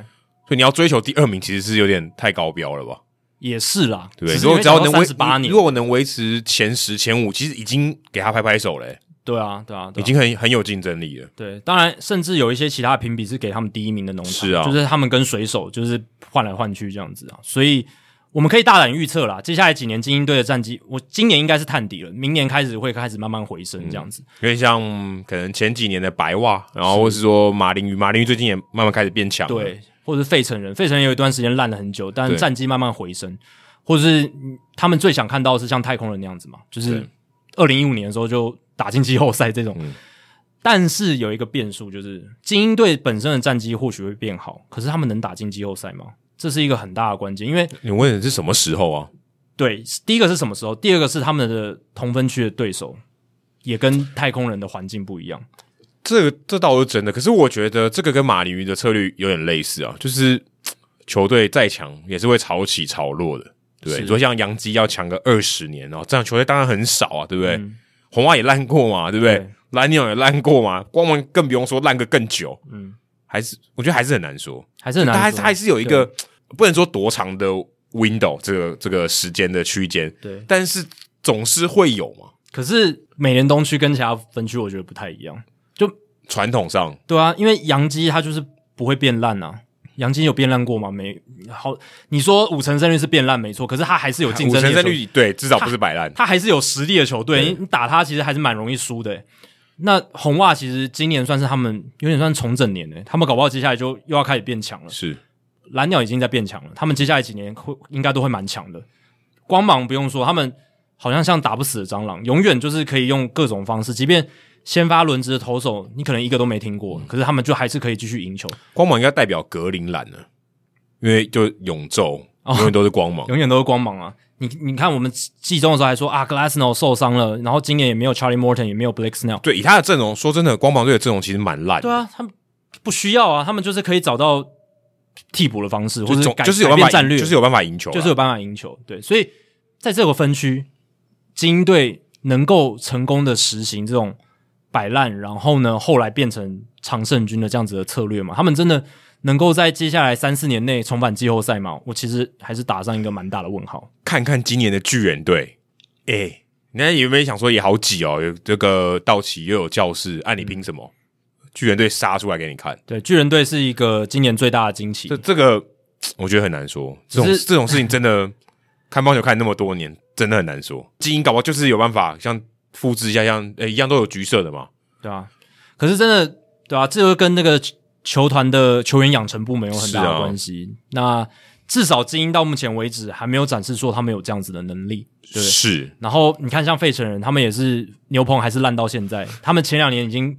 B: 所以你要追求第二名，其实是有点太高标了吧？
A: 也是啦，
B: 对不对？
A: 是
B: 如果只要能
A: 三
B: 维
A: 十八年
B: 如，果我能维持前十、前五，其实已经给他拍拍手了、欸
A: 对啊，对啊，对啊
B: 已经很很有竞争力了。
A: 对，当然，甚至有一些其他的评比是给他们第一名的农场，
B: 是啊
A: 就是他们跟水手就是换来换去这样子啊，所以我们可以大胆预测啦，接下来几年精英队的战绩，我今年应该是探底了，明年开始会开始慢慢回升这样子，
B: 有点像嗯可能前几年的白袜，然后或是说马林鱼，马林鱼最近也慢慢开始变强。，
A: 对，或者是费城人，费城人有一段时间烂了很久，但
B: 对
A: 战绩慢慢回升，或者是嗯他们最想看到的是像太空人那样子嘛，就是
B: 对嗯
A: 二零一五年的时候就打进季后赛这种。但是有一个变数，就是精英队本身的战绩或许会变好，可是他们能打进季后赛吗？这是一个很大的关键，因为
B: 你问的是什么时候啊？
A: 对第一个是什么时候，第二个是他们的同分区的对手也跟太空人的环境不一样。
B: 这个这倒是真的，可是我觉得这个跟马林鱼的策略有点类似啊，就是球队再强也是会潮起潮落的，对不
A: 是
B: 对？你说像杨基要强个二十年哦，这样球队当然很少啊，对不对？
A: 嗯
B: 红袜也烂过嘛，对不对
A: 对？
B: 蓝鸟也烂过嘛，光芒更不用说烂个更久，
A: 嗯
B: 嗯，还是我觉得还是很难说，
A: 还是很难
B: 它还
A: 说
B: 它还是有一个不能说多长的 window 这个这个时间的区间，
A: 对
B: 但是总是会有嘛，
A: 可是美联东区跟其他分区我觉得不太一样，
B: 传统上
A: 对啊，因为杨基它就是不会变烂啊。杨基有变烂过吗？没好，你说五成胜率是变烂没错，可是它还是有竞
B: 五
A: 争
B: 成
A: 力的
B: 胜
A: 球，
B: 率对，至少不是摆烂。
A: 它还是有实力的球队，你打它其实还是蛮容易输的欸、那红袜其实今年算是他们有点算重整年的、他们搞不好接下来就又要开始变强了。
B: 是，
A: 蓝鸟已经在变强了，他们接下来几年会应该都会蛮强的。光芒不用说，他们好像像打不死的蟑螂，永远就是可以用各种方式，即便先发轮值的投手，你可能一个都没听
B: 嗯
A: 过，可是他们就还是可以继续赢球，
B: 光芒应该代表格林兰了，因为就永昼
A: 哦
B: 永远都是光芒。
A: 永远都是光芒啊！你你看，我们季中的时候还说啊，Glassno 受伤了，然后今年也没有 Charlie Morton，也没有 Blake Snell，
B: 对，以他的阵容，说真的，光芒队的阵容其实蛮烂的
A: 对，啊，他们不需要啊，他们就是可以找到替补的方式，或
B: 就
A: 者
B: 总
A: 改
B: 就是有
A: 改
B: 办
A: 变
B: 法
A: 战略，
B: 就是有办法赢球啦，啊
A: 就是有办法赢球。啊对，所以在这个分区，精英队能够成功的实行这种摆烂，然后呢，后来变成常胜军的这样子的策略嘛？他们真的能够在接下来三四年内重返季后赛吗？我其实还是打上一个蛮大的问号。
B: 看看今年的巨人队，哎、你看有没有想说也好挤哦？有这个道奇又有教室，啊按、你凭什么？
A: 嗯
B: 巨人队杀出来给你看，
A: 对，巨人队是一个今年最大的惊奇
B: 这。这个我觉得很难说，这种
A: 只是
B: 这种事情真的看棒球看那么多年，真的很难说。基因搞不好就是有办法像复制一下，像呃、一样都有橘色的嘛，
A: 对啊，可是真的对啊，这就跟那个球球团的球员养成部门有很大
B: 是
A: 的
B: 啊
A: 关系。那至少精英到目前为止还没有展示说他们有这样子的能力，对不对？
B: 是
A: 然后你看，像费城人，他们也是牛棚还是烂到现在，他们前两年已经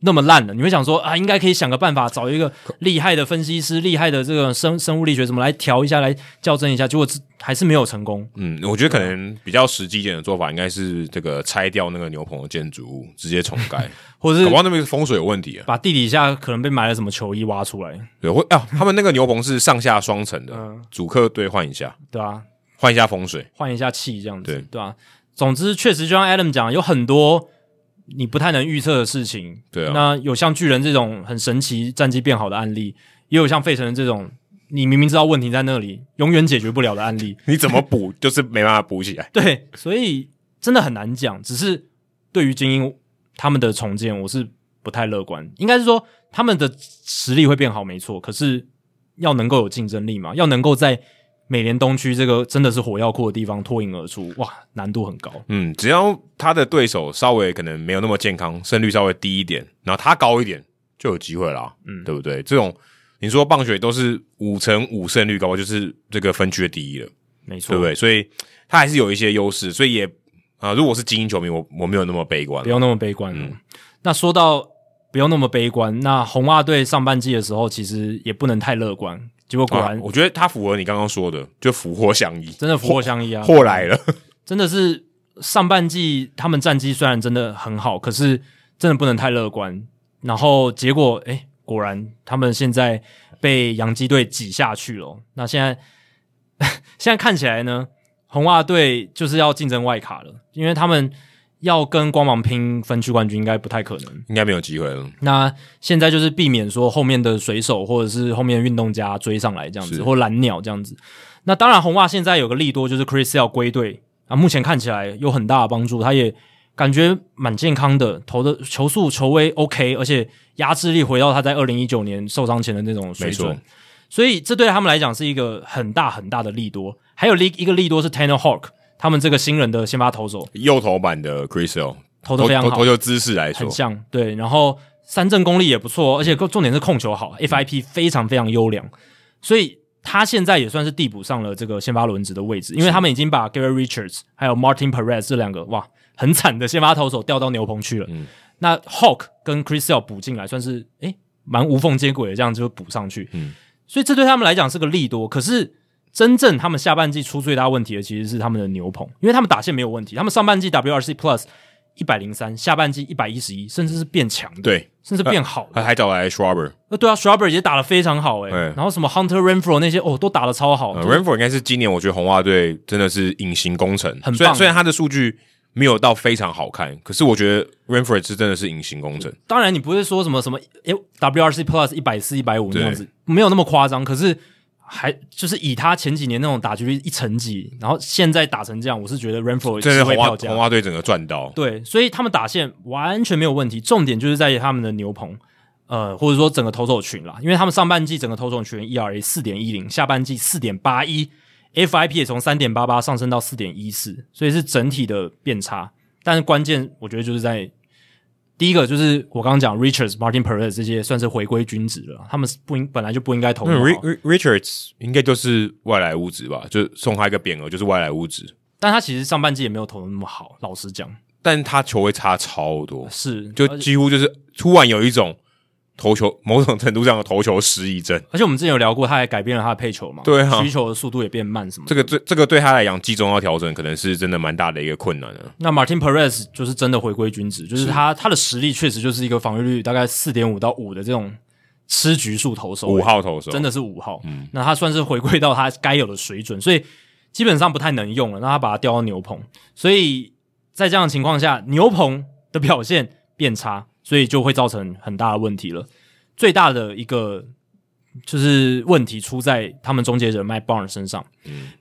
A: 那么烂了，你会想说啊，应该可以想个办法，找一个厉害的分析师、厉害的这个生生物力学什么来调一下，来校正一下，结果这还是没有成功。
B: 嗯，我觉得可能比较实际一点的做法，应该是这个拆掉那个牛棚的建筑物，直接重盖。
A: 或者
B: 搞不
A: 是
B: 好那边风水有问题啊。
A: 把地底下可能被埋了什么球衣挖出来，
B: 对，或啊，他们那个牛棚是上下双层的，
A: 嗯
B: 主客队换一下，
A: 对吧、
B: 换一下风水。
A: 换一下气这样子，
B: 对
A: 对吧、总之，确实就像 Adam 讲，有很多你不太能预测的事情。
B: 对啊
A: 那有像巨人这种很神奇战绩变好的案例，也有像费城人这种你明明知道问题在那里，永远解决不了的案例。
B: 你怎么补，就是没办法补起来。
A: 对，所以真的很难讲。只是对于精英他们的重建，我是不太乐观。应该是说他们的实力会变好，没错。可是要能够有竞争力嘛，要能够在美联东区这个真的是火药库的地方脱颖而出，哇，难度很高。
B: 嗯，只要他的对手稍微可能没有那么健康，胜率稍微低一点，然后他高一点，就有机会啦，嗯，对不对？这种你说棒球都是五成五胜率，搞不好就是这个分区的第一了，
A: 没错，
B: 对不对？所以他还是有一些优势，所以也啊、如果是精英球迷，我我没有那么悲观啊
A: 不，用那么悲观了。
B: 嗯
A: 那说到不用那么悲观，那红袜队上半季的时候其实也不能太乐观，结果果
B: 啊
A: 然、
B: 我觉得他符合你刚刚说的，就福祸相依，
A: 真的福祸相依啊！
B: 祸来了，
A: 真的是上半季他们战绩虽然真的很好，可是真的不能太乐观。然后结果，诶，果然他们现在被洋基队挤下去了。那现在 现在看起来呢，红袜队就是要竞争外卡了，因为他们要跟光芒拼分区冠军，应该不太可能。
B: 应该没有机会了。
A: 那现在就是避免说后面的水手或者是后面的运动家追上来这样子，
B: 是
A: 或蓝鸟这样子。那当然，红袜现在有个利多就是 Chris 要归队啊，目前看起来有很大的帮助，他也感觉蛮健康的，投的球速球威 OK，而且压制力回到他在二零一九年受伤前的那种水
B: 没
A: 准
B: 错，
A: 所以这对他们来讲是一个很大很大的利多。还有利一个利多是 Tanner Hawk，他们这个新人的先发投手
B: 右投版的 Chris Hill，
A: 投的
B: 投
A: 非常
B: 投
A: 好，
B: 投球姿势来说嗯
A: 很，像，对。然后三振功力也不错，而且重点是控球好，FIP 非常非常优良，所以他现在也算是递补上了这个先发轮值的位置，因为他们已经把 Gary Richards 还有 Martin Perez 这两个哇很惨的先发投手调到牛棚去了。那 Hawk 跟 Chris Sale 补进来，算是诶蛮无缝接轨的，这样就补上去。
B: 嗯
A: 所以这对他们来讲是个利多，可是。真正他们下半季出最大问题的其实是他们的牛棚，因为他们打线没有问题，他们上半季 WRC Plus 一百零三，下半季一百一十一，甚至是变强的，，
B: 对，
A: 甚至变好
B: 还
A: 的。
B: 还找来 Schwarber，
A: 那对啊 s h r a b e r 也打得非常好诶、
B: 哎
A: 然后什么 Hunter Renfro 那些哦，都打得超好，
B: 呃
A: 就是
B: Renfro 应该是今年我觉得红袜队真的是隐形工程，
A: 很
B: 虽然
A: 棒
B: 虽然他的数据没有到非常好看，可是我觉得 Renfro 是真的是隐形工程，
A: 当然，你不会说什么什么诶 WRC Plus 一百四、一百五那
B: 对
A: 样子，没有那么夸张。可是还就是以他前几年那种打击率一成绩，然后现在打成这样，我是觉得 Renfro
B: 真
A: 是
B: 的是
A: 会
B: 红袜
A: 票价
B: 红。袜队整个赚到，
A: 对，所以他们打线完全没有问题，重点就是在于他们的牛棚，呃，或者说整个投手群啦，因为他们上半季整个投手群 ERA 四点一零，下半季四点八一，FIP 也从三点八八上升到四点一四，所以是整体的变差。但是关键我觉得就是在第一个，就是我刚刚讲 Richards、Martin Perez 这些算是回归均值了，他们是不应本来就不应该投那
B: 那
A: 么
B: r
A: 好
B: i Richards 应该就是外来物质吧，就送他一个匾额，就是外来物质，
A: 但他其实上半季也没有投得那么好，老实讲
B: 但他球会差超多，
A: 是
B: 就
A: 而且
B: 几乎就是突然有一种投球某种程度上的投球失忆症，
A: 而且我们之前有聊过，他还改变了他的配球嘛，
B: 对啊
A: 需求的速度也变慢什么的
B: 这个对这个对他来讲，季中要调整可能是真的蛮大的一个困难啊。
A: 那 Martin Perez 就是真的回归均值，就是他他的实力确实就是一个防御率大概四点五到五的这种吃局数投手，
B: 五号嗯投手
A: 真的是五号，那他算是回归到他该有的水准，所以基本上不太能用了。那他把他调到牛棚，所以在这样的情况下，牛棚的表现变差，所以就会造成很大的问题了。最大的一个就是问题出在他们终结者 Matt Barnes 身上。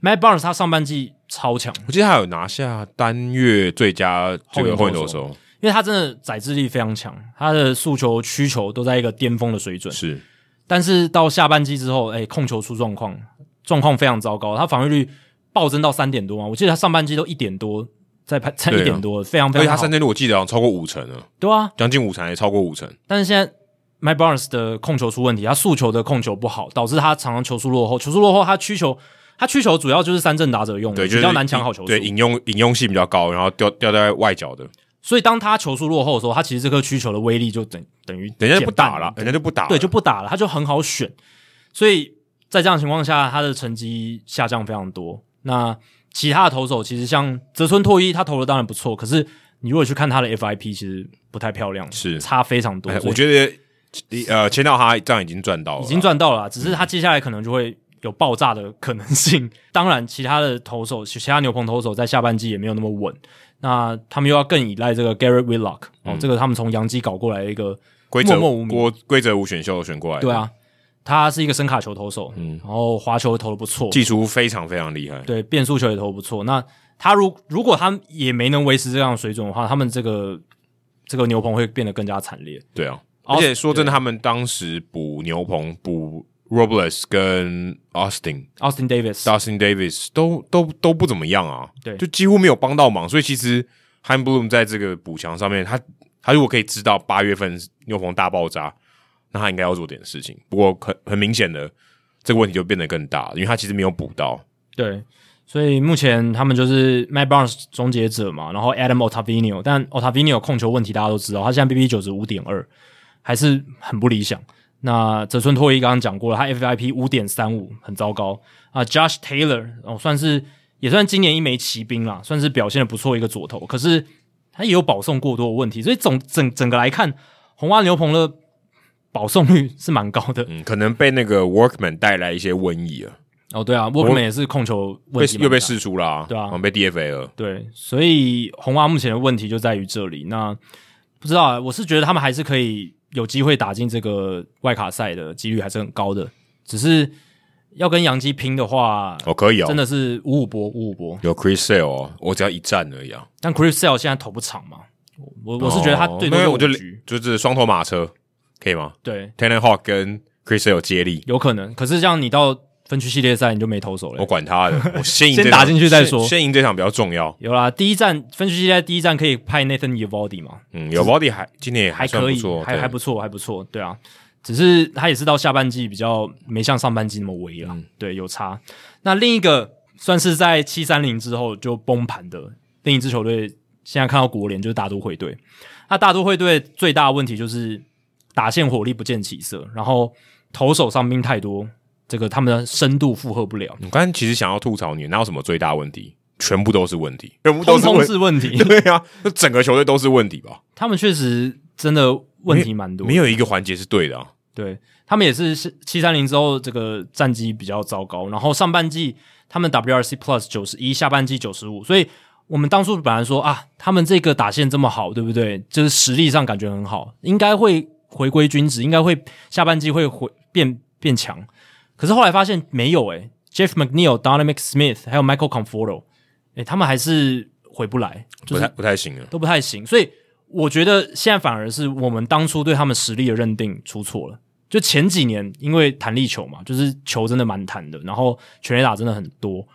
A: Matt
B: 嗯
A: Barnes 他上半季超强，
B: 我记得他有拿下单月最佳这个后
A: 后援
B: 援投
A: 投
B: 手，
A: 因为他真的载质力非常强，他的速球、曲球都在一个巅峰的水准。
B: 是
A: 但是到下半季之后，哎、控球出状况，状况非常糟糕，他防御率暴增到三点多嘛，我记得他上半季都一点多，在排在
B: 对啊
A: 一点多，非常非
B: 而且
A: 常
B: 他
A: 好
B: 三。振率我记得好像超过五成了，
A: 对啊，
B: 将近五成，还超过五成。
A: 但是现在 My Barnes 的控球出问题，他速球的控球不好，导致他常常球速落后，球速落后，他曲球。他曲球主要就是三振打者用的，
B: 对，就是
A: 比较难抢好球速。
B: 对，引用引用性比较高，然后掉掉在外角的，
A: 所以当他球速落后的时候，他其实这颗曲球的威力就等等于
B: 人家就
A: 减
B: 不打
A: 半
B: 了，人啊家就不打了，
A: 对，就不打了，他就很好选。所以在这样的情况下，他的成绩下降非常多。那其他的投手其实像泽村拓一，他投的当然不错，可是你如果去看他的 FIP，其实不太漂亮，
B: 是
A: 差非常多
B: 哎。
A: 所以
B: 我觉得呃签到他这样已经赚到了，
A: 已经。赚到了啦，啊只是他接下来可能就会有爆炸的可能性。 当然，其他的投手，其他牛棚投手在下半季也没有那么稳，那他们又要更依赖这个 Garrett Whitlock 哦，这个他们从洋基搞过来的一个
B: 嗯规则
A: 默默无名
B: 国规则五选秀选过来，
A: 对，啊，他是一个声卡球投手，嗯，然后滑球投的不错，
B: 技术非常非常厉害。
A: 对变速球也投不错。那他如如果他也没能维持这样的水准的话，他们这个这个牛棚会变得更加惨烈。
B: 对啊，
A: 哦
B: 而且说真的，他们当时补牛棚、补 Robles 跟 Austin、
A: Austin Davis，
B: Dustin Davis 都都都不怎么样啊，
A: 对
B: 就几乎没有帮到忙。所以其实 Han Bloom 在这个补强上面，他他如果可以知道八月份牛棚大爆炸，那他应该要做点事情。不过很很明显的，这个问题就变得更大，因为他其实没有补到。
A: 对，所以目前他们就是 Matt Barnes 终结者嘛，然后 Adam Ottavino，但 Ottavino 控球问题大家都知道，他现在 BB 九十五点二，还是很不理想。那泽村拓一刚刚讲过了，他 FIP 五点三五，很糟糕啊。Josh Taylor 哦，算是也算今年一枚骑兵啦，算是表现的不错一个左投，可是他也有保送过多的问题，所以总整整个来看，红蛙牛棚的保送率是蛮高的。
B: 嗯，可能被那个 Workman 带来一些瘟疫了，
A: 哦，对啊，Workman 也是控球
B: 被
A: 问题
B: 又被
A: 蛮大
B: 释出啦、
A: 对啊
B: 好像被 DFA 了。
A: 对，所以红蛙目前的问题就在于这里。那不知道啊，我是觉得他们还是可以有机会打进这个外卡赛的几率还是很高的，只是要跟杨基拼的话，
B: 哦，可以哦，
A: 真的是五五波五五波。
B: 有 Chris Sale 哦，我只要一站而已啊。
A: 但 Chris Sale 现在投不长嘛，我我是觉得他最多
B: 哦那
A: 就
B: 我就
A: 五局，
B: 就是双头马车，可以吗
A: 对，
B: t a n n e r Hawk 跟 Chris Sale 接力，
A: 有可能。可是这样你到分区系列赛你就没投手了
B: 我。管他的，我先赢这
A: 先
B: 场
A: 打进去再说
B: 先先赢这场比较重要。
A: 有啦，第一站分区系列赛第一站可以派 Nathan Evaldi 嘛，
B: 嗯，有 Body 还今年也
A: 还
B: 算
A: 可
B: 不
A: 以
B: 错，，
A: 还
B: 对
A: 还不错，还不错，对啊。只是他也是到下半季比较没像上半季那么微
B: 嗯
A: 了，对，有差。那另一个算是在七三零之后就崩盘的另一支球队，现在看到国联就是大都会队。那大都会队最大的问题就是打线火力不见起色，然后投手伤兵太多，这个他们的深度负荷不了，
B: 我刚才其实想要吐槽你，哪有什么最大问题？全部都是问题，全部
A: 通通是问题。
B: 对啊，那整个球队都是问题吧？
A: 他们确实真的问题蛮多的
B: 没有一个环节是对的啊。
A: 对他们也是七三零之后这个战绩比较糟糕，然后上半季他们 WRC Plus 九十一，下半季九十五，所以我们当初本来说啊，他们这个打线这么好，对不对？就是实力上感觉很好，应该会回归均值，应该会下半季会回变变强。可是后来发现没有诶、Jeff McNeil、Donovan Smith 还有 Michael Conforto，诶、他们还是回不来，就
B: 不
A: 是
B: 太不太行了。
A: 都不太行，所以我觉得现在反而是我们当初对他们实力的认定出错了。就前几年因为弹力球嘛，就是球真的蛮弹的，然后全垒打真的很多，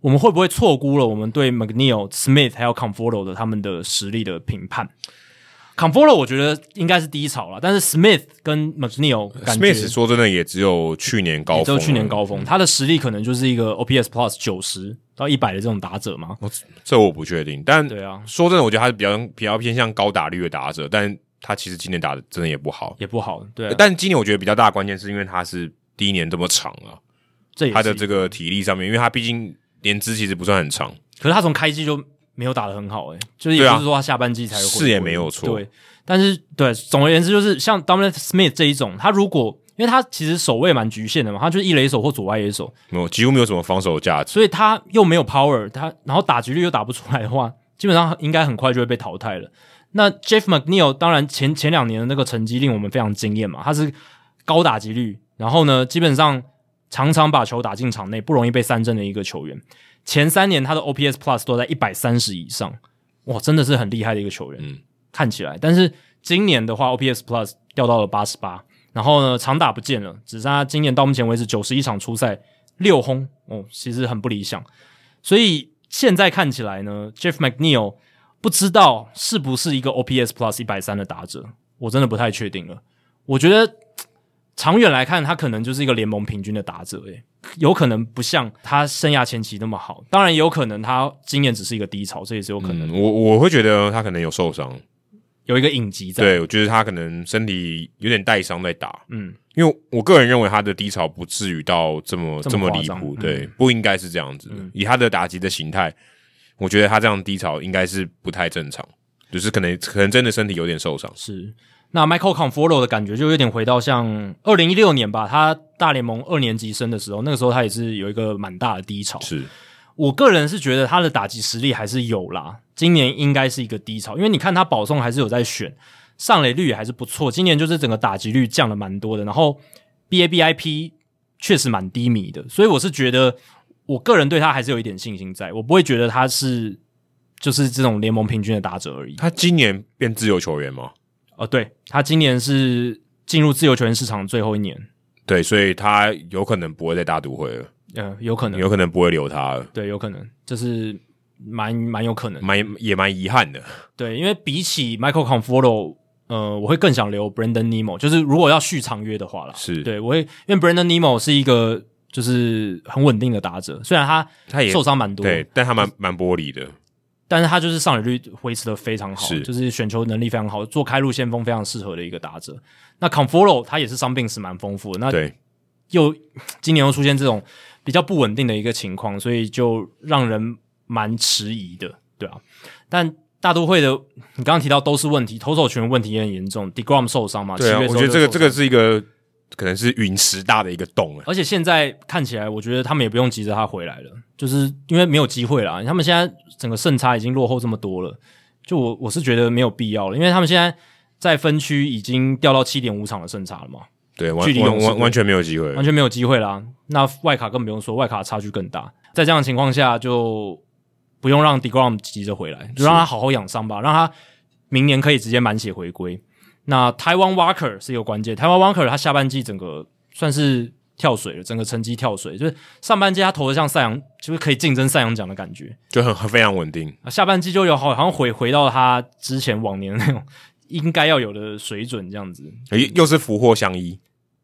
A: 我们会不会错估了我们对 McNeil、Smith 还有 Conforto 的他们的实力的评判？Conforto 我觉得应该是低潮了，但是 Smith 跟 McNeil 感觉
B: Smith 说真的，也只有去年高
A: 也
B: 峰，嗯
A: 只有去年，高峰，他的实力可能就是一个 OPS Plus 九十到一百的这种打者
B: 嗯
A: 嘛。
B: 这我不确定。但
A: 对啊，
B: 说真的，我觉得他是比较比较偏向高打率的打者，但他其实今年打的真的也不好。
A: 也不好，对啊、
B: 但今年我觉得比较大的关键是因为他是第一年这么长啊，
A: 这也
B: 他的
A: 是
B: 这个体力上面，因为他毕竟年资其实不算很长，
A: 可是他从开季就没有打得很好、欸，就是
B: 对
A: 也
B: 啊
A: 不是说他下半季才会回归
B: 是也没有错
A: 对。但是对，总而言之就是像 Dominic Smith 这一种，他如果因为他其实守卫蛮局限的嘛，他就是一垒手或左外野手，
B: 没有几乎没有什么防守价值。
A: 所以他又没有 power，他然后打击率又打不出来的话，基本上应该很快就会被淘汰了。那 Jeff McNeil 当然前前两年的那个成绩令我们非常惊艳嘛，他是高打击率，然后呢，基本上常常把球打进场内，不容易被三振的一个球员。前三年他的 OPS Plus 都在一百三十以上，哇，真的是很厉害的一个球员，
B: 嗯
A: 看起来。但是今年的话，OPS Plus 掉到了八十八，然后呢，长打不见了，只剩下今年到目前为止九十一场初赛六轰，哦，其实很不理想。所以现在看起来呢，Jeff McNeil 不知道是不是一个 OPS Plus 一百三的打者，我真的不太确定了。我觉得嘖长远来看，他可能就是一个联盟平均的打者，诶，有可能不像他生涯前期那么好，当然也有可能他今年只是一个低潮，这也是有可能、
B: 嗯，我我会觉得他可能有受伤，
A: 有一个隐疾在。
B: 对我觉得他可能身体有点带伤在打，
A: 嗯，
B: 因为我个人认为他的低潮不至于到这么
A: 这么
B: 么
A: 夸
B: 离
A: 张
B: 谱，
A: 嗯
B: 对，不应该是这样子的。以他的打击的形态，我觉得他这样低潮应该是不太正常，就是可能可能真的身体有点受伤。
A: 是。那 Michael Conforto 的感觉就有点回到像二零一六年吧，他大联盟二年级生的时候，那个时候他也是有一个蛮大的低潮。
B: 是，
A: 我个人是觉得他的打击实力还是有啦，今年应该是一个低潮，因为你看他保送还是有在选，上垒率也还是不错，今年就是整个打击率降了蛮多的，然后 BABIP 确实蛮低迷的，所以我是觉得我个人对他还是有一点信心在，我不会觉得他是就是这种联盟平均的打者而已。
B: 他今年变自由球员吗？
A: 哦，对他今年是进入自由球员市场最后一年，
B: 对，所以他有可能不会在大都会了，
A: 呃，有可能，
B: 有可能不会留他了，
A: 对，有可能，就是蛮蛮有可能的。
B: 蛮也蛮遗憾的。
A: 对，因为比起 Michael Conforto，呃，我会更想留 Brandon Nemo，就是如果要续长约的话啦，
B: 是
A: 对我会，因为 Brandon Nemo 是一个就是很稳定的打者，虽然他
B: 他也
A: 受伤蛮多，
B: 对，但他蛮蛮玻璃的，
A: 但是他就是上垒率维持的非常好，
B: 是
A: 就是选球能力非常好，做开路先锋非常适合的一个打者。那 Conforto 他也是伤病史蛮丰富的，那
B: 对，
A: 又今年又出现这种比较不稳定的一个情况，所以就让人蛮迟疑的，对啊。但大都会的，你刚刚提到都是问题，投手群的问题也很严重，Degrom 受伤嘛，
B: 对啊
A: 七，月
B: 我
A: 时候
B: 觉得
A: 就受伤
B: 这个这个是一个可能是陨石大的一个洞啊，
A: 而且现在看起来，我觉得他们也不用急着他回来了，就是因为没有机会啦。他们现在整个胜差已经落后这么多了，就我我是觉得没有必要了，因为他们现在在分区已经掉到七点五场的胜差了嘛，
B: 对，完
A: 距离
B: 完
A: 勇士
B: 完
A: 队
B: 完全没有机会了
A: 完，全没有机会啦。那外卡更不用说，外卡差距更大。在这样的情况下，就不用让 Degrom 急着回来，就让他好好养伤吧，让他明年可以直接满血回归。那台湾 Walker 是一个关键，台湾 Walker 他下半季整个算是跳水了，整个成绩跳水，就是上半季他投的像赛扬，就是可以竞争赛扬奖的感觉，
B: 就很很非常稳定，
A: 啊，下半季就有好好像回回到他之前往年那种应该要有的水准这样子。
B: 诶又是福祸相依，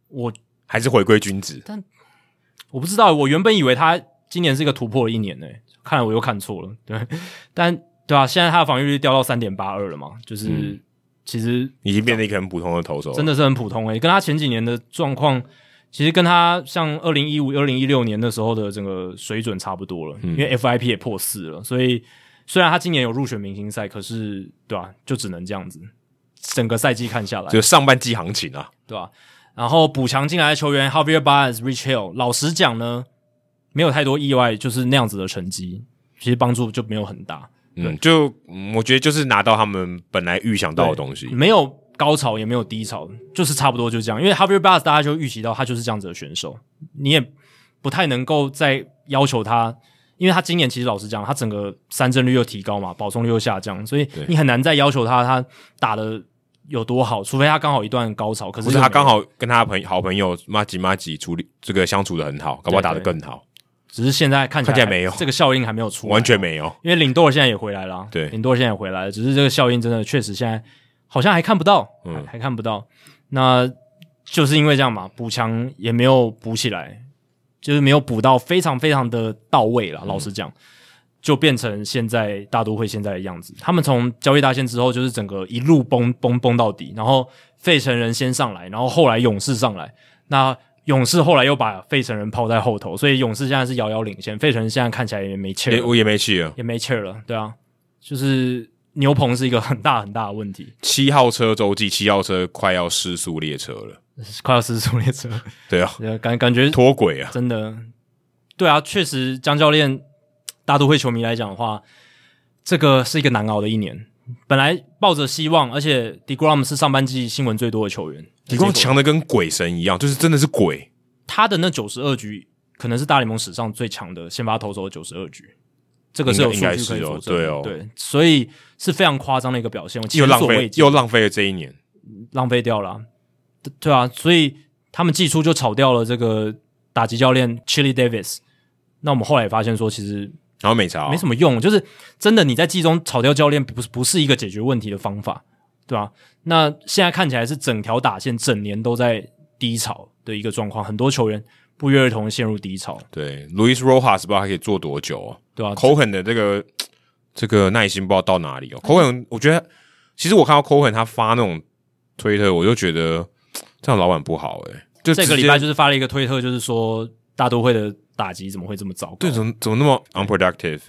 A: 我
B: 还是回归君子，
A: 我不知道，我原本以为他今年是一个突破的一年呢、看来我又看错了。对，但对啊，现在他的防御率掉到三点八二了嘛，就是、
B: 嗯
A: 其实
B: 已经变成一个很普通的投手了，
A: 真的是很普通诶、欸跟他前几年的状况，其实跟他像二零一五、二零一六年的时候的整个水准差不多了，因为 FIP 也破四了，所以虽然他今年有入选明星赛，可是对啊，就只能这样子，整个赛季看下来，
B: 就上半季行情啊，
A: 对吧、然后补强进来的球员 Javier Baez、Rich Hill，老实讲呢，没有太多意外，就是那样子的成绩，其实帮助就没有很大，
B: 嗯，就嗯我觉得就是拿到他们本来预想到的东西，
A: 没有高潮也没有低潮，就是差不多就这样。因为 Javier Baez 大家就预期到他就是这样子的选手，你也不太能够再要求他。因为他今年其实老实讲，他整个三振率又提高嘛，保送率又下降，所以你很难再要求他他打的有多好，除非他刚好一段高潮。可
B: 不
A: 是
B: 是
A: 又
B: 他
A: 没有
B: 刚好跟他朋好朋友马吉马吉处理这个相处的很好，搞不好打得
A: 对对
B: 更好，
A: 只是现在看起来
B: 看起来没有
A: 这个效应还没有出来，
B: 完全没有。
A: 因为领舵现在也回来了啊，
B: 对
A: 领舵现在也回来了，只是这个效应真的确实现在好像还看不到，
B: 嗯
A: 还还看不到。那就是因为这样嘛，补强也没有补起来，就是没有补到非常非常的到位了。老
B: 嗯
A: 实讲，就变成现在大都会现在的样子。他们从交易大限之后，就是整个一路崩崩崩到底，然后费城人先上来，然后后来勇士上来，那。勇士后来又把费城人抛在后头，所以勇士现在是遥遥领先。费城人现在看起来也没气儿了
B: 也我也没气了，
A: 也没气儿了，对啊，就是牛棚是一个很大很大的问 题，
B: 七号车周记，七号车快要失速列车了，
A: 快要失速列车，
B: 对啊，
A: 对啊感感觉
B: 脱轨啊，
A: 真的，对啊，确实，江教练，大都会球迷来讲的话，这个是一个难熬的一年。本来抱着希望，而且 Degrom 是上半季新闻最多的球员，
B: 你光强的跟鬼神一样，就是真的是鬼，
A: 他的那九十二局可能是大联盟史上最强的先发投手的九十二局，这个是有数
B: 应该
A: 据可以
B: 应
A: 佐
B: 该是哦
A: 证的，
B: 对哦
A: 对，所以是非常夸张的一个表现，我
B: 又
A: 前
B: 浪
A: 所未
B: 费
A: 见
B: 又浪费了这一年，
A: 浪费掉了啊、对对啊，所以他们季初就炒掉了这个打击教练 Chili Davis。那我们后来也发现说，其实
B: 然后美啊茶
A: 没什么用，就是真的你在季中炒掉教练，不是不是一个解决问题的方法，对吧、那现在看起来是整条打线整年都在低潮的一个状况，很多球员不约而同陷入低潮，
B: 对，Luis Rojas 不知道还可以做多久啊
A: 对吧、
B: ，Cohen 的这个这个耐心不知道到哪里哦，Cohen 我觉得其实我看到 Cohen 他发那种推特，我就觉得这样老板不好诶、就
A: 这个
B: 直接
A: 礼拜就是发了一个推特，就是说大都会的打击怎么会这么糟糕？
B: 对，怎么怎么那么 unproductive？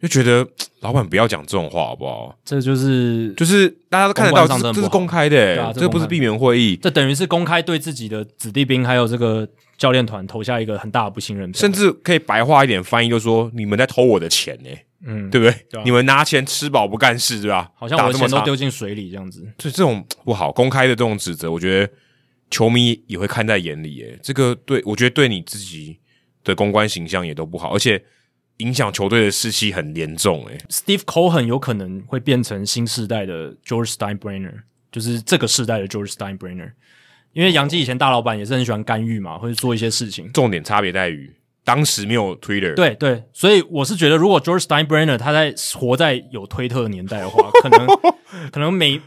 B: 就觉得老板不要讲这种话好不好？
A: 这就是
B: 就是大家都看得到，
A: 公关上
B: 这
A: 真的不
B: 是这是
A: 好
B: 公开的、欸
A: 对啊这
B: 这不是
A: 公开
B: 避免会议，
A: 这等于是公开对自己的子弟兵还有这个教练团投下一个很大的不信任票。
B: 甚至可以白话一点翻译，就说你们在偷我的钱呢、
A: 嗯，
B: 对不对？
A: 对啊
B: 你们拿钱吃饱不干事，对吧？
A: 好像
B: 打
A: 我的
B: 这么
A: 钱都
B: 长
A: 丢进水里这样子。
B: 就这种不好，公开的这种指责，我觉得球迷也会看在眼里。诶，这个对我觉得对你自己的公关形象也都不好，而且影响球队的士气很严重。诶，
A: Steve Cohen 有可能会变成新时代的 George Steinbrenner，就是这个世代的 George Steinbrenner。因为杨基以前大老板也是很喜欢干预嘛，或者做一些事情。
B: 重点差别在于当时没有 Twitter，
A: 对对，所以我是觉得，如 果 George Steinbrenner 他在活在有推特的年代的话，可能可能每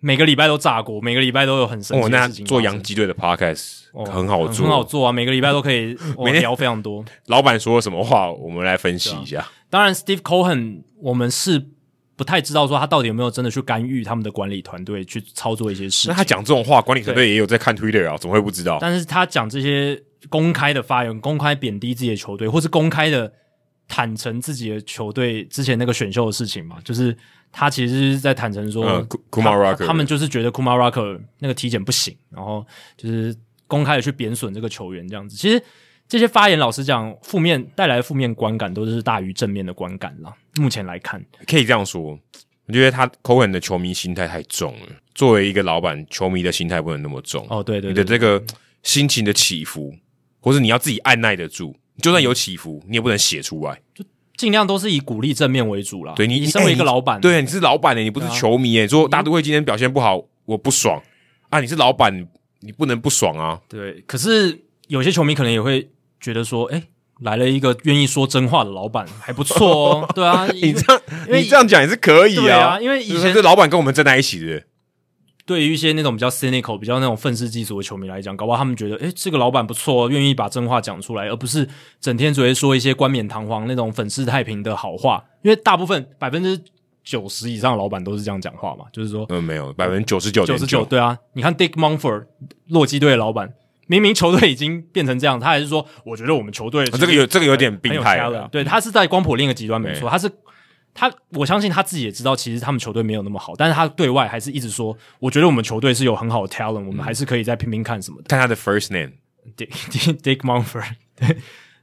A: 每个礼拜都炸锅，每个礼拜都有很神
B: 哦，
A: 奇的
B: 那
A: 事情发生。
B: 做洋基队的 podcast
A: 哦
B: 很好
A: 很好
B: 做，
A: 做啊，每个礼拜都可以我
B: 每天
A: 聊非常多。
B: 老板说了什么话，我们来分析
A: 啊
B: 一下。
A: 当然，Steve Cohen 我们是不太知道说他到底有没有真的去干预他们的管理团队去操作一些事
B: 那
A: 情。
B: 他讲这种话，管理团队也有在看 Twitter 啊，怎么会不知道？
A: 但是他讲这些公开的发言、公开贬低自己的球队，或是公开的坦诚自己的球队之前那个选秀的事情嘛，就是他其实是在坦诚说、
B: 嗯，Ku- Kumar
A: 他
B: Rocker
A: 他们就是觉得 Kumar Rocker 那个体检不行，然后就是公开的去贬损这个球员这样子。其实这些发言，老实讲，负面带来的负面观感都是大于正面的观感啦。目前来看，
B: 可以这样说，我觉得他 Cohen 的球迷心态太重了。作为一个老板，球迷的心态不能那么重。
A: 哦，对对
B: 你的
A: 对，
B: 这个心情的起伏，或者你要自己按耐得住。就算有起伏，
A: 嗯
B: 你也不能写出来。
A: 尽量都是以鼓励正面为主啦。
B: 对你，
A: 你身为一个
B: 哎
A: 老板，
B: 对，你是老板欸呢，你不是
A: 对啊
B: 球迷耶。你说大都会今天表现不好，我不爽啊！你是老板，你不能不爽啊！
A: 对，可是有些球迷可能也会觉得说，哎、来了一个愿意说真话的老板，还不错 哦。对啊，
B: 你
A: 因为
B: 这样，
A: 因为
B: 你这样讲也是可以
A: 对啊，因为
B: 就
A: 以
B: 是
A: 前
B: 这老板跟我们站在一起的，
A: 对于一些那种比较 cynical、比较那种愤世嫉俗的球迷来讲，搞不好他们觉得，哎、这个老板不错，愿意把真话讲出来，而不是整天只会说一些冠冕堂皇那种粉饰太平的好话。因为大部分百分之九十以上的老板都是这样讲话嘛，就是说，
B: 嗯，没有百分之九十九
A: 九十九，对啊，你看 Dick Monfort，洛基队的老板，明明球队已经变成这样，他还是说，我觉得我们球队、
B: 啊这个有这个有点
A: 很
B: 病
A: 有啊
B: 态啊
A: talent
B: 了。
A: 对，他是在光谱另一个极端，没
B: 对
A: 错，他是他，我相信他自己也知道，其实他们球队没有那么好，但是他对外还是一直说，我觉得我们球队是有很好的 talent，我们
B: 嗯
A: 还是可以再拼拼看什么的。
B: 看他的 first name，
A: Dick Dick Dick Monfort，对，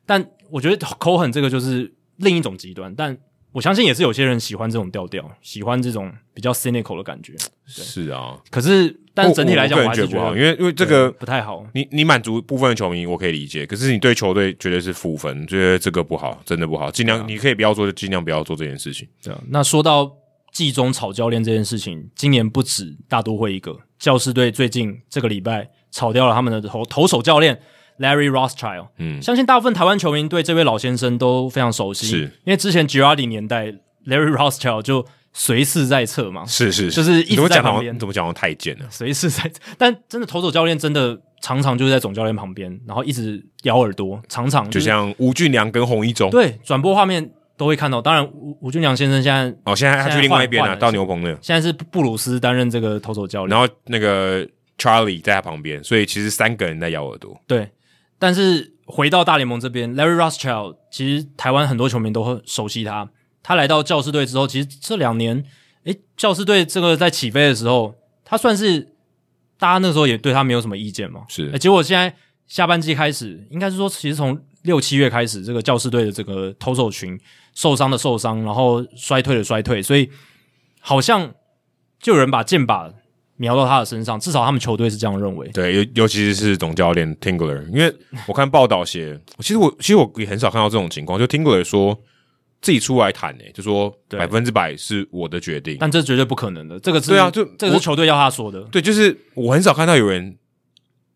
A: 但我觉得 Cohen 这个就是另一种极端，但我相信也是有些人喜欢这种调调，喜欢这种比较 cynical 的感觉。
B: 是啊，
A: 可是，但是整体来讲，
B: 我
A: 我
B: 我
A: 还
B: 个人
A: 是
B: 觉
A: 觉
B: 不好，
A: 得
B: 因为因为这个
A: 对不太好。
B: 你你满足部分的球迷，我可以理解，可是你对球队绝对是负分，觉得这个不好，真的不好，尽量、你可以不要做，就尽量不要做这件事情。
A: 对啊，那说到季中炒教练这件事情，今年不止大都会一个，教士队最近这个礼拜炒掉了他们的投投手教练 Larry Rothschild。
B: 嗯
A: 相信大部分台湾球迷对这位老先生都非常熟悉，
B: 是
A: 因为之前 Girardi 年代 Larry Rothschild 就随侍在侧嘛，
B: 是是，
A: 就是一直
B: 你怎么
A: 在
B: 讲
A: 旁
B: 好像
A: 边
B: 你怎么讲好像太监了、
A: 随侍在，但真的投手教练真的常常就是在总教练旁边，然后一直咬耳朵，常常
B: 就是像吴俊良跟洪一中。
A: 对转播画面都会看到。当然，吴吴俊良先生现在
B: 哦，现在他
A: 现在
B: 去另外一边了、
A: 换换了
B: 到牛棚那，
A: 现在是布鲁斯担任这个投手教练。
B: 然后那个 Charlie 在他旁边，所以其实三个人在咬耳朵。
A: 对，但是回到大联盟这边，Larry Rothschild 其实台湾很多球迷都很熟悉他。他来到教士队之后，其实这两年，诶，教士队这个在起飞的时候，他算是大家那时候也对他没有什么意见嘛。
B: 是
A: 诶欸结果现在下半季开始，应该是说，其实从六七月开始，这个教士队的这个投手群受伤的受伤，然后衰退的衰退，所以好像就有人把箭靶瞄到他的身上，至少他们球队是这样认为。
B: 对，尤尤其是总教练 Tingler，因为我看报道写， 其实我其实我也很少看到这种情况，就 Tingler 说自己出来谈欸诶、就说
A: 对
B: 百分之百是我的决定。
A: 但这绝对不可能的。这个是
B: 对啊就
A: 这个
B: 我
A: 是球队要他说的。
B: 对，就是我很少看到有人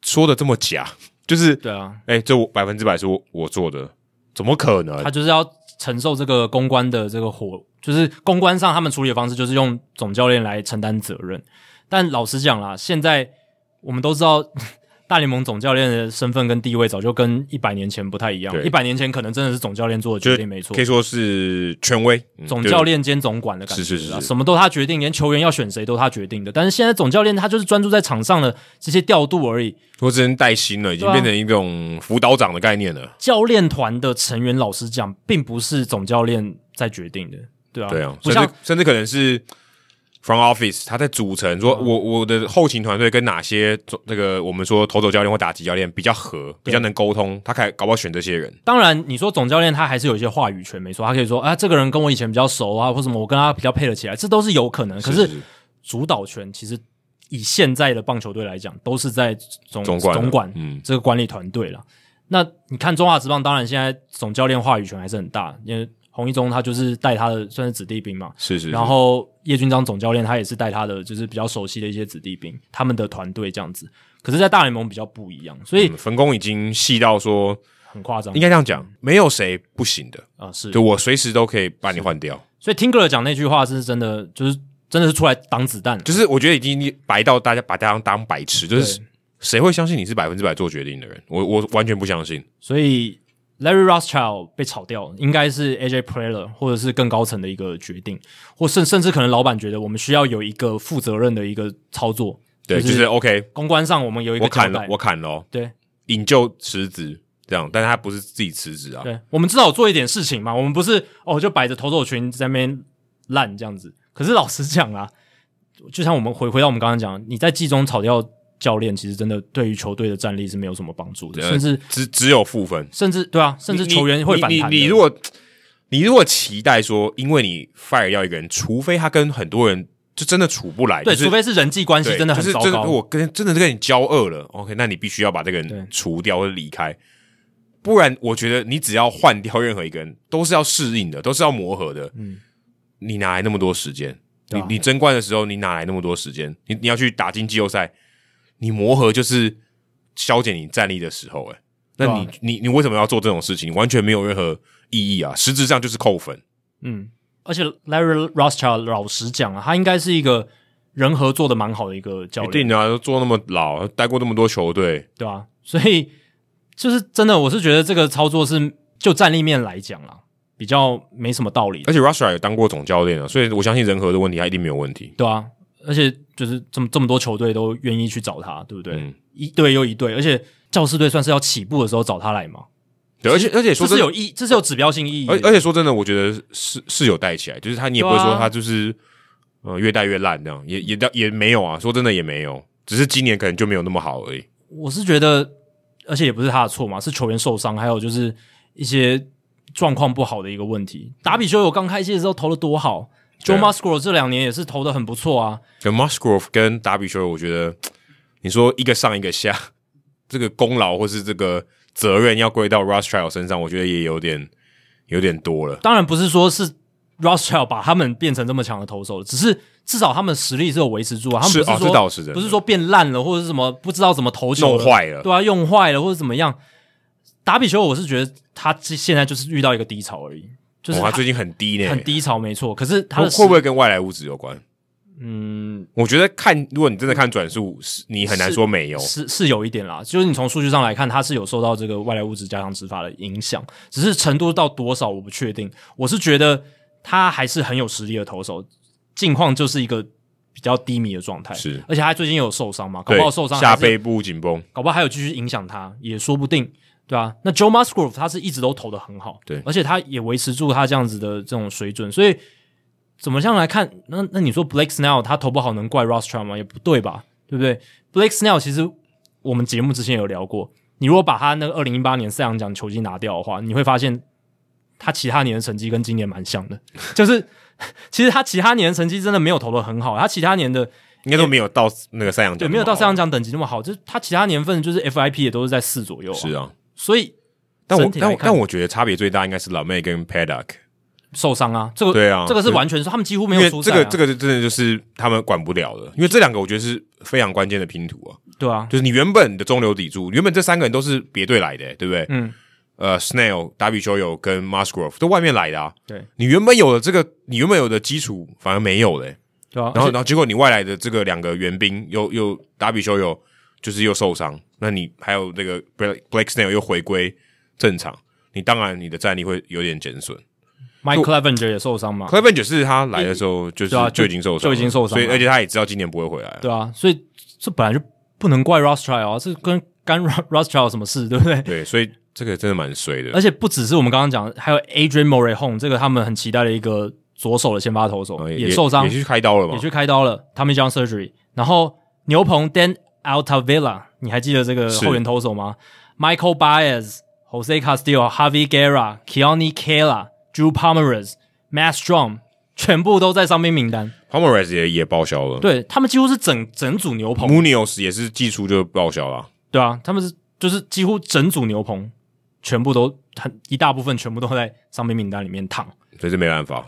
B: 说的这么假，就是
A: 对啊，
B: 哎、这我百分之百是我我做的，怎么可能？
A: 他就是要承受这个公关的这个火，就是公关上他们处理的方式就是用总教练来承担责任。但老实讲啦，现在我们都知道 大联盟总教练的身份跟地位早就跟一百年前不太一样。
B: 对
A: 一百年前可能真的是总教练做的
B: 就
A: 决
B: 是
A: 定没错
B: 可以，说是权威、嗯
A: 总
B: 对
A: 教练兼总管的感觉啦，
B: 是是是是
A: 什么都他决定，连球员要选谁都他决定的。但是现在总教练他就是专注在场上的这些调度而已，
B: 我只能带薪了，已经
A: 对啊
B: 变成一种辅导长的概念了。
A: 教练团的成员，老实讲，并不是总教练在决定的，对啊，
B: 对啊，
A: 不
B: 甚至
A: 像
B: 甚至可能是 front office 他在组成，
A: 嗯
B: 说我我的后勤团队跟哪些那个我们说投手教练或打击教练比较合，比较能沟通，他开搞不好选这些人。
A: 当然你说总教练他还是有一些话语权，没错，他可以说啊，这个人跟我以前比较熟啊，或什么，我跟他比较配得起来，这都是有可能。可是主导权其实以现在的棒球队来讲，都是在总
B: 总管啊
A: 总管
B: 嗯，
A: 这个管理团队了。那你看中华职棒，当然现在总教练话语权还是很大，因为洪一中他就是带他的算是子弟兵嘛，
B: 是是，
A: 然后叶军章总教练他也是带他的就是比较熟悉的一些子弟兵，他们的团队这样子。可是，在大联盟比较不一样，所以
B: 嗯分工已经细到说，
A: 很夸张。
B: 应该这样讲，没有谁不行的，
A: 啊、是
B: 就，我随时都可以把你换掉。
A: 所以听 i n 讲那句话是真的，就是真的是出来挡子弹了。
B: 就是我觉得已经白到大家把大家当白痴，就是
A: 对
B: 谁会相信你是百分之百做决定的人？我我完全不相信。
A: 所以 Larry Rothschild 被炒掉，应该是 AJ Preller 或者是更高层的一个决定，或甚甚至可能老板觉得我们需要有一个负责任的一个操作，
B: 对，
A: 就
B: 就是是 OK，
A: 公关上我们有一个
B: 我砍
A: 交代
B: 了，我砍了哦，
A: 对
B: 引咎辞职这样，但是他不是自己辞职啊，
A: 对，我们至少做一点事情嘛，我们不是哦就摆着头手裙在那边烂这样子。可是老实讲啊，就像我们回回到我们刚刚讲，你在季中炒掉教练，其实真的对于球队的战力是没有什么帮助的，
B: 呃
A: 甚至
B: 只只有负分，
A: 甚至对啊，甚至
B: 你
A: 球员会反弹的。
B: 你你你如果你如果期待说，因为你 fire 掉一个人，除非他跟很多人就真的处不来，
A: 对，
B: 就是
A: 除非是人际关系
B: 对
A: 真的很糟
B: 就是、
A: 糕，
B: 就是我跟真的是跟你交恶了，OK，那你必须要把这个
A: 对
B: 人除掉或者离开，不然我觉得你只要换掉任何一个人，都是要适应的，都是要磨合的。
A: 嗯，
B: 你哪来那么多时间？
A: 对啊
B: 你你争冠的时候，你哪来那么多时间？你你要去打进季后赛，你磨合就是消减你战力的时候、欸，那
A: 对啊
B: 你、你你为什么要做这种事情？完全没有任何意义啊！实质上就是扣分。
A: 嗯，而且 Larry Rothschild 老实讲啊，他应该是一个人合作的蛮好的一个教
B: 一
A: 练，
B: 定啊，都做那么老，带过那么多球队，
A: 对吧、啊所以就是真的，我是觉得这个操作是就战力面来讲啦，比较没什么道理的，
B: 而且 Russia 也当过总教练啊，所以我相信人和的问题他一定没有问题。
A: 对啊，而且就是这么这么多球队都愿意去找他，对不对？
B: 嗯
A: 一队又一队，而且教师队算是要起步的时候找他来嘛，
B: 对，而且而且
A: 这
B: 说
A: 是
B: 真的
A: 有，意，这是有指标性意义的。
B: 而而且说真的，我觉得是是有带起来，就是他你也不会
A: 对
B: 说
A: 啊
B: 他就是、呃越带越烂这样，也也也没有啊，说真的也没有，只是今年可能就没有那么好而已。
A: 我是觉得，而且也不是他的错嘛，是球员受伤，还有就是一些状况不好的一个问题。打比修有刚开季的时候投的多好
B: 对
A: ，Joe
B: 啊
A: Musgrove 这两年也是投的很不错啊。
B: 跟 Musgrove 跟达比修，我觉得你说一个上一个下，这个功劳或是这个责任要归到 r u s t r i l 身上，我觉得也有点有点多了。
A: 当然不是说是 r o s s e l l 把他们变成这么强的投手，只是至少他们实力是有维持住啊。他们
B: 是
A: 不
B: 哦
A: 说、
B: 这倒是真的
A: 不是说变烂了，或者是什么不知道怎么投球，
B: 弄坏了
A: 对啊，用坏了或者怎么样。打比修，我是觉得他现在就是遇到一个低潮而已，就是
B: 哇，哦他最近很低呢，
A: 很低潮，没错。可是他
B: 会
A: 的
B: 会不
A: 实
B: 会跟外来物质有关？
A: 嗯，
B: 我觉得看，如果你真的看转速，是你很难说没有。
A: 是是有一点啦，就是你从数据上来看，它是有受到这个外来物质加强执法的影响，只是程度到多少我不确定。我是觉得他还是很有实力的投手，近况就是一个比较低迷的状态，
B: 是
A: 而且他最近有受伤嘛，搞
B: 对
A: 不好受伤
B: 下
A: 还是，
B: 背部紧绷，
A: 搞不好还有继续影响他，也说不定，对吧、那 Joe Musgrove 他是一直都投的很好，
B: 对
A: 而且他也维持住他这样子的这种水准，所以。怎么样来看？那那你说 Blake Snell 他投不好能怪 r o s t r a 吗？也不对吧，对不对？Blake Snell 其实我们节目之前有聊过，你如果把他那个二零一八年赛扬奖球季拿掉的话，你会发现他其他年的成绩跟今年蛮像的， 就是其实他其他年的成绩真的没有投的很好，他其他年的
B: 应该都没有到那个三羊
A: 对
B: 奖，
A: 没有到赛扬奖等级那么好，就是他其他年份就是 FIP 也都是在四左右、啊，
B: 是啊。
A: 所以
B: 但
A: 整
B: 我
A: 体
B: 但
A: 来
B: 我
A: 看
B: 但我觉得差别最大应该是老妹跟 Paddock，
A: 受伤啊，这个
B: 对啊
A: 这个是完全是他们几乎没
B: 因
A: 有
B: 为
A: 出
B: 这
A: 赛、啊，
B: 个这个真的就是他们管不了的，因为这两个我觉得是非常关键的拼图啊。
A: 对啊，
B: 就是你原本的中流砥柱，原本这三个人都是别队来的、对不对？
A: 嗯，
B: 呃，Snail、达比修友跟 Musgrove 都外面来的啊。
A: 对
B: 你原本有的这个，你原本有的基础反而没有嘞、
A: 对啊，
B: 然后
A: 而且
B: 然后结果你外来的这个两个援兵又又达比修有就是又受伤，那你还有这个 Blake Blake Snell 又回归正常，你当然你的战力会有点减损。
A: Mike Clevenger 也受伤嘛
B: c，l e v e n g e r 是他来的时候就是
A: 啊对啊就
B: 就已经受伤了，
A: 就已经受伤了
B: 所以而且他也知道今年不会回来了。
A: 对啊，所以这本来就不能怪 r o s t r i l 啊，这跟干 r o s t r i l 有什么事，对不对？
B: 对，所以这个真的蛮衰的。
A: 而且不只是我们刚刚讲，还有 Adrian Morey Home 这个他们很期待的一个左手的先发投手、
B: 呃
A: 也受伤，
B: 也去开刀了
A: 也
B: 嘛？
A: 去开刀了，Tommy John surgery。然后牛棚 Dan Altavilla，你还记得这个
B: 是
A: 后援投手吗？Michael Baez、Jose Castillo、Javi Guerra、Keone Kela、Drew Pomeranz、Matt Strom，全部都在伤兵名单。
B: p o m e r a z 也也报销了
A: 对他们几乎是整整组牛棚，
B: ，Munios 也是季初就报销了。
A: 对啊，他们是就是几乎整组牛棚全部都很一大部分全部都在伤兵名单里面躺，
B: 所以这没办法。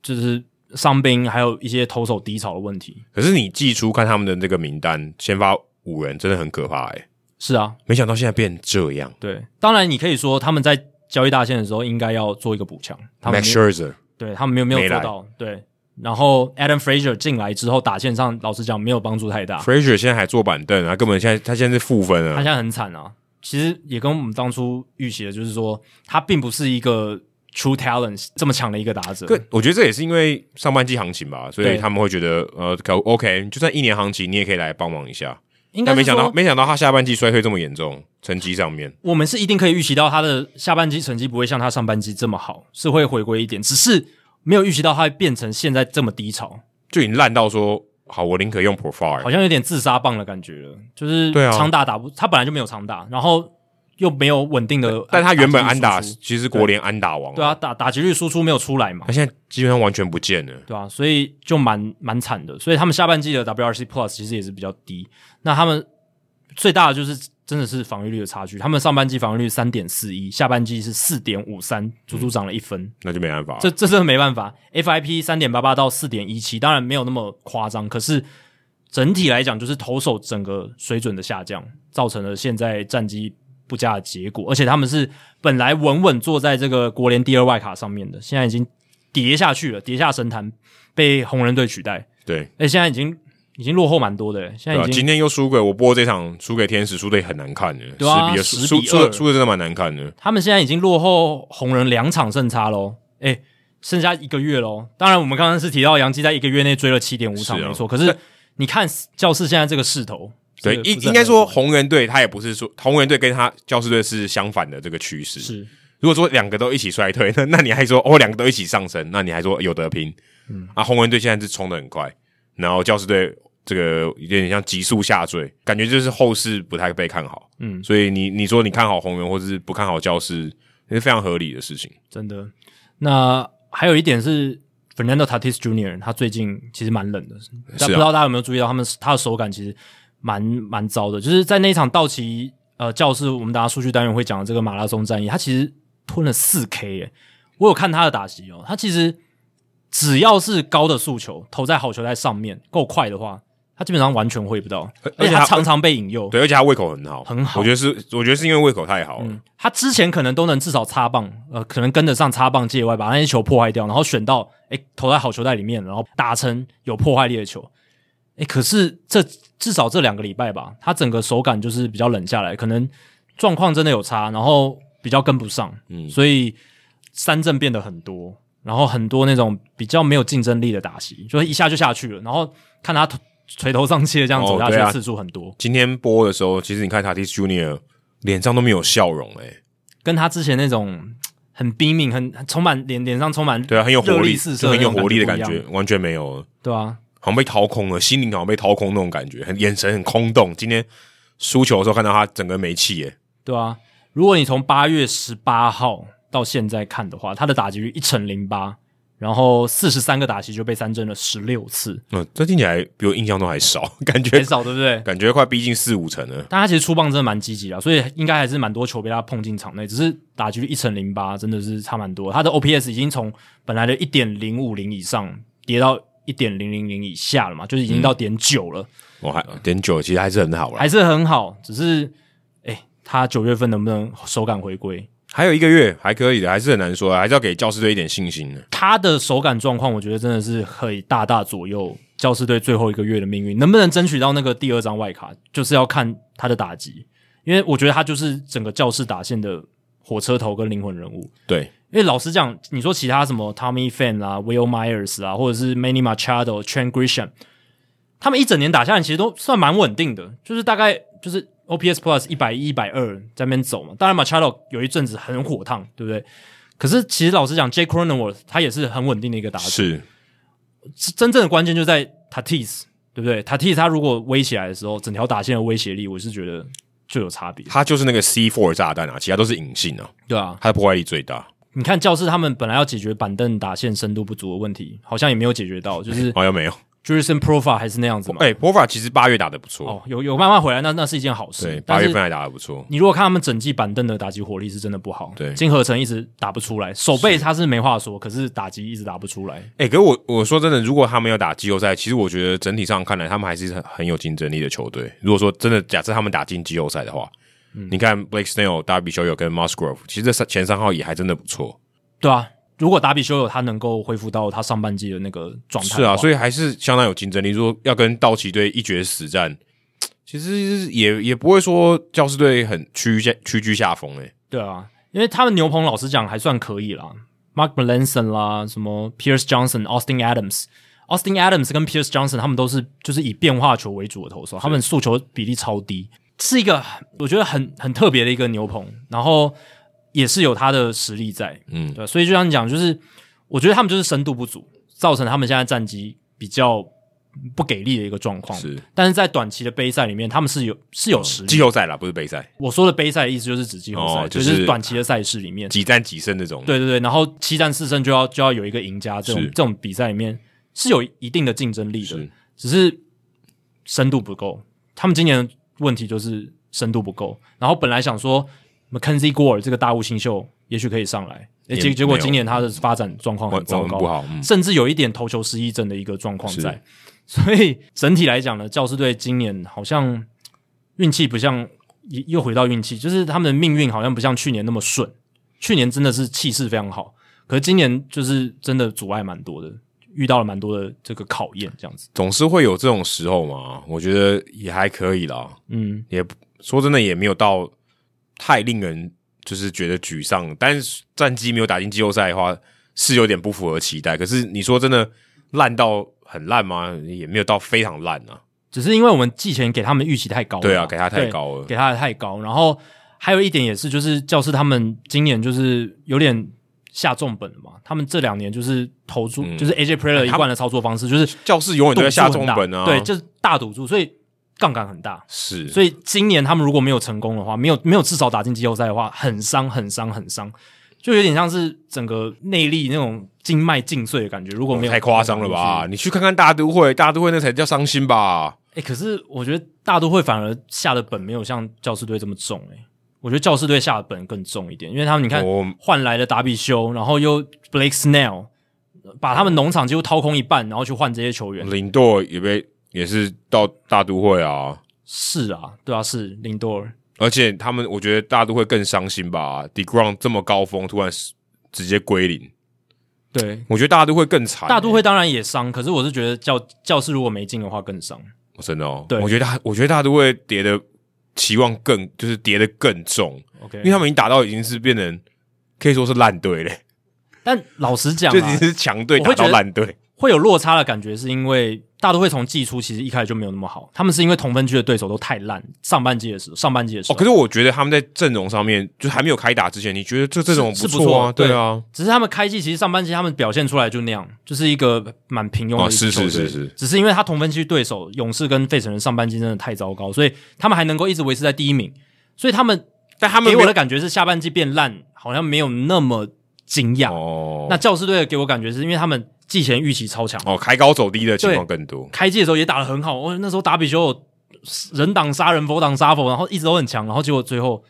A: 就是伤兵还有一些投手低潮的问题。
B: 可是你季初看他们的那个名单，先发五人真的很可怕哎、
A: 是啊，
B: 没想到现在变这样。
A: 对，当然你可以说他们在交易大限的时候应该要做一个补强，他们
B: Max
A: 没
B: Scherzer
A: 对他们没有没有
B: 没
A: 做
B: 来
A: 到，对然后 Adam Fraser 进来之后打线上，老实讲没有帮助太大，
B: Fraser 现在还坐板凳啊，根本现在他现在是负分
A: 他
B: 啊
A: 现。在很惨啊啊。其实也跟我们当初预期的，就是说他并不是一个 true talent 这么强的一个打者。
B: 个我觉得这也是因为上半季行情吧，所
A: 对
B: 以他们会觉得呃，可 OK，就算一年行情，你也可以来帮忙一下。
A: 应该
B: 但
A: 是
B: 没想
A: 说
B: 到，没想到他下半季衰退这么严重，成绩上面
A: 我们是一定可以预期到他的下半季成绩不会像他上半季这么好，是会回归一点，只是没有预期到他会变成现在这么低潮，
B: 就已经烂到说，好，我宁可用 Profile，
A: 好像有点自杀棒的感觉了。就是
B: 对啊
A: 长打打不，他本来就没有长打，然后又没有稳定的，
B: 但他原本安打
A: 击率输出
B: 其实是国联安打王，
A: 对啊，打打击率输出没有出来嘛
B: 他，现在基本上完全不见了。
A: 对啊，所以就蛮蛮惨的。所以他们下半季的 WRC Plus 其实也是比较低。那他们最大的就是真的是防御率的差距，他们上半季防御率三点四一，下半季是四点五三，足
B: 嗯
A: 足涨了一分。
B: 那就没办法了，
A: 这这真的没办法。FIP 三点八八到四点一七，当然没有那么夸张，可是整体来讲，就是投手整个水准的下降，造成了现在战绩不佳的结果。而且他们是本来稳稳坐在这个国联第二外卡上面的，现在已经跌下去了，跌下神坛，被红人队取代。
B: 对，
A: 哎，现在已经已经落后蛮多的，现
B: 对啊
A: 在
B: 吧？
A: 已经
B: 今天又输给我播这场输给天使，输的也很难看的，
A: 对啊
B: 10比二
A: 10
B: 输
A: 比
B: 输的
A: 二
B: 输的真的蛮难看的。
A: 他们现在已经落后红人两场胜差喽，诶，剩下一个月喽。当然，我们刚刚是提到杨基在一个月内追了七点五场，
B: 是啊
A: 没错。可是你看教室现在这个势头，
B: 对，
A: 这个
B: 应
A: 不是很
B: 应该说红人队他也不是说红人队跟他教师队是相反的这个趋势。
A: 是
B: 如果说两个都一起衰退，那那你还说哦两个都一起上升，那你还说有得拼？嗯啊，红人队现在是冲的很快，然后教师队这个有点像急速下坠，感觉就是后市不太被看好。
A: 嗯
B: 所以你你说你看好红人或者是不看好教师，那是非常合理的事情。
A: 真的。那还有一点是 Fernando Tatis Jr. 他最近其实蛮冷的，
B: 啊
A: 但不知道大家有没有注意到，他们他的手感其实蛮蛮糟的，就是在那一场道奇呃教室，我们大家数据单元会讲的这个马拉松战役，他其实吞了四 K 耶、我有看他的打击哦，他其实只要是高的速球投在好球在上面够快的话，他基本上完全挥不到，而
B: 而
A: 且
B: 且
A: 他
B: 他
A: 常常被引诱。
B: 对，而且他胃口很好，
A: 很好嗯
B: 我觉得是，我觉得是因为胃口太好了。
A: 他之前可能都能至少擦棒，呃，可能跟得上擦棒界外，把那些球破坏掉，然后选到诶投在好球袋里面，然后打成有破坏力的球。诶，可是这至少这两个礼拜吧，他整个手感就是比较冷下来，可能状况真的有差，然后比较跟不上，嗯，
B: 嗯
A: 所以三振变得很多，然后很多那种比较没有竞争力的打席，就是一下就下去了，然后看他头垂头丧气的这样走下去
B: 哦对啊
A: 的次数很多，
B: 今天播的时候，其实你看 Tatis Junior 脸上都没有笑容、欸，
A: 跟他之前那种很冰命、很很充满脸脸上充满
B: 对啊，很有活
A: 热力
B: 力，
A: 四
B: 就
A: 射
B: 很有
A: 那种
B: 活力的感
A: 不一
B: 觉
A: 样，，
B: 完全没有了，
A: 对啊，
B: 好像被掏空了，心灵好像被掏空那种感觉，很眼神很空洞。今天输球的时候看到他整个没气、欸，
A: 对啊。如果你从八月十八号到现在看的话，他的打击率一乘零八，然后四十三个打席就被三振了十六次，
B: 嗯，这听起来比我印象中还少， 感觉
A: 很少，对不对？
B: 感觉快逼近四五成了。
A: 但他其实出棒真的蛮积极的啊，所以应该还是蛮多球被他碰进场内，只是打击率一乘零八，真的是差蛮多。他的 OPS 已经从本来的一点零五零以上跌到一点零零零以下了嘛，就是已经
B: 嗯
A: 到点九了。
B: 我、还点九，其实还是很好了，
A: 还是很好，只是哎、诶他九月份能不能手感回归？
B: 还有一个月还可以的，还是很难说啊，还是要给教师队一点信心的。
A: 他的手感状况，我觉得真的是可以大大左右教师队最后一个月的命运，能不能争取到那个第二张外卡，就是要看他的打击，因为我觉得他就是整个教室打线的火车头跟灵魂人物。
B: 对，
A: 因为老实讲，你说其他什么 Tommy Fan 啊、Will Myers 啊，或者是 Manny Machado、Trent Grisham，他们一整年打下来，其实都算蛮稳定的，就是大概就是 OPS Plus 一百一、一百二在那边走嘛。当然 Machado 有一阵子很火烫，对不对？可是其实老实讲，J. a c Cronenworth 他也是很稳定的一个打者，
B: 是
A: 真正的关键就在 Tatis，对不对？Tatis 他如果威起来的时候，整条打线的威胁力，我是觉得就有差别，
B: 他就是那个 C four 炸弹啊，其他都是隐性啊，
A: 对啊。
B: 他的破坏力最大。
A: 你看教室他们本来要解决板凳打线深度不足的问题，好像也没有解决 到，就是
B: 好哦像没有，
A: Jurison Profile 还是那样子嘛。
B: 哎、波法其实八月打的不错，
A: 哦，有有慢慢回来，那那是一件好事。
B: 哎对，
A: 但
B: 八
A: 是
B: 月份还打的不错，
A: 你如果看他们整季板凳的打击火力是真的不好，
B: 对
A: 金合成一直打不出来，手背他是没话说，可是打击一直打不出来。
B: 哎、可是我我说真的，如果他们要打季后赛，其实我觉得整体上看来，他们还是很很有竞争力的球队。如果说真的，假设他们打进季后赛的话，
A: 嗯
B: 你看 Blake Snell、大比修友跟 Musgrove，其实这三前三号也还真的不错。
A: 对啊，如果达比修有他能够恢复到他上半季的那个状态
B: 是
A: 的
B: 啊，
A: 话，
B: 所
A: 以
B: 以还是相当有竞争力。如果要跟道奇队一决死战，其实也也不会说教士队很屈下屈居下风欸诶、
A: 对啊，因为他们牛棚老实讲还算可以啦，Mark Melanson 啦，什么 Pierce Johnson、Austin Adams、Austin Adams 跟 Pierce Johnson 他们都是就是以变化球为主的投手，他们速球比例超低，是一个我觉得很很特别的一个牛棚，然后也是有他的实力在，
B: 嗯，
A: 对，所以就像你讲，就是我觉得他们就是深度不足，造成他们现在战绩比较不给力的一个状况。
B: 是嗯
A: 但是在短期的杯赛里面，他们是有是有实力。
B: 季后赛啦，不是杯赛，
A: 我说的杯赛的意思就是指季后赛，
B: 哦
A: 就
B: 就是
A: 是短期的赛事里面。
B: 几战几胜那种。，
A: 对对对，然后七战四胜就要就要有一个赢家，这种
B: 是
A: 这种比赛里面是有一定的竞争力的
B: 是，
A: 只是深度不够。他们今年的问题就是深度不够。然后本来想说 McKenzie Gore 这个大物新秀也许可以上来，诶
B: 也
A: 结结果
B: 没有
A: 今年他的发展状况很
B: 完
A: 糟
B: 完
A: 糕，
B: 不好，嗯，
A: 甚至有一点投球失忆症的一个状况在
B: 是。
A: 所以整体来讲呢，教师队今年好像运气不像，又又回到运气，就是他们的命运好像不像去年那么顺。去年真的是气势非常好，可是今年就是真的阻碍蛮多的，遇到了蛮多的这个考验，这样子。
B: 总是会有这种时候嘛。我觉得也还可以啦，
A: 嗯，
B: 也不说真的也没有到太令人就是觉得沮丧，但是战绩没有打进季后赛的话是有点不符合期待。可是你说真的烂到很烂吗？也没有到非常烂啊。
A: 只是因为我们季前给他们预期太高了嘛，
B: 对啊，给他太
A: 对
B: 高了。
A: 给他的太高。然后还有一点也是，就是教师他们今年就是有点下重本了嘛，他们这两年就是投注，
B: 嗯
A: 就是 AJ
B: 哎
A: Preller 一贯的操作方式，就是
B: 教室永远都在下重本
A: 赌注
B: 啊，
A: 很大对，就是大赌注，所以杠杆很大。
B: 是，
A: 所以今年他们如果没有成功的话，没有没有至少打进季后赛的话，很伤很伤很伤，就有点像是整个内力那种经脉尽碎的感觉。如果没有
B: 太夸张了吧？？你去看看大都会，大都会那才叫伤心吧？
A: 哎、可是我觉得大都会反而下的本没有像教师队这么重哎、我觉得教师队下的本更重一点，因为他们你看
B: 我
A: 换来了达比修，然后又 Blake Snell，把他们农场几乎掏空一半，然后去换这些球员。
B: 领舵也被也是到大都会啊，
A: 是啊，对啊，是林多尔，
B: 而且他们我觉得大都会更伤心吧？Degrom 这么高峰突然直接归零，
A: 对，
B: 我觉得大都会更惨欸、
A: 大都会当然也伤，可是我是觉得教教室如果没进的话更伤。
B: 真的哦，
A: 对
B: 我觉得大我觉得大都会跌的期望更就是跌的更重，
A: OK，
B: 因为他们已经打到已经是变成可以说是烂队嘞，
A: 但老实讲、
B: 就已经
A: 啊，
B: 是强队
A: 我会
B: 打
A: 觉得
B: 到烂队，
A: 会有落差的感觉，是因为大都会从季初其实一开始就没有那么好，他们是因为同分区的对手都太烂，上半季的时候，上半季的时
B: 哦，
A: 候，
B: 可是我觉得他们在阵容上面，就还没有开打之前，你觉得这阵容
A: 是是不
B: 错啊？
A: 错对
B: 对啊，
A: 只是他们开季其实上半季他们表现出来就那样，就是一个蛮平庸的一
B: 哦
A: 支
B: 是
A: 球队、
B: 是是是
A: 只是因为他同分区对手勇士跟费城人上半季真的太糟糕，所以他们还能够一直维持在第一名，所以他们
B: 但他们
A: 给
B: 没
A: 我
B: 有
A: 的感觉是下半季变烂，好像没有那么惊讶。
B: 哦，
A: 那教士队给我感觉是因为他们季前预期超强，
B: 哦开高走低的情况更多，
A: 开季的时候也打得很好，哦，那时候打比球有人挡杀人，佛挡杀佛，然后一直都很强，然后结果最后，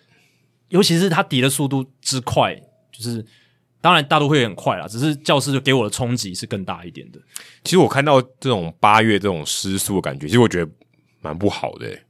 A: 尤其是他底的速度之快，就是当然大都会很快啦，只是教室就给我的冲击是更大一点的。
B: 其实我看到这种八月这种失速的感觉，其实我觉得蛮不好的、欸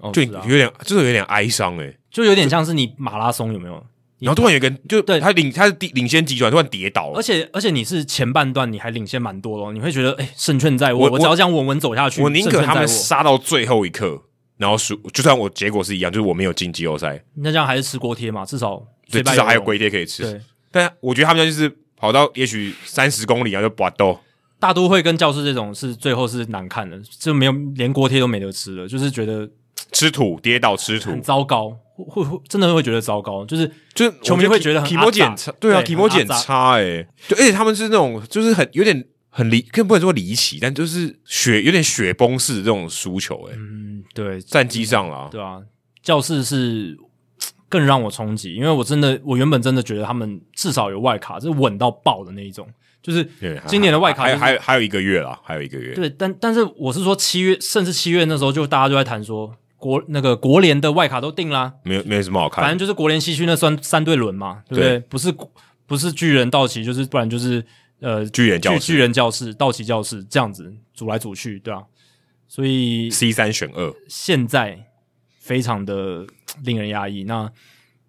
A: 哦，
B: 就是
A: 啊
B: 有点就是有点哀伤哎、欸
A: 就有点像是你马拉松有没有？
B: 然后突然有一个人就
A: 对
B: 他领他是第领先急转，突然跌倒了
A: 而。且而且你是前半段你还领先蛮多咯，你会觉得哎胜券在握，
B: 我
A: 我只要这样稳稳走下去，
B: 我宁
A: 胜
B: 可
A: 券
B: 他们
A: 在握
B: 杀到最后一刻，然后输，就算我结果是一样，就是我没有进季后赛，
A: 那这样还是吃锅贴嘛，至少
B: 对，
A: 虽败
B: 至少还
A: 犹
B: 有
A: 荣
B: 龟贴可以吃。
A: 对。
B: 但我觉得他们就是跑到也许三十公里，然后就拔豆。
A: 大都会跟教室这种是最后是难看的，就没有连锅贴都没得吃了，就是觉得
B: 吃土，跌倒吃土
A: 很，糟糕，会会真的会觉得糟糕，就是
B: 就是
A: 球迷会觉得很
B: 体
A: 阿
B: 模
A: 杂
B: 检查，对啊，
A: 对
B: 体模
A: 很阿
B: 检
A: 杂
B: 查，哎，对，而且他们是那种就是很有点很离，更不能说离奇，但就是雪有点雪崩式的这种输球，哎，
A: 嗯，对
B: 战绩上啦，
A: 对啊，教室是更让我冲击，因为我真的我原本真的觉得他们至少有外卡，是稳到爆的那一种，就是
B: 对，
A: 今年的外卡、
B: 还
A: 就是、
B: 还有还有一个月啦，还有一个月，
A: 对，但但是我是说七月甚至七月那时候就大家就在谈说国那个国联的外卡都定啦，
B: 没有没有什么好
A: 反
B: 看
A: 正，就是国联西区那三三对轮嘛，对不对？不是不是巨人道奇，就是不然就是呃
B: 巨人教
A: 巨
B: 室
A: 巨人教室、道奇教室这样子组来组去，对啊。所以
B: C 三选二，
A: 现在非常的令人压抑。那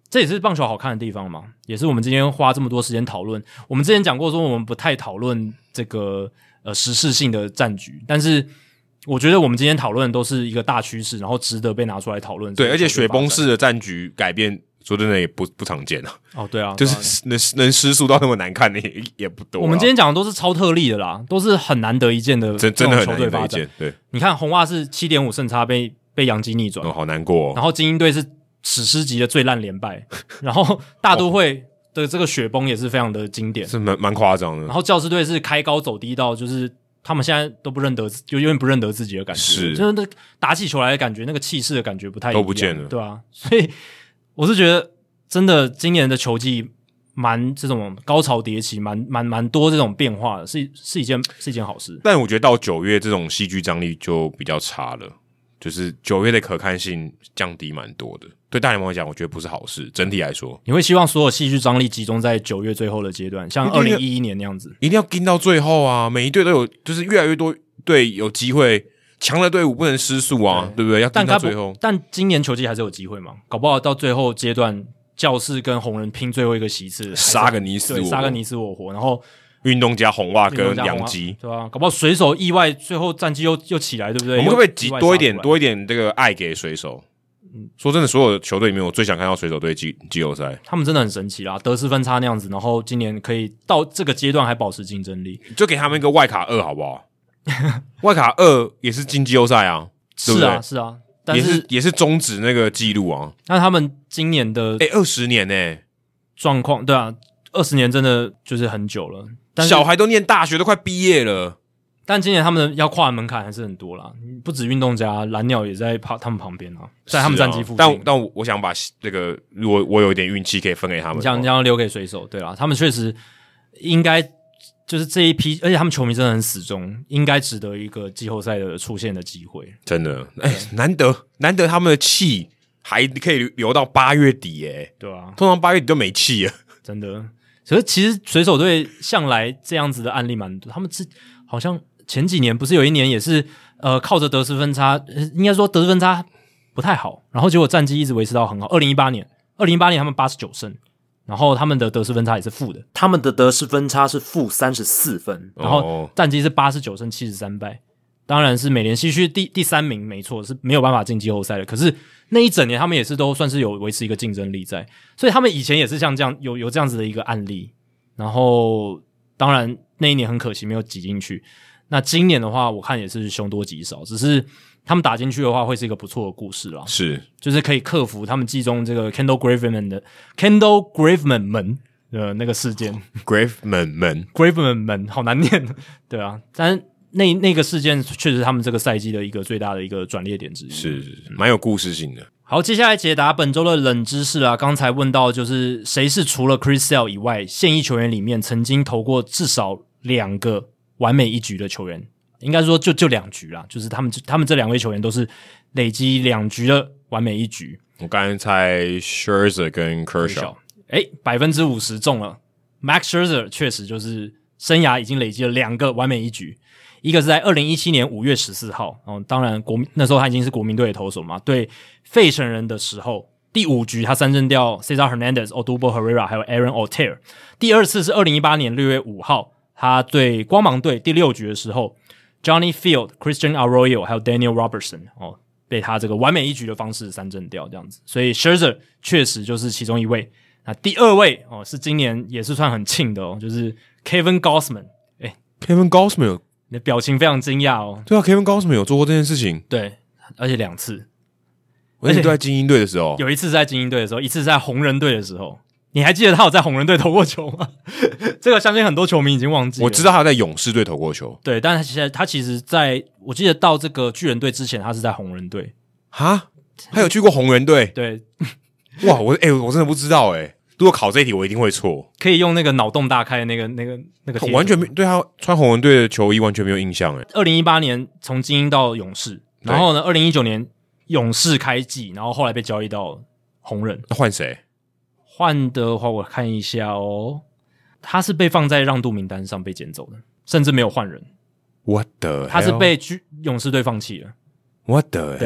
A: 这也是棒球好看的地方嘛，也是我们今天花这么多时间讨论。我们之前讲过说，我们不太讨论这个呃时事性的战局，但是我觉得我们今天讨论的都是一个大趋势，然后值得被拿出来讨论。
B: 对，而且雪崩式的战局改变，说真的也不不常见啊，
A: 哦，对啊，
B: 就
A: 对啊
B: 是能能失速到那么难看的也也不多啊。
A: 我们今天讲的都是超特例的啦，都是很难得一见的
B: 真真的
A: 这
B: 很
A: 种
B: 难
A: 球队
B: 得
A: 发
B: 一
A: 展。
B: 见，对，
A: 你看红袜是七点五胜差被被洋基逆转，
B: 哦，好难过哦。
A: 然后精英队是史诗级的最烂连 败，然后大都会的这个雪崩也是非常的经典。
B: 是蛮蛮夸张
A: 然
B: 的，
A: 后教师队是开高走低到就是他们现在都不认得，就有点不认得自己的感觉，
B: 是
A: 就是那个打起球来的感觉，那个气势的感觉不太一样
B: 都不见了
A: 对啊，所以我是觉得真的今年的球季蛮这种高潮迭起，蛮蛮蛮多这种变化的，是是一件是一件好事。
B: 但我觉得到九月这种戏剧张力就比较差了，就是九月的可看性降低蛮多的。对大联盟来讲，我觉得不是好事。整体来说，
A: 你会希望所有戏剧张力集中在九月最后的阶段，像
B: 一
A: 二
B: 定
A: 零
B: 的
A: 一一年那样子。
B: 一定要盯到最后啊！每一队都有，就是越来越多队有机会，强的队伍不能失速啊，对不对？要盯
A: 但
B: 到
A: 该不
B: 最后，
A: 但今年球季还是有机会嘛？搞不好到最后阶段，教室跟红人拼最后一个席次，
B: 杀个你死
A: 对
B: 我
A: 杀个你死我活，然后
B: 运动家红袜
A: 运动
B: 跟
A: 家红
B: 杨
A: 袜
B: 基，
A: 对啊，搞不好水手意外最后战绩又又起来，对不对？
B: 我们可不可以集
A: 又
B: 多一点
A: 意外杀出来嗯
B: 多一点这个爱给水手？说真的，所有球队里面，我最想看到水手队季季后赛，
A: 他们真的很神奇啦，得失分差那样子，然后今年可以到这个阶段还保持竞争力，
B: 就给他们一个外卡二好不 好？外卡二也是进季后赛啊，对不
A: 是啊
B: 对？
A: 是啊，但
B: 也
A: 是
B: 也是终止那个记录啊！
A: 那他们今年的
B: 哎、2二十年呢、
A: 状况，对啊，二十年真的就是很久了，但是
B: 小孩都念大学，都快毕业了。
A: 但今年他们要跨的门槛还是很多啦，不止运动家，蓝鸟也在旁他们旁边啊，在他们
B: 是啊
A: 战绩附近。
B: 但但我我想把这个，如果我有一点运气，可以分给他们
A: 你。想你要留给水手，对啦，他们确实应该就是这一批，而且他们球迷真的很死忠，应该值得一个季后赛的出现的机会。
B: 真的，哎、 难得难得他们的气还可以留到八月底、哎，
A: 对啊，
B: 通常八月底都没气了。
A: 真的。可是其实水手队向来这样子的案例蛮多，他们是好像前几年不是有一年也是呃靠着得失分差，呃应该说得失分差不太好，然后结果战绩一直维持到很好。二零一八年，二零一八年他们八十九胜，然后他们的得失分差也是负的，
C: 他们的得失分差是负三十四分，
A: 然后战绩是八十九胜七十三败，当然是美联西区第第三名，没错，是没有办法进季后赛的。可是那一整年他们也是都算是有维持一个竞争力在，所以他们以前也是像这样有有这样子的一个案例。然后当然那一年很可惜没有挤进去。那今年的话，我看也是凶多吉少，只是他们打进去的话，会是一个不错的故事啦。
B: 是
A: 就是可以克服他们季中这个 Kendall Graveman 的 Kendall Graveman 门的那个事件。
B: Graveman 们
A: Graveman 们好难念，对啊，但那那个事件确实是他们这个赛季的一个最大的一个转捩点之一。
B: 是是是蛮有故事性的。
A: 好，接下来解答本周的冷知识啊，刚才问到就是谁是除了 Chris Sale 以外，现役球员里面曾经投过至少两个完美一局的球员，应该说就就两局啦，就是他们他们这两位球员都是累积两局的完美一局。
B: 我刚才猜 Scherzer 跟 Kershaw，
A: 小，哎，百分之五十中了。Max Scherzer 确实就是生涯已经累积了两个完美一局，一个是在二零一七年五月十四号，哦，当然国民那时候他已经是国民队的投手嘛，对费城人的时候，第五局他三振掉 Cesar Hernandez、Odubel Herrera 还有 Aaron Otero。第二次是二零一八年六月五号，他对光芒队第六局的时候，Johnny Field、Christian Arroyo 还有 Daniel Robertson 哦，被他这个完美一局的方式三振掉，这样子，所以 Scherzer 确实就是其中一位。那第二位哦，是今年也是算很庆的哦，就是 Kevin Gossman，
B: Kevin Gausman 有
A: 你的表情非常惊讶哦，
B: 对啊，Kevin Gausman 有做过这件事情，
A: 对，而且两次，
B: 而且都在精英队的时候，
A: 有一次是在精英队的时候，一次是在红人队的时候。你还记得他有在红人队投过球吗？ 这个相信很多球迷已经忘记了。
B: 我知道他在勇士队投过球
A: 对，但是他其实他其实在我记得到这个巨人队之前，他是在红人队。
B: 哈，他有去过红人队，
A: 对，
B: 哇，我哎、我真的不知道哎、如果考这一题，我一定会错，
A: 可以用那个脑洞大开的那个那个那个贴
B: 我
A: 图。
B: 完全没对他穿红人队的球衣完全没有印象哎、
A: 二零一八年从精英到勇士，
B: 对
A: 然后呢，二零一九年勇士开季，然后后来被交易到红人。
B: 那换谁？
A: 换的话，我看一下哦，他是被放在让渡名单上被捡走的，甚至没有换人，
B: 我的，
A: 他是被巨勇士队放弃了。
B: 我的，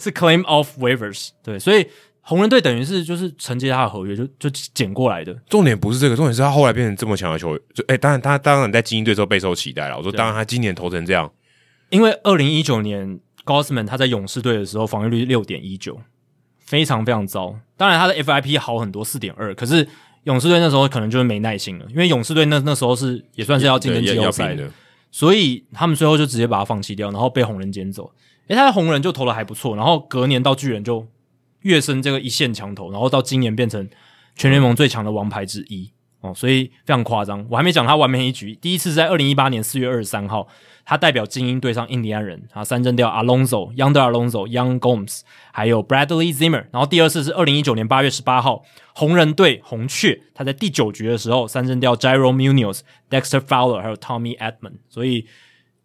A: 是 claim off waivers。对，所以红人队等于是就是承接他的合约，就就捡过来的。
B: 重点不是这个，重点是他后来变成这么强的球员。就哎、当然他当然在精英队时候备受期待了。我说，
A: 对啊
B: 当然他今年投成这样，
A: 因为二零一九年 Gossman 他在勇士队的时候防御率六点一九，非常非常糟。当然他的 FIP 好很多，四点二，可是勇士队那时候可能就是没耐心了，因为勇士队那那时候是也算是要竞争
B: 对
A: 季
B: 要
A: 后
B: 要
A: 赛
B: 拼
A: 的
B: 的，。
A: 所以他们最后就直接把他放弃掉，然后被红人捡走。诶，他在红人就投的还不错，然后隔年到巨人就跃升这个一线强投，然后到今年变成全联盟最强的王牌之一哦，所以非常夸张。我还没讲他完美一局，第一次是在二零一八年四月二十三号，他代表精英对上印第安人，他三振掉 Alonso、Yonder Alonso、Young Gomes，还有 Bradley Zimmer。然后第二次是二零一九年八月十八号，红人队红雀，他在第九局的时候三振掉 Jairo Munoz、Dexter Fowler 还有 Tommy Edman，所以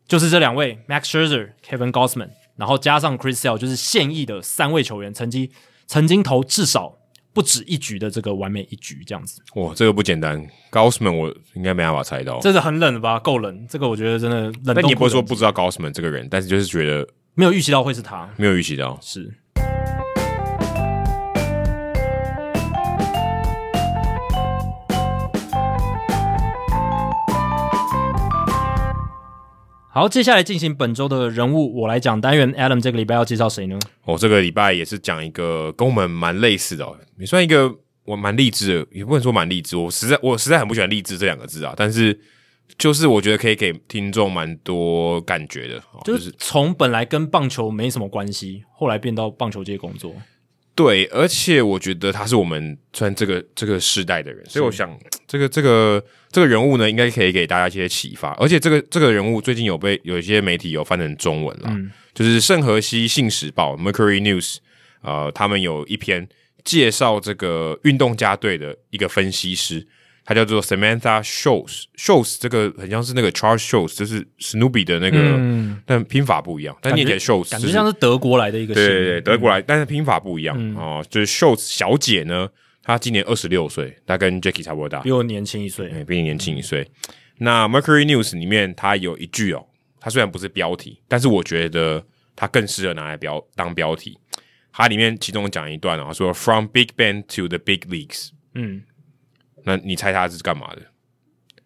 A: 就是这两位 Max Scherzer、Kevin Gossman，然后加上 Chris Sale，就是现役的三位球员，曾经曾经投至少不止一局的这个完美一局，这样子，
B: 哇，这个不简单。Gausman 我应该没办法猜到，
A: 这是很冷的吧？够冷，这个我觉得真的冷冻库冷。
B: 但你也不会说不知道 Gausman 这个人，但是就是觉得
A: 没有预期到会是他，
B: 没有预期到。
A: 是。好，接下来进行本周的人物我来讲单元。Adam 这个礼拜要介绍谁呢？
B: 我、这个礼拜也是讲一个跟我们蛮类似的、哦，也算一个我蛮励志的，也不能说蛮励志，我实在我实在很不喜欢励志这两个字啊，但是就是我觉得可以给听众蛮多感觉的，哦、
A: 就
B: 就是是
A: 从本来跟棒球没什么关系，后来变到棒球界工作。
B: 对，而且我觉得他是我们算这个这个世代的人，所以我想这个这个这个人物呢，应该可以给大家一些启发。而且这个这个人物最近有被有一些媒体有翻成中文了，
A: 嗯
B: 就是圣荷西信使报 （Mercury News） 呃，他们有一篇介绍这个运动家队的一个分析师，他叫做 Samantha Shows。Shows 这个很像是那个 Charles Shows，就是 Snoopy 的那个，
A: 嗯
B: 但拼法不一样，但
A: 感
B: 念起
A: 觉
B: 来 Shows，
A: 感
B: 就
A: 觉
B: 是
A: 像是德国来的一个
B: 对
A: 姓
B: 对对，德国来，但是拼法不一样、
A: 嗯
B: 哦。就是 Shows 小姐呢，她今年二十六岁，她跟 Jackie 差不多大，
A: 比我年轻一岁。
B: 哎比你年轻一岁。那 Mercury News 里面它有一句哦，它虽然不是标题，但是我觉得它更适合拿来标当标题。它里面其中讲一段哦，他说 “From Big Bang to the Big Leagues”，
A: 嗯，
B: 那你猜它是干嘛的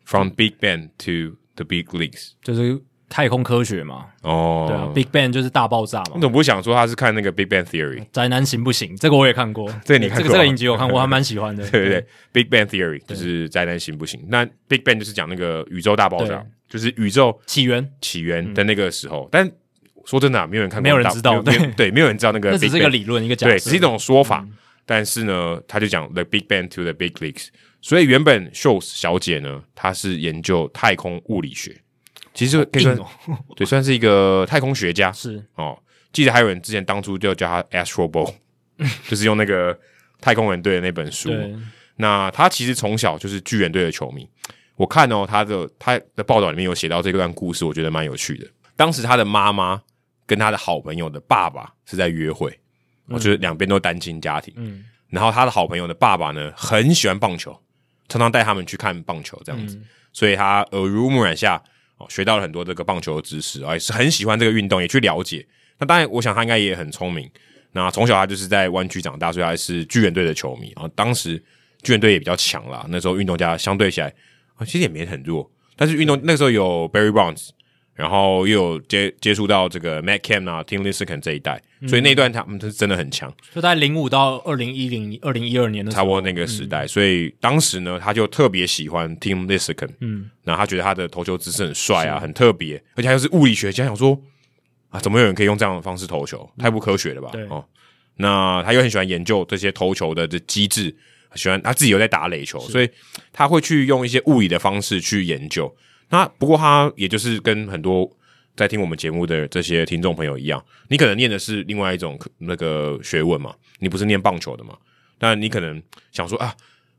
B: ？“From Big Bang to the Big Leagues”
A: 就是太空科学嘛，
B: 哦，
A: 对啊、b i g Bang 就是大爆炸
B: 你
A: 嘛。
B: 怎么不想说他是看那个 Big Bang Theory？
A: 宅男行不行？这个我也看过，
B: 这个你看
A: 这个
B: 过啊
A: 这个影集我 看过，我还蛮喜欢的。
B: 对对对，Big Bang Theory 就是灾难行不行？那 Big Bang 就是讲那个宇宙大爆炸
A: 对，
B: 就是宇宙
A: 起源
B: 起源的那个时候。但说真的、啊，没有人看
A: 没
B: 过大，
A: 有人知道
B: 没有没有对，没有人知道那个
A: 那
B: Big
A: 只
B: Bang，
A: 是一个理嗯论，一个假设，
B: 对，只是一种说法。但是呢，他就讲 The Big Bang to the Big Leagues。所以原本 Shows 小姐呢，她是研究太空物理学，其实可以算、
A: 硬哦
B: 对，算是一个太空学家。
A: 是
B: 哦，记得还有人之前当初就叫他 Astro Ball，就是用那个太空人队的那本书。
A: 对，
B: 那他其实从小就是巨人队的球迷。我看哦，他的他的报道里面有写到这段故事，我觉得蛮有趣的。当时他的妈妈跟他的好朋友的爸爸是在约会，我觉得两边都单亲家庭。
A: 嗯
B: 然后他的好朋友的爸爸呢，很喜欢棒球，常常带他们去看棒球这样子，所以他耳濡目染下，哦，学到了很多这个棒球的知识，啊，也是很喜欢这个运动，也去了解。那当然，我想他应该也很聪明。那从小他就是在湾区长大，所以他是巨人队的球迷。然后当时巨人队也比较强啦，那时候运动家相对起来啊，其实也没很弱。但是运动那时候有 Barry Bonds，然后又有接接触到这个 Matt Cam 啊、Tim Lincecum 这一代，所以那一段他们是真的很强。
A: 就在零五到二零一零、二零一二年的时
B: 差
A: 候，
B: 不多那个时代，所以当时呢，他就特别喜欢 Tim Lincecum，嗯，然后他觉得他的投球姿势很帅啊，很特别，而且他又是物理学家，想说啊，怎么有人可以用这样的方式投球？太不科学了吧？
A: 对
B: 哦，那他又很喜欢研究这些投球的这机制，喜欢他自己有在打垒球，所以他会去用一些物理的方式去研究。那不过他也就是跟很多在听我们节目的这些听众朋友一样，你可能念的是另外一种科那个学问嘛，你不是念棒球的嘛？那你可能想说啊，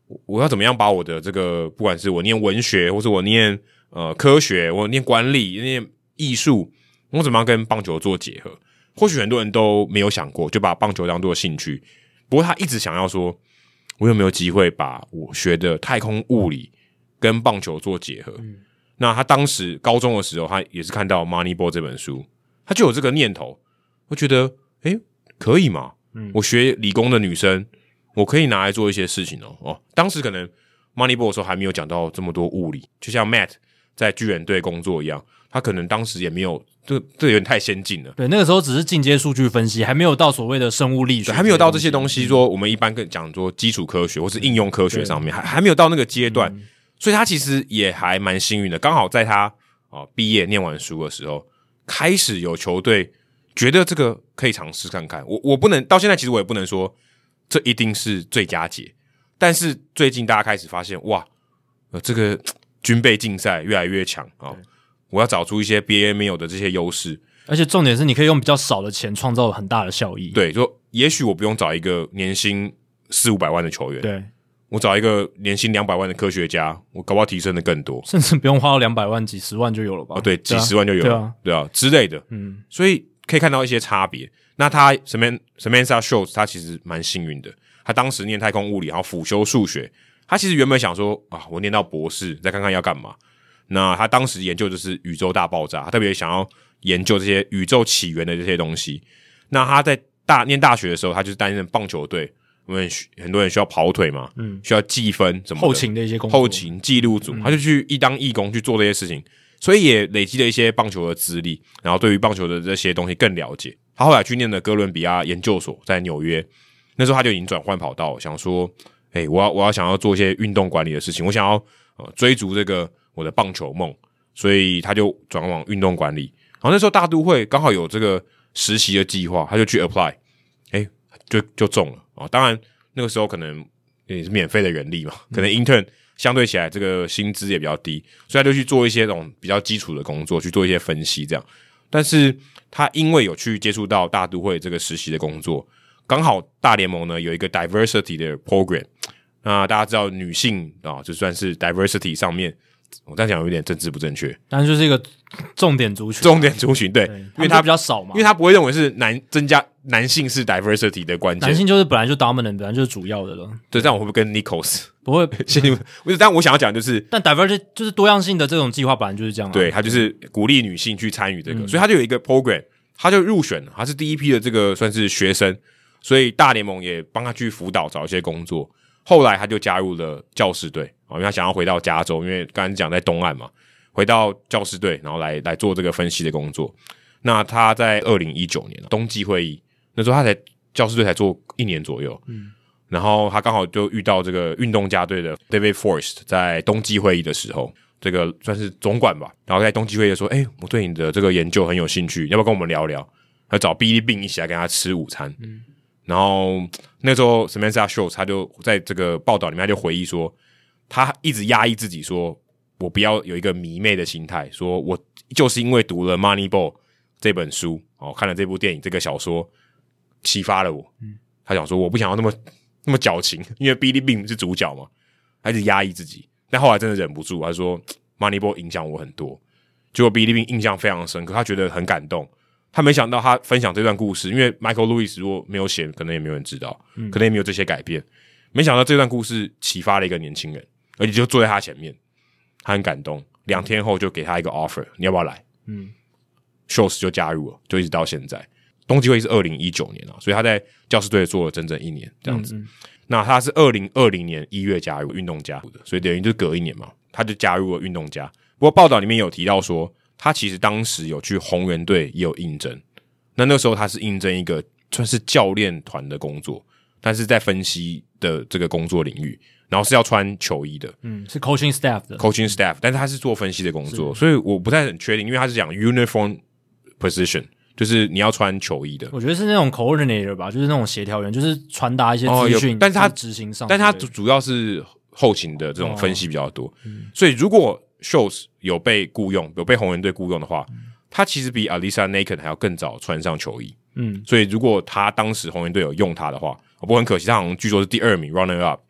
B: 我我要怎么样把我的这个，不管是我念文学，或是我念呃科学，我念管理，念艺术，我怎么样跟棒球做结合？或许很多人都没有想过，就把棒球当做兴趣。不过他一直想要说，我有没有机会把我学的太空物理跟棒球做结合？那他当时高中的时候，他也是看到《Moneyball》这本书，他就有这个念头，我觉得诶可以嘛？我学理工的女生，我可以拿来做一些事情哦。哦，当时可能 Moneyball 的时候还没有讲到这么多物理，就像 Matt 在巨人队工作一样，他可能当时也没有，这这有点太先进了。
A: 对，那个时候只是进阶数据分析，还没有到所谓的生物力学，
B: 对，还没有到这些东西嗯说我们一般更讲说基础科学或是应用科学上面，还还没有到那个阶段，所以他其实也还蛮幸运的，刚好在他啊毕业念完书的时候，开始有球队觉得这个可以尝试看看。我我不能到现在，其实我也不能说这一定是最佳解，但是最近大家开始发现，哇，呃，这个军备竞赛越来越强啊、我要找出一些别人没有的这些优势，
A: 而且重点是你可以用比较少的钱创造很大的效益。
B: 对，就也许我不用找一个年薪四五百万的球员，
A: 对，
B: 我找一个年薪两百万的科学家，我搞不好提升的更多
A: 甚至不用花到两百万、几十万就有了吧？
B: 哦，对，几十万就有
A: 对
B: 了，
A: 啊
B: 对啊之类的，
A: 嗯，
B: 所以可以看到一些差别。那他 Saman Samantha Schultz 他其实蛮幸运的，他当时念太空物理，然后辅修数学，他其实原本想说啊，我念到博士再看看要干嘛。那他当时研究就是宇宙大爆炸，他特别想要研究这些宇宙起源的这些东西。那他在大念大学的时候，他就是担任棒球队，我们需很多人需要跑腿嘛，嗯，需要计分什么的
A: 后勤的一些工作，嗯
B: 后勤记录组，他就去一当义工去做这些事情，所以也累积了一些棒球的资历，然后对于棒球的这些东西更了解。他后来去念了哥伦比亚研究所，在纽约，那时候他就已经转换跑道，想说，哎、我要我要想要做一些运动管理的事情，我想要呃追逐这个我的棒球梦，所以他就转往运动管理。然后那时候大都会刚好有这个实习的计划，他就去 apply，哎、就就中了啊、哦当然那个时候可能也是免费的人力嘛，可
A: 嗯
B: 能 intern 相对起来这个薪资也比较低，所以他就去做一些这种比较基础的工作，去做一些分析这样。但是他因为有去接触到大都会这个实习的工作，刚好大联盟呢有一个 diversity 的 program，那大家知道女性啊、就算是 diversity 上面，我这样讲有点政治不正确，
A: 当然就是一个重点族群，
B: 重点族群对，
A: 对，
B: 因为
A: 他们
B: 他
A: 就比较少嘛
B: 因为，他不会认为是男增加男性是 diversity 的关
A: 男
B: 键，
A: 性就是本来就 dominant，本来就是主要的了，
B: 对，这样我会不会跟 Nichols
A: 不会。
B: 陷入？不是，但我想要讲的就是，
A: 但 diversity 就是多样性的这种计划，本来就是这样、啊。
B: 对，他就是鼓励女性去参与这个，所以他就有一个 program，他就入选了，他是第一批的这个算是学生，所以大联盟也帮他去辅导找一些工作。后来他就加入了教师队啊，因为他想要回到加州，因为刚才讲在东岸嘛，回到教师队，然后来来做这个分析的工作。那他在二零一九年冬季会议那时候，他才教师队才做一年左右，嗯，然后他刚好就遇到这个运动家队的 David Forrest 在冬季会议的时候，这个算是总管吧，然后在冬季会议说，哎、我对你的这个研究很有兴趣，要不要跟我们聊聊？他找 Billy Bean 一起来跟他吃午餐，嗯，然后那时候 Samantha Schultz 他就在这个报道里面他就回忆说，他一直压抑自己说，我不要有一个迷妹的心态，说我就是因为读了《Moneyball》这本书，哦，看了这部电影、这个小说，启发了我。他想说，我不想要那么那么矫情，因为 Billy Bean 是主角嘛，他一直压抑自己，但后来真的忍不住，他说，Moneyball 影响我很多，结果 Billy Bean 印象非常深刻，他觉得很感动。他没想到他分享这段故事，因为 Michael Lewis 如果没有写，可能也没有人知道，可能也没有这些改变。没想到这段故事启发了一个年轻人，而且就坐在他前面，他很感动。两天后就给他一个 offer，你要不要来？
A: 嗯
B: ，Shows 就加入了，就一直到现在。冬季会是二零一九年啊，所以他在教师队做了整整一年这样子。那他是二零二零年一月加入运动家的，所以等于就隔一年嘛，他就加入了运动家。不过报道里面有提到说，他其实当时有去红人队也有应征，那那时候他是应征一个算是教练团的工作，但是在分析的这个工作领域，然后是要穿球衣的，
A: 嗯，是 coaching staff 的，
B: coaching staff，但是他是做分析的工作，所以我不太很确定，因为他是讲 uniform position，就是你要穿球衣的，
A: 我觉得是那种 coordinator 吧，就是那种协调员，就是传达一些
B: 哦
A: 资
B: 有
A: 讯，
B: 但是他
A: 就执行上之
B: 但
A: 类的，
B: 他主主要是后勤的这种分析比较多，所以如果 Shows 有被雇佣，有被红人队雇佣的话，他其实比 Alisa Naked 还要更早穿上球衣，
A: 嗯，
B: 所以如果他当时红人队有用他的话，不过很可惜，他好像据说是第二名 runner up，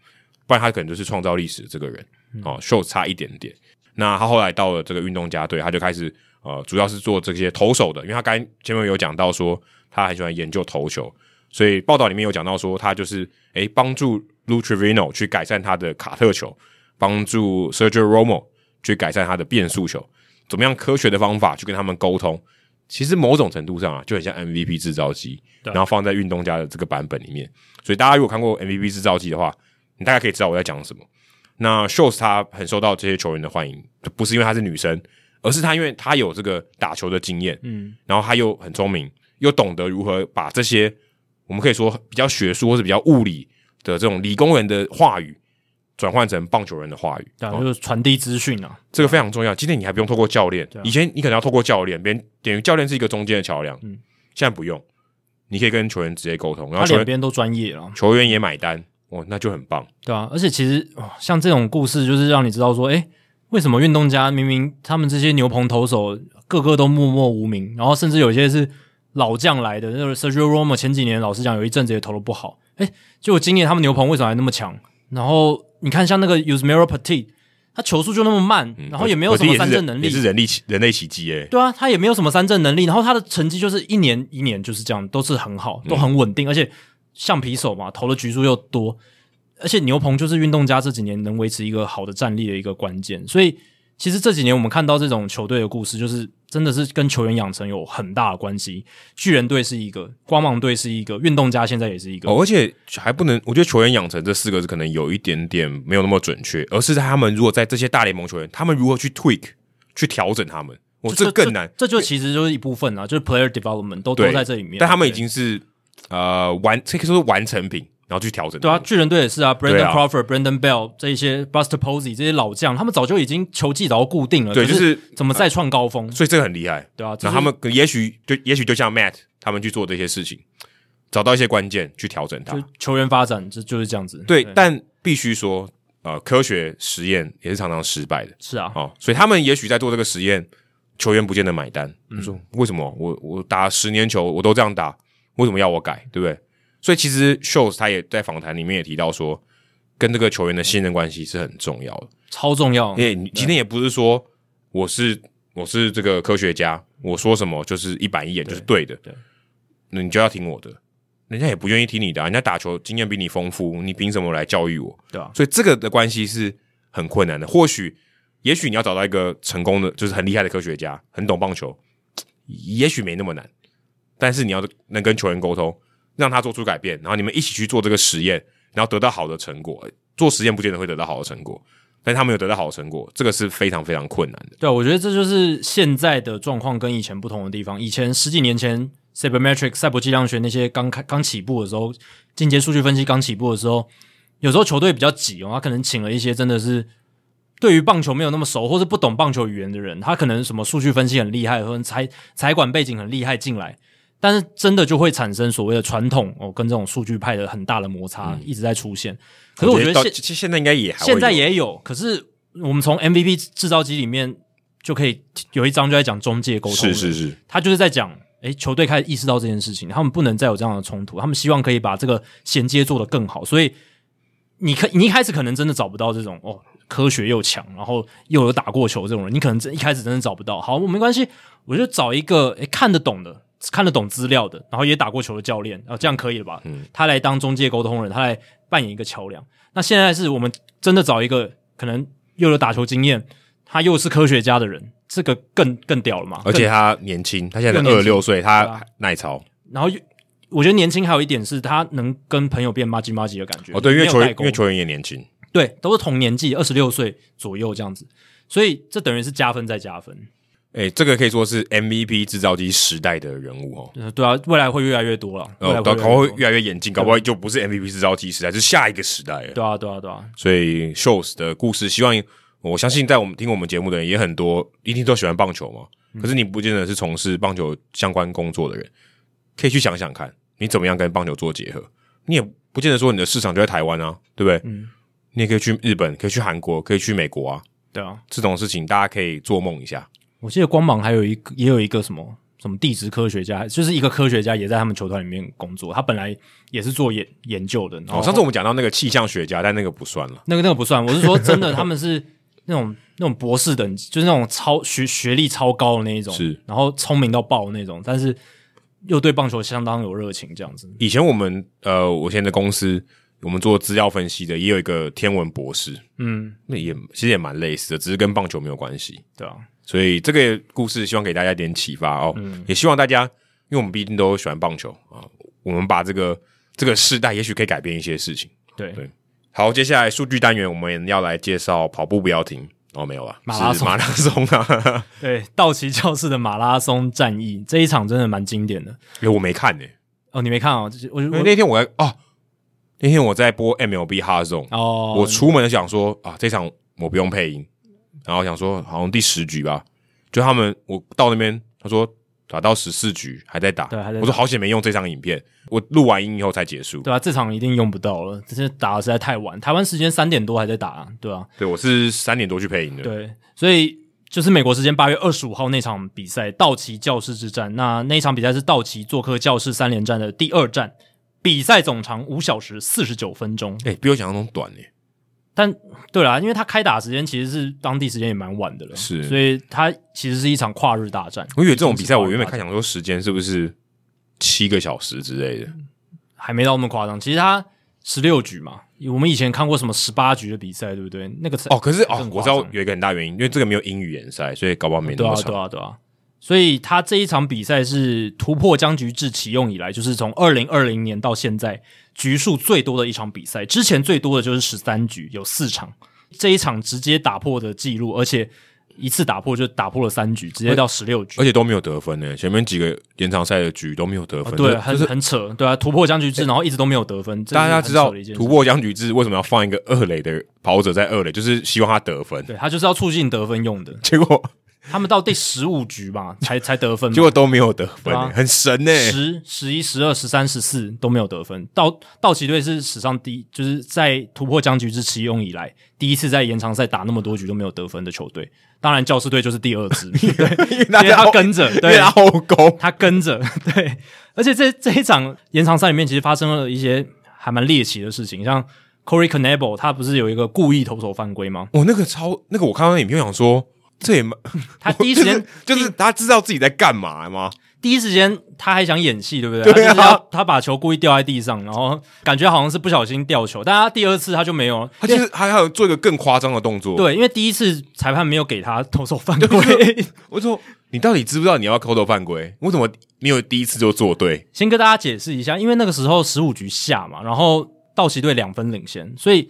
B: 不然他可能就是创造历史的这个人哦，show 差一点点。那他后来到了这个运动家队，他就开始呃，主要是做这些投手的，因为他刚才前面有讲到说他很喜欢研究投球，所以报道里面有讲到说他就是诶帮助 Lu Trevino 去改善他的卡特球，帮助 Sergio Romo 去改善他的变速球，怎么样科学的方法去跟他们沟通，其实某种程度上啊，就很像 MVP 制造机，
A: 对
B: 然后放在运动家的这个版本里面。所以大家如果看过 MVP 制造机的话，你大概可以知道我在讲什么。那 Shows 她很受到这些球员的欢迎，就不是因为她是女生，而是她因为她有这个打球的经验，嗯，然后她又很聪明，又懂得如何把这些我们可以说比较学术或是比较物理的这种理工人的话语，转换成棒球人的话语，
A: 对啊，
B: 哦
A: 就是传递资讯啊，
B: 这个非常重要。今天你还不用透过教练，以前你可能要透过教练，别人等于教练是一个中间的桥梁。
A: 嗯
B: 现在不用，你可以跟球员直接沟通，然
A: 他
B: 后球
A: 两
B: 员
A: 边都专业啊，
B: 球员也买单，哦，那就很棒。
A: 对啊，而且其实哦像这种故事，就是让你知道说，诶，为什么运动家明明他们这些牛棚投手个个都默默无名，然后甚至有些是老将来的，就是 Sergio Romo 前几年老实讲有一阵子也投的不好，诶，结果今年他们牛棚为什么还那么强？然后你看像那个 Usmero Petit，他球速就那么慢，
B: 嗯
A: 然后也没有什么三振能力，
B: 也是人力人类奇迹诶。
A: 对啊，他也没有什么三振能力，然后他的成绩就是一年一年就是这样，都是很好，都很稳定，而且橡皮手嘛，投的局数又多，而且牛棚就是运动家这几年能维持一个好的战力的一个关键，所以其实这几年我们看到这种球队的故事，就是真的是跟球员养成有很大的关系。巨人队是一个，光芒队是一个，运动家现在也是一个，
B: 哦，而且还不能，我觉得球员养成这四个字可能有一点点没有那么准确，而是在他们如果在这些大联盟球员，他们如何去 tweak 去调整他们，我、哦、这更难。
A: 这就其实就是一部分啊，就是 player development 都
B: 对
A: 都在这里面，
B: 但他们已
A: 对
B: 经是呃完，这可以说是完成品，然后去调整
A: 对
B: 他
A: 啊，
B: 们。
A: 巨人队也是啊
B: 嗯对
A: ，Brandon
B: 啊
A: Crawford、Brandon Bell 这一些 Buster Posey 这些老将，他们早就已经球技早就固定了，
B: 对
A: 可
B: 就是
A: 怎么再创高峰，
B: 所以这个很厉害。
A: 对啊，这
B: 那
A: 是
B: 他们可也许就也许就像 Matt 他们去做这些事情，找到一些关键去调整它
A: 就。球员发展就就是这样子，
B: 对，但必须说，呃，科学实验也是常常失败的
A: 是啊，
B: 哦，所以他们也许在做这个实验，球员不见得买单。
A: 嗯
B: 你说为什么我我打十年球我都这样打，为什么要我改？对不对？所以其实 Shows 他也在访谈里面也提到说，跟这个球员的信任关系是很重要的。
A: 超重要，
B: 因为哎你今天也不是说我是我是这个科学家，我说什么就是一板一眼就是对的，
A: 对
B: 那你就要听我的。人家也不愿意听你的、啊，人家打球经验比你丰富，你凭什么来教育我？
A: 对啊
B: 所以这个的关系是很困难的。或许，也许你要找到一个成功的，就是很厉害的科学家，很懂棒球，也许没那么难。但是你要能跟球员沟通，让他做出改变，然后你们一起去做这个实验，然后得到好的成果。做实验不见得会得到好的成果，但他们有得到好的成果，这个是非常非常困难的。
A: 对啊，我觉得这就是现在的状况跟以前不同的地方。以前十几年前，Sabermetric 赛博计量学那些刚开刚起步的时候，进阶数据分析刚起步的时候，有时候球队比较挤哦，他可能请了一些真的是对于棒球没有那么熟，或是不懂棒球语言的人，他可能什么数据分析很厉害，或者财财管背景很厉害进来，但是真的就会产生所谓的传统哦跟这种数据派的很大的摩擦，一直在出现。可是我觉得
B: 到
A: 现
B: 现现在应该也还会有啊
A: 现在也有，可是我们从 MVP 制造机里面就可以有一章就在讲中介沟通，
B: 是是，是，
A: 他就是在讲，诶，球队开始意识到这件事情，他们不能再有这样的冲突，他们希望可以把这个衔接做得更好，所以你可你一开始可能真的找不到这种哦，科学又强，然后又有打过球这种人，你可能真一开始真的找不到。好，没关系，我就找一个诶看得懂的、看得懂资料的，然后也打过球的教练，啊、这样可以了吧？他来当中介沟通人，他来扮演一个桥梁。那现在是我们真的找一个可能又有打球经验，他又是科学家的人，这个更更屌了嘛？
B: 而且他年轻，他现在
A: 更
B: 才
A: 年
B: 二
A: 轻
B: 六岁，
A: 对
B: 他
A: 啊
B: 耐操。
A: 然后又我觉得年轻还有一点是他能跟朋友变妈吉妈吉的感觉。
B: 哦，对，因
A: 没
B: 为
A: 有
B: 球员
A: 代沟
B: 因为球员也年轻，
A: 对都是同年纪，二十六岁左右这样子，所以这等于是加分再加分。
B: 哎，这个可以说是 MVP 制造机时代的人物哦。
A: 呃对啊，未来会越来越多了，未来会
B: 哦，搞
A: 啊越来
B: 搞
A: 越
B: 会
A: 多。
B: 越来越演进，搞不好就不是 MVP 制造机时代，是下一个时代了。
A: 对啊，对啊，对啊，
B: 所以 Shows 的故事，希望我相信在我们听我们节目的人也很多，一定都喜欢棒球嘛。可是你不见得是从事棒球相关工作的人，可以去想想看，你怎么样跟棒球做结合。你也不见得说你的市场就在台湾啊，对不对？
A: 嗯
B: 你也可以去日本，可以去韩国，可以去美国啊。
A: 对啊。
B: 这种事情大家可以做梦一下。
A: 我记得光芒还有一个，也有一个什么什么地质科学家，就是一个科学家也在他们球团里面工作。他本来也是做研研究的。然后
B: 哦，上次我们讲到那个气象学家，但那个不算了。
A: 那个那个不算，我是说真的，他们是那种那种博士等级，就是那种超学学历超高的那一种，
B: 是，
A: 然后聪明到爆的那种，但是又对棒球相当有热情，这样子。
B: 以前我们呃，我现在的公司我们做资料分析的，也有一个天文博士，
A: 嗯，
B: 那也其实也蛮类似的，只是跟棒球没有关系。
A: 对啊，
B: 所以这个故事希望给大家一点启发哦，
A: 嗯
B: 也希望大家，因为我们毕竟都喜欢棒球啊，我们把这个这个世代也许可以改变一些事情。
A: 对
B: 对好，接下来数据单元我们要来介绍跑步不要停哦，没有啊，
A: 马拉
B: 是
A: 松
B: 马拉松啊，
A: 对，道奇教室的马拉松战役这一场真的蛮经典的
B: 因为哎我没看呢、
A: 哦，你没看哦，就是我
B: 因为
A: 我
B: 那天我在哦，那天我在播 MLB Hard Zone，、
A: 哦，
B: 我出门就想说啊，这场我不用配音，然后想说好像第十局吧，就他们我到那边，他说打到十四局还在打，
A: 对还在打
B: 我说好险没用这场影片，我录完音以后才结束。
A: 对啊，这场一定用不到了，这是打的实在太晚，台湾时间三点多还在打、啊，对啊，
B: 对，我是三点多去配音的，
A: 对，所以就是美国时间八月二十五号那场比赛，道奇教室之战。那那一场比赛是道奇做客教室三连战的第二战，比赛总长五小时四十九分钟。
B: 哎、比我想象中短呢、
A: 但对啦，因为他开打时间其实是当地时间也蛮晚的了，
B: 是
A: 所以它其实是一场跨日大战。
B: 我以为这种比赛，我原本
A: 看。
B: 看想说时间是不是七个小时之类的，
A: 嗯还没到那么夸张。其实他十六局嘛，我们以前看过什么十八局的比赛，对不对？那个才
B: 哦，可是
A: 才
B: 哦
A: 更，
B: 我
A: 夸
B: 知
A: 张
B: 道有一个很大原因，因为这个没有英语联赛，所以搞不好没那
A: 对
B: 么
A: 啊，
B: 长。
A: 对啊，对啊。所以他这一场比赛是突破僵局制启用以来，就是从二零二零年到现在局数最多的一场比赛。之前最多的就是十三局，有四场。这一场直接打破的记录，而且一次打破就打破了三局，直接到十六局。
B: 而且都没有得分呢、前面几个延长赛的局都没有得分，
A: 啊哦对，
B: 这
A: 很很扯，对啊，突破僵局制，然后一直都没有得分。这是
B: 哎大家
A: 很
B: 知道
A: 扯的一件事
B: 突破僵局制为什么要放一个二垒的跑者在二垒，就是希望他得分。
A: 对他就是要促进得分用的。
B: 结果
A: 他们到第十五局吧，才才得分嘛，
B: 结果都没有得分、欸
A: 对啊
B: 很神呢、
A: 十、十一、十二、十三、十四都没有得分。道道奇队是史上第一，就是在突破僵局之启用以来，第一次在延长赛打那么多局都没有得分的球队。当然，教士队就是第二 支，对，
B: 因为大
A: 因为
B: 家
A: 他跟着，
B: 因为
A: 对
B: 他后攻，
A: 他跟着，对。而且这这一场延长赛里面，其实发生了一些还蛮猎奇的事情，像 Corey Knebel 他不是有一个故意投手犯规吗？
B: 我哦那个超那个我看到那影片我想说，这也蛮
A: 他第一时间
B: 就是就是他知道自己在干嘛吗？
A: 第一时间他还想演戏，对不对？
B: 对
A: 他就
B: 啊
A: 是要他把球故意掉在地上，然后感觉好像是不小心掉球，但他第二次他就没有了。
B: 他就是还还有做一个更夸张的动作。，
A: 对，因为第一次裁判没有给他投手犯规。
B: 我说你到底知不知道你要扣头犯规？为什么没有第一次就做对？
A: 先跟大家解释一下，因为那个时候十五局下嘛，然后道奇队两分领先，所以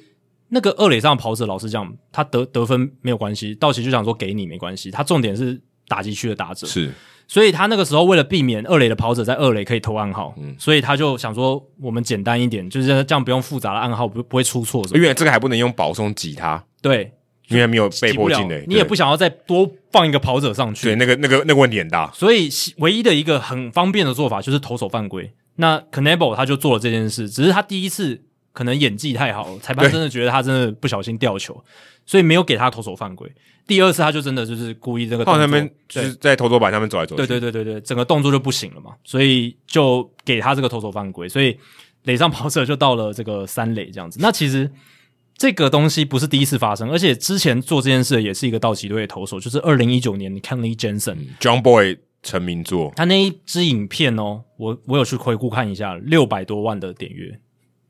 A: 那个二垒上的跑者老实讲，他得得分没有关系，道奇就想说给你没关系，他重点是打击区的打者，
B: 是
A: 所以他那个时候为了避免二垒的跑者在二垒可以投暗号，
B: 嗯
A: 所以他就想说我们简单一点，就是这样不用复杂的暗号，不不会出错什么。
B: 因为这个还不能用保送挤他，
A: 对，
B: 因为还没有
A: 挤
B: 被
A: 不
B: 迫
A: 了
B: 进垒，欸
A: 你也
B: 对
A: 不想要再多放一个跑者上去。
B: 对那个那个那个问题很大。
A: 所以唯一的一个很方便的做法就是投手犯规。那 c a n e b o 他就做了这件事，只是他第一次可能演技太好了，裁判
B: 对
A: 真的觉得他真的不小心掉球，所以没有给他投手犯规。第二次他就真的就是故意这个
B: 他
A: 动
B: 往
A: 作，
B: 那边就
A: 对
B: 是在投手板上面走来走去，
A: 对对对对对，整个动作就不行了嘛，所以就给他这个投手犯规，所以垒上跑者就到了这个三垒这样子。那其实这个东西不是第一次发生，而且之前做这件事的也是一个道奇队的投手，就是二零一九年的 Kenley Jensen，、
B: John Boy 成名作，
A: 他那一支影片哦，我我有去回顾看一下，六百多万的点阅，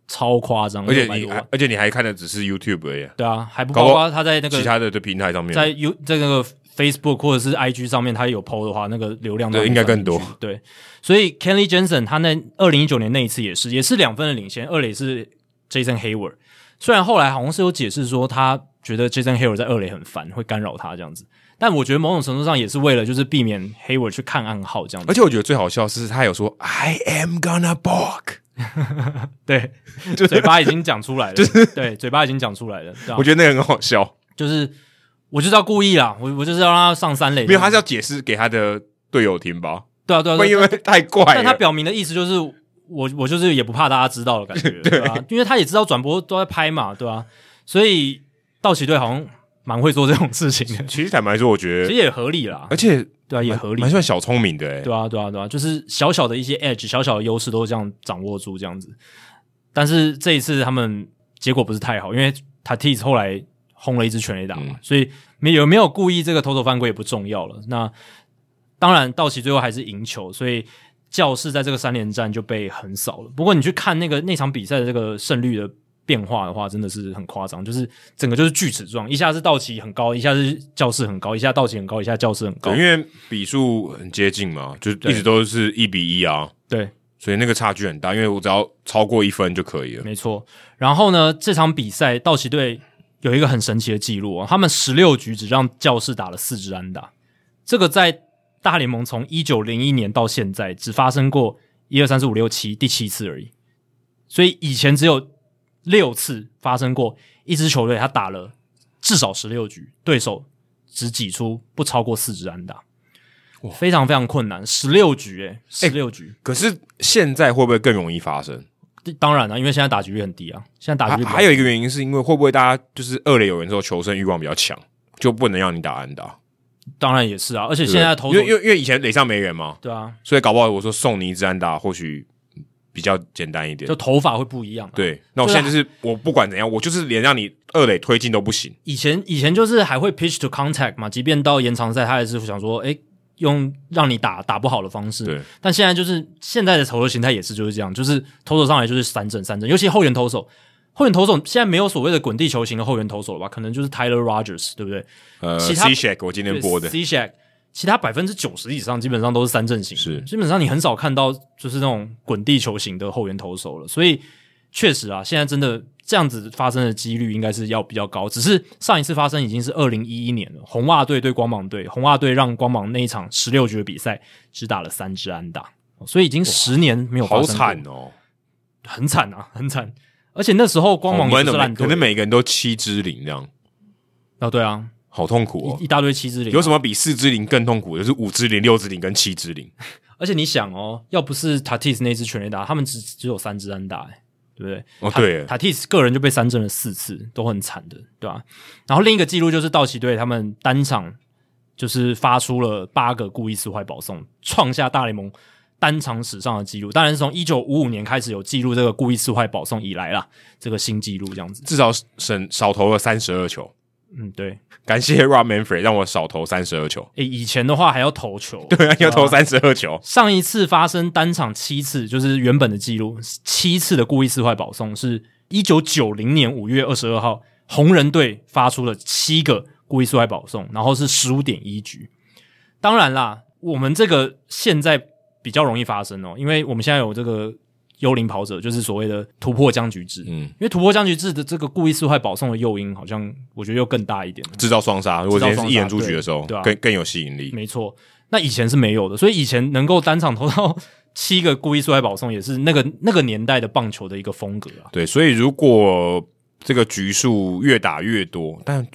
A: 超夸张，
B: 而且
A: 600
B: 你
A: 多
B: 还
A: 万
B: 而且你还看的只是 YouTube 而已啊，
A: 对啊，还不
B: 搞
A: 包
B: 不好
A: 括他在那
B: 其
A: 个
B: 他的的平台上面
A: 在 U 这个 Facebook 或者是 IG 上面他有 PO 的话，那个流量都
B: 对
A: 还
B: 应该更
A: 上去
B: 多。
A: 对，所以 Kenley Jensen 他那二零一九年那一次也是也是两分的领先，二垒是 Jason Hayward，虽然后来好像是有解释说他觉得 Jason Hayward 在二垒很烦，会干扰他这样子，但我觉得某种程度上也是为了就是避免 Hayward 去看暗号这样子
B: 而。且我觉得最好笑的是他有说 I am gonna balk，
A: 对，嘴巴已经讲出来了，对，嘴巴已经讲出来了。对啊
B: 我觉得那个很好笑，
A: 就是我就是要故意啦，我我就是要让他上三垒。
B: 没有他是要解释给他的队友听吧，
A: 对啊对啊
B: 不然
A: 对
B: 因
A: 啊，
B: 为太怪
A: 但他
B: 了。
A: 表明的意思就是我我就是也不怕大家知道的感觉，对吧、因为他也知道转播都在拍嘛，对吧、所以道奇队好像蛮会做这种事情的，
B: 其实坦白说，我觉
A: 其实
B: 得，
A: 也合理啦
B: 而，且
A: 对啊，也
B: 蛮
A: 合理
B: 蛮。算小聪明的欸，
A: 对啊，对啊，对啊，就是小小的一些 edge，小小的优势都这样掌握住这样子。但是这一次他们结果不是太好，因为 Tatis 后来轰了一支全垒打
B: 嗯
A: 嘛，所以没有没有故意这个投手犯规也不重要了。那当然，道奇最后还是赢球，所以教室在这个三连战就被横扫了。不过你去看那个那场比赛的这个胜率的变化的话，真的是很夸张，就是整个就是锯齿状，一下是道奇很高，一下是教室很高，一下道奇很高，一下教室很高
B: 对，因，为比数很接近嘛，就一直都是一比一啊，
A: 对，
B: 所以那个差距很大。因为我只要超过一分就可以了。
A: 没错。然后呢，这场比赛道奇队有一个很神奇的记录啊，他们十六局只让教室打了四支安打，这个在大联盟从一九零一年到现在只发生过一二三四五六七第七次而已，所以以前只有六次发生过一支球队他打了至少十六局，对手只挤出不超过四支安打。非常非常困难，十六局
B: 哎
A: 诶、十六局、
B: 可是现在会不会更容易发生？
A: 当然了、因为现在打局率很低啊，现在打
B: 还
A: 局率比较
B: 还有一个原因是因为会不会大家就是二垒有人之后求生欲望比较强，就不能让你打安打？
A: 当然也是啊，而且
B: 对不对
A: 现在投
B: 因
A: 手
B: 为因为因为以前垒上没人嘛，
A: 对啊，
B: 所以搞不好我说送你一支安打或许比较简单一点
A: 就。投法会不一样、，
B: 对，那我
A: 对啊
B: 现在就是我不管怎样，我就是连让你二垒推进都不行。
A: 以前以前就是还会 pitch to contact 嘛，即便到延长赛，他也是想说，诶、用让你打打不好的方式。
B: 对，
A: 但现在就是现在的投球形态也是就是这样，就是投手上来就是三振三振，尤其后援投手。后援投手现在没有所谓的滚地球型的后援投手了吧？可能就是 Tyler Rogers，对不对？
B: 呃
A: 其他
B: ，C Shack 我今天播的，
A: C Shack，其他百分之九十以上基本上都是三阵型，
B: 是
A: 基本上你很少看到就是那种滚地球型的后援投手了。所以确实啊，现在真的这样子发生的几率应该是要比较高。只是上一次发生已经是二零一一年了，红袜队对光芒队，红袜队让光芒那一场十六局的比赛只打了三支安打，所以已经十年没有发
B: 好
A: 生过
B: 惨，哦。
A: 很惨啊，很惨。而且那时候光
B: 我
A: 芒也
B: 们
A: 不
B: 的
A: 是烂
B: 哦每可
A: 队，
B: 能每个人都七支零这样，
A: 啊，对啊，
B: 好痛苦哦
A: 一。一大堆七支零啊、
B: 有什么比四支零更痛苦的？就是五支零、六支零跟七支零。
A: 而且你想哦，要不是 Tatis 那支全垒打，他们只只有三支安打、欸，对不对？
B: 哦对
A: 塔，Tatis 个人就被三振了四次，都很惨的，对吧、然后另一个记录就是道奇队他们单场就是发出了八个故意撕坏保送，创下大联盟单场史上的记录。当然是从一九五五年开始有记录这个故意撕坏保送以来啦，这个新纪录这样子。
B: 至少省少投了三十二球。
A: 嗯，对。
B: 感谢 Rob Manfred 让我少投三十二球，
A: 诶、以前的话还要投球，
B: 对啊，要投
A: 吧
B: 三十二球，
A: 上一次发生单场七次，就是原本的记录七次的故意撕坏保送，是一九九零年五月二十二号，红人队发出了七个故意撕坏保送，然后是十五点一局。当然啦，我们这个现在比较容易发生哦，因为我们现在有这个幽灵跑者，就是所谓的突破僵局制。
B: 嗯，
A: 因为突破僵局制的这个故意撕坏保送的诱因，好像我觉得又更大一点了。
B: 制造双杀。如果今天是一人出局的时候，
A: 制造双杀对对啊
B: 更更有吸引力。
A: 没错，那以前是没有的，所以以前能够单场投到 七个故意出来保送，也是那个那个年代的棒球的一个风格啊。
B: 对，所以如果这个局数越打越多，但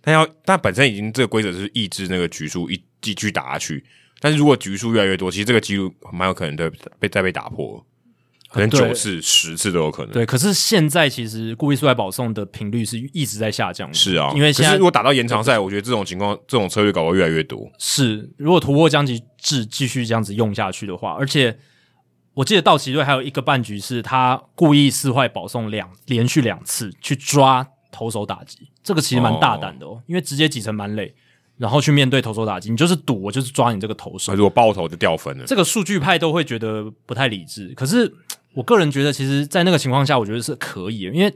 B: 但要但本身已经这个规则就是抑制那个局数一继续打下去。但是如果局数越来越多，其实这个记录蛮有可能被被再被打破了，可能
A: 啊对
B: 九次、十次都有可能。
A: 对，可是现在其实故意出来保送的频率是一直在下降的。
B: 是啊，
A: 因为现在
B: 可是如果打到延长赛，我觉得这种情况、这种策略搞得越来越多。
A: 是，如果突破僵局制继续这样子用下去的话，而且我记得道奇队还有一个半局是他故意撕坏保送两连续两次去抓投手打击，这个其实蛮大胆的哦，因为直接挤成满垒，然后去面对投手打击，你就是赌我就是抓你这个投手
B: 所以。如果爆头就掉分了。
A: 这个数据派都会觉得不太理智。可是我个人觉得，其实，在那个情况下，我觉得是可以的，因为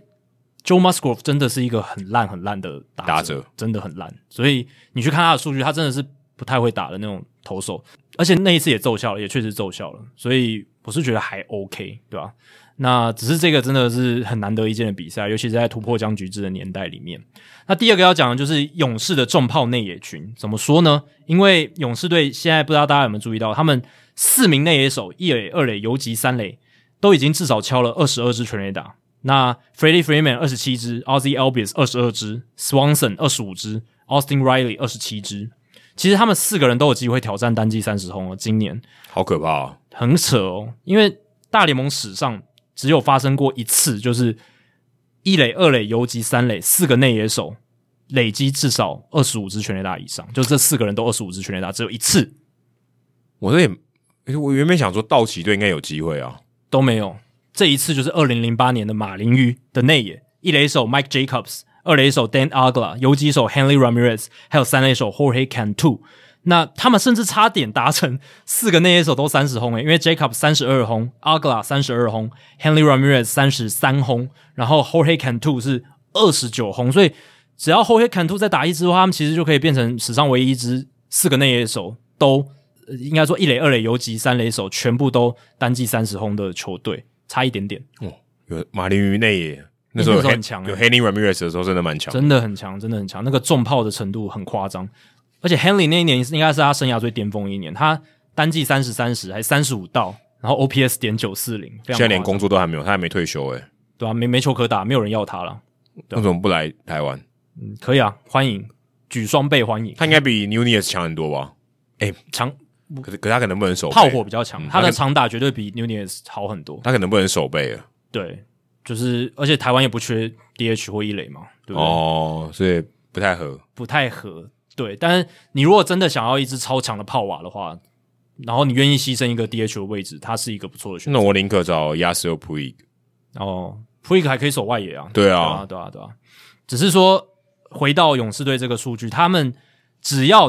A: Joe Musgrove 真的是一个很烂很烂的打
B: 打者
A: 真的很烂。所以你去看他的数据，他真的是不太会打的那种投手，而且那一次也奏效了，也确实奏效了。所以我是觉得还 OK，对吧、那只是这个真的是很难得一见的比赛，尤其是在突破僵局制的年代里面。那第二个要讲的就是勇士的重炮内野群，怎么说呢？因为勇士队现在不知道大家有没有注意到，他们四名内野手，一垒、二垒、游击、三垒，都已经至少敲了二十二支全垒打。那 Freddie Freeman 二十七支，Ozzy Albies 二十二支，Swanson 二十五支，Austin Riley 二十七支。其实他们四个人都有机会挑战单季三十轰哦，今年
B: 好可怕、啊！
A: 很扯哦，因为大联盟史上只有发生过一次，就是一垒、二垒、游击、三垒四个内野手累积至少二十五支全垒打以上，就这四个人都二十五支全垒打，只有一次
B: 我这也，诶我原本想说道奇队应该有机会啊，
A: 都没有。这一次就是二零零八年的马林鱼的内野，一垒手 Mike Jacobs，二垒手 Dan Agla，游击手 Henry Ramirez，还有三垒手 Jorge Cantu。那他们甚至差点达成四个内野手都三十轰诶，因为 Jacob 三十二轰，Agla 三十二轰，Henry Ramirez 三十三轰，然后 Jorge Cantu 是二十九轰，所以只要 Jorge Cantu 再打一支的话，他们其实就可以变成史上唯一一支四个内野手都呃应该说一垒、二垒、游击、三垒手全部都单季三十轰的球队，差一点点，
B: 有马林鱼内野那时候
A: 那
B: 有
A: 时候
B: Hen-
A: 很强欸
B: 有 Henry Ramirez 的时候真的蛮强，
A: 真的很强，真的很强，那个重炮的程度很夸张。而且 Henley 那一年应该是他生涯最巅峰的一年，他单季三十三十还三十五道，然后 OPS 点九四零，非常
B: 现在连
A: 夸张
B: 工作都还没有，他还没退休哎，
A: 对啊，没没球可打，没有人要他了。
B: 那怎么不来台湾？
A: 嗯，可以啊，欢迎，举双倍欢迎。
B: 他应该比 Nunez 强很多吧？
A: 强
B: 可是可是他可能不能守备
A: 嗯炮火，比较强，
B: 嗯
A: 他
B: 他
A: 的
B: 跟
A: 长打绝对比 Nunez 好很多。
B: 他可能不能守备了
A: 对，就是而且台湾也不缺 DH 或一垒嘛，对不对？
B: 哦，所以不太合。
A: 不太合。对，但是你如果真的想要一支超强的炮瓦的话，然后你愿意牺牲一个 DH 的位置，它是一个不错的选择。
B: 那我宁可找 Yasiel Puig。
A: 哦 p r i g 还可以守外野啊，
B: 对
A: 对
B: 啊
A: 啊，，对啊，对啊。只是说回到勇士队这个数据，他们只要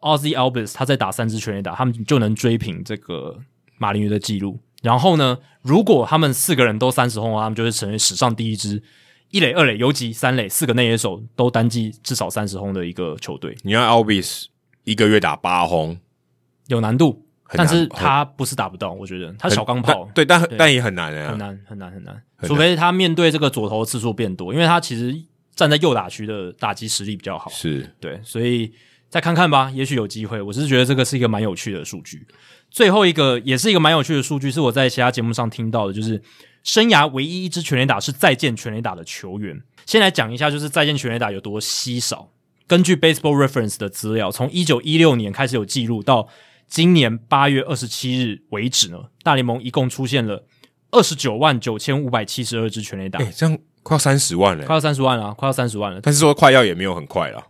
A: Ozzy Albus 他在打三支全垒打，他们就能追平这个马林鱼的记录。然后呢，如果他们四个人都三十轰的话，他们就会成为史上第一支一垒、二垒、游击、三垒四个内野手都单季至少三十轰的一个球队，
B: 你看 Albis 一个月打八轰，
A: 有难度。
B: 很难
A: 但是他不是打不到，我觉得他
B: 很
A: 小钢炮
B: 但，对，但
A: 对
B: 但也很难
A: 很
B: 啊。
A: 难很难很难，
B: 很
A: 除非他面对这个左投的次数变多，因为他其实站在右打区的打击实力比较好，
B: 是
A: 对，所以再看看吧，也许有机会。我是觉得这个是一个蛮有趣的数据。最后一个也是一个蛮有趣的数据，是我在其他节目上听到的，就是生涯唯一一支全垒打是再见全垒打的球员。先来讲一下，就是再见全垒打有多稀少。根据 Baseball Reference 的资料，从一九一六年开始有记录到今年八月二十七日为止呢，大联盟一共出现了二十九万九千五百七十二支全垒打，
B: 哎、这样快要三十万了、欸
A: 快要三十万了，快要三十万了。
B: 但是说快要也没有很快了，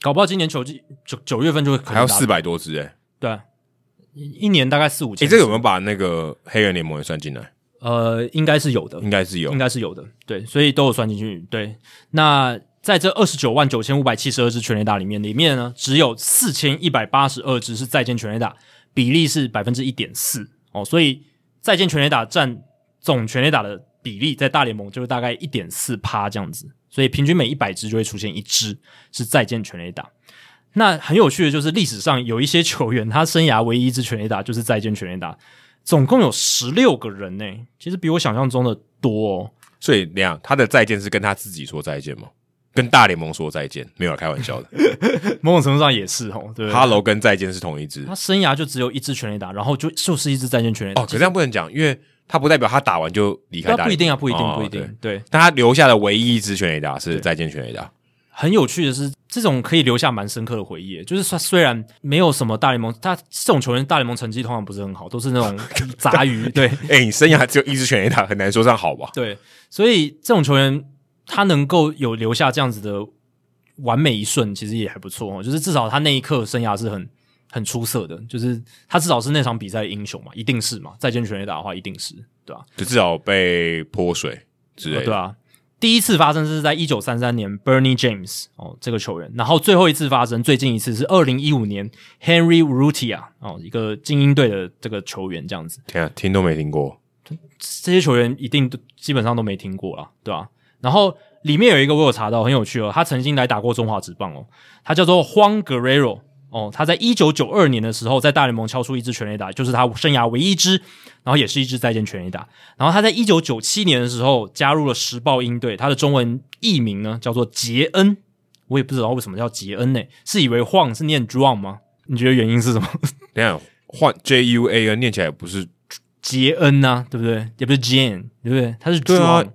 A: 搞不好今年球季九九月份就会可
B: 还
A: 能
B: 要
A: 达
B: 四百多只哎、欸。
A: 对啊，一一年大概四五
B: 哎、
A: 千。
B: 这个有没有把那个黑人联盟也算进来？
A: 呃，应该是有的，
B: 应该是有
A: 应。该是有的，对，所以都有算进去。对，那在这二十九万九千五百七十二支全垒打里面，里面呢只有四千一百八十二支是再见全垒打，比例是百分之一点四哦，所以再见全垒打占总全垒打的比例在大联盟就是大概一点四趴这样子，所以平均每一百支就会出现一支是再见全垒打。那很有趣的就是，历史上有一些球员，他生涯唯一一支全垒打就是再见全垒打，总共有十六个人呢、其实比我想象中的多、哦。
B: 所以那样，他的再见是跟他自己说再见吗？跟大联盟说再见？没有开玩笑的。
A: 某种程度上也是哦， 对不对
B: Hello 跟再见是同一只
A: 他生涯就只有一支全垒打，然后就就是一支再见全垒打。
B: 哦，可这样不能讲，因为他不代表他打完就离开
A: 那
B: 大联盟
A: 不一定啊，不一定，
B: 哦
A: 不一定。
B: 对
A: 对，
B: 但他留下的唯一一支全垒打是再见全垒打，
A: 很有趣的是，这种可以留下蛮深刻的回忆。就是他虽然没有什么大联盟，他这种球员大联盟成绩通常不是很好，都是那 种杂鱼。对
B: 哎、你生涯只有一支全垒打，很难说上好吧？
A: 对，所以这种球员他能够有留下这样子的完美一瞬，其实也还不错哦。就是至少他那一刻生涯是很很出色的，就是他至少是那场比赛的英雄嘛，一定是嘛。再见全垒打的话，一定是对吧、
B: 就至少被泼水之类
A: 哦
B: 的。
A: 对啊，第一次发生是在一九三三年 Bernie James 哦这个球员，然后最后一次发生最近一次是二零一五年 Henry Rutia 哦一个精英队的这个球员这样子，
B: 天啊，听都没听过。
A: 这些球员一定都基本上都没听过啦，对吧、然后里面有一个我有查到很有趣哦，他曾经来打过中华职棒哦，他叫做荒 Guerrero 哦，他在一九九二年的时候在大联盟敲出一支全垒打，就是他生涯唯一一支，然后也是一支再见全垒打。然后他在一九九七年的时候加入了时报鹰队，他的中文译名呢叫做杰恩，我也不知道为什么叫杰恩呢、欸是以为晃是念 drum 吗？你觉得原因是什么？
B: 等一下换 J U A N 念起来不是
A: 杰恩呐、对不对？也不是 Jane，对不对？他是
B: 对
A: John，、
B: 啊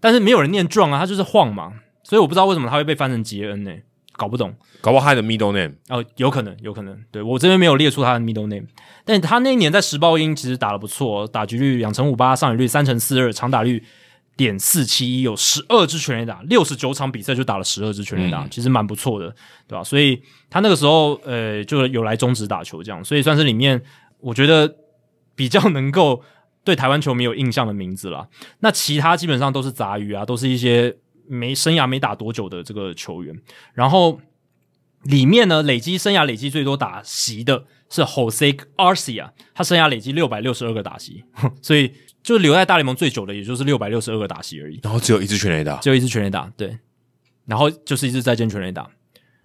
A: 但是没有人念 John 啊，他就是晃嘛，所以我不知道为什么他会被翻成杰恩呢、欸搞不懂
B: 搞不好他的 middle name
A: 哦，有可能，有可能，对我这边没有列出他的 middle name，但他那一年在时报鹰其实打得不错、哦打局率两成五八，上垒率三成四二，长打率点四七一，有十二支全垒打，六十九场比赛就打了十二支全垒打，
B: 嗯
A: 其实蛮不错的，对吧、所以他那个时候呃就有来中职打球这样，所以算是里面我觉得比较能够对台湾球迷有印象的名字啦。那其他基本上都是杂鱼啊，都是一些没生涯没打多久的这个球员。然后里面呢，累积生涯累积最多打席的是 Jose Arcia，他生涯累积六百六十二个打席，所以就留在大联盟最久的也就是六百六十二个打席而已，
B: 然后只有一支全垒打，
A: 只有一支全垒打，对，然后就是一支再见全垒打，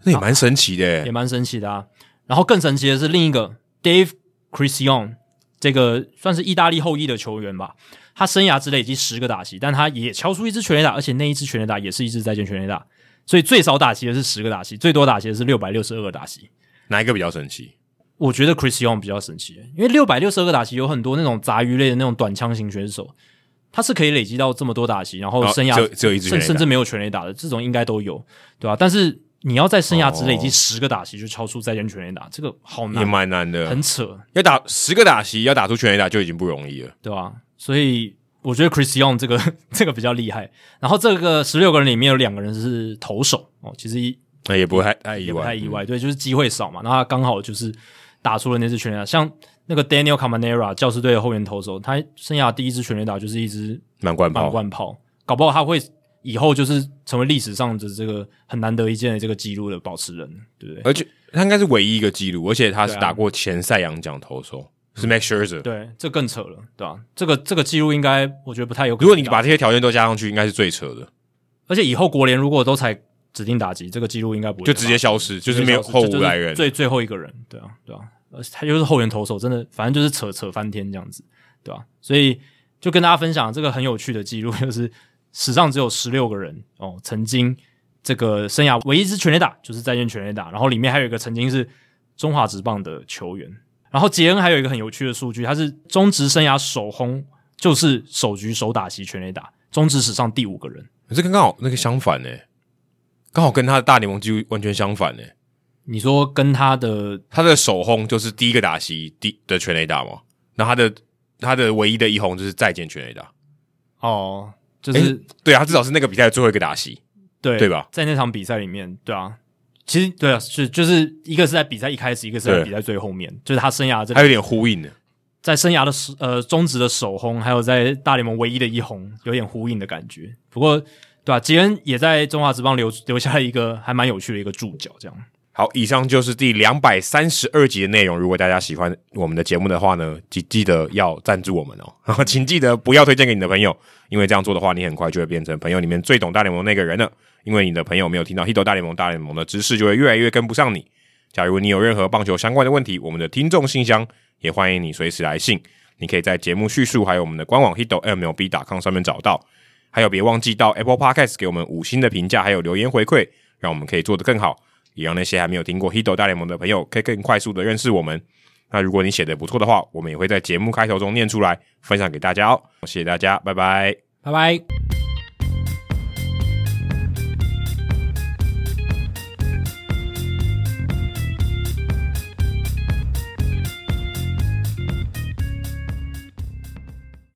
B: 那也蛮神奇的欸耶
A: 也。蛮神奇的啊。然后更神奇的是另一个 Dave Crision，这个算是意大利后裔的球员吧，他生涯之内已经十个打席，但他也敲出一支全垒打，而且那一支全垒打也是一支再见全垒打，所以最少打席的是十个打席，最多打席的是六百六十二个打席。
B: 哪一个比较神奇？
A: 我觉得 Chris Young 比较神奇，因为六百六十二个打席有很多那种杂鱼类的那种短枪型选手，他是可以累积到这么多打席，然后
B: 哦
A: 生涯、
B: 只有只有一支全
A: 甚
B: 垒打
A: 甚至没有全垒打的这种应该都有，对吧、但是你要在生涯之内
B: 哦
A: 已经十个打席就敲出再见全垒打，这个好
B: 也
A: 难，
B: 蛮难的
A: 很，扯，
B: 要打十个打席，要打出全垒打就已经不容易了。
A: 对吧、所以我觉得 Chris Young 这个 这个比较厉害。然后这个十六个人里面有两个人是投手哦，其实一
B: 那哎也不太太意
A: 也不
B: 外，嗯
A: 太意外，对，就是机会少嘛。那他刚好就是打出了那支全垒打，像那个 Daniel Camanera 教士队的后援投手，他生涯第一支全垒打就是一支
B: 满贯
A: 满
B: 炮。
A: 贯炮，搞不好他会以后就是成为历史上的这个很难得一见的这个记录的保持人，对不对？
B: 而且他应该是唯一一个记录，而且他是
A: 对啊嗯
B: 打过前赛扬奖投手，是 Max Scherzer。
A: 对，这更扯了，对吧、这个这个记录应该我觉得不太有可能。
B: 如果你把，这些条件都加上去，应该是最扯的，
A: 而且以后国联如果都采指定打击，这个记录应该不会
B: 就直接消失，就是没有后无来源。
A: 最最后一个人，对啊，对啊，而且他就是后援投手，真的，反正就是扯扯翻天这样子，对吧、啊所以就跟大家分享这个很有趣的记录， 就是史上只有十六个人哦，曾经这个生涯唯一一支全垒打就是再见全垒打，然后里面还有一个曾经是中华职棒的球员，然后杰恩还有一个很有趣的数据，他是中职生涯首轰就是首局首打席全垒打，中职史上第五个人。
B: 这跟刚好那个相反呢、刚好跟他的大联盟记录完全相反呢、
A: 你说跟他的
B: 他的首轰就是第一个打席第的全垒打嘛，然后他的他的唯一的一轰就是再见全垒打，
A: 哦，就是、
B: 对啊，他至少是那个比赛的最后一个打席，
A: 对
B: 对吧？
A: 在那场比赛里面，对啊，其实对啊，是就是一个是在比赛一开始，一个是在
B: 对
A: 比赛最后面，就是他生涯这
B: 还有点呼应呢。
A: 在生涯的首呃中职的首轰，还有在大联盟唯一的一红，有点呼应的感觉。不过，对啊，杰恩也在中华职棒留留下了一个还蛮有趣的一个注脚，这样。
B: 好，以上就是第两百三十二集的内容。如果大家喜欢我们的节目的话呢，记记得要赞助我们哦。 然后请记得不要推荐给你的朋友，因为这样做的话，你很快就会变成朋友里面最懂大联盟那个人了。因为你的朋友没有听到《h i t 大联盟》大联盟的知识，就会越来越跟不上你。假如你有任何棒球相关的问题，我们的听众信箱也欢迎你随时来信。你可以在节目叙述还有我们的官网 h i t mlb com 上面找到。还有，别忘记到 Apple Podcast 给我们五星的评价，还有留言回馈，让我们可以做得更好，也让那些还没有听过《h i t 大联盟》的朋友可以更快速的认识我们。那如果你写的不错的话，我们也会在节目开头中念出来，分享给大家哦。谢谢大家，拜拜。
A: 拜拜。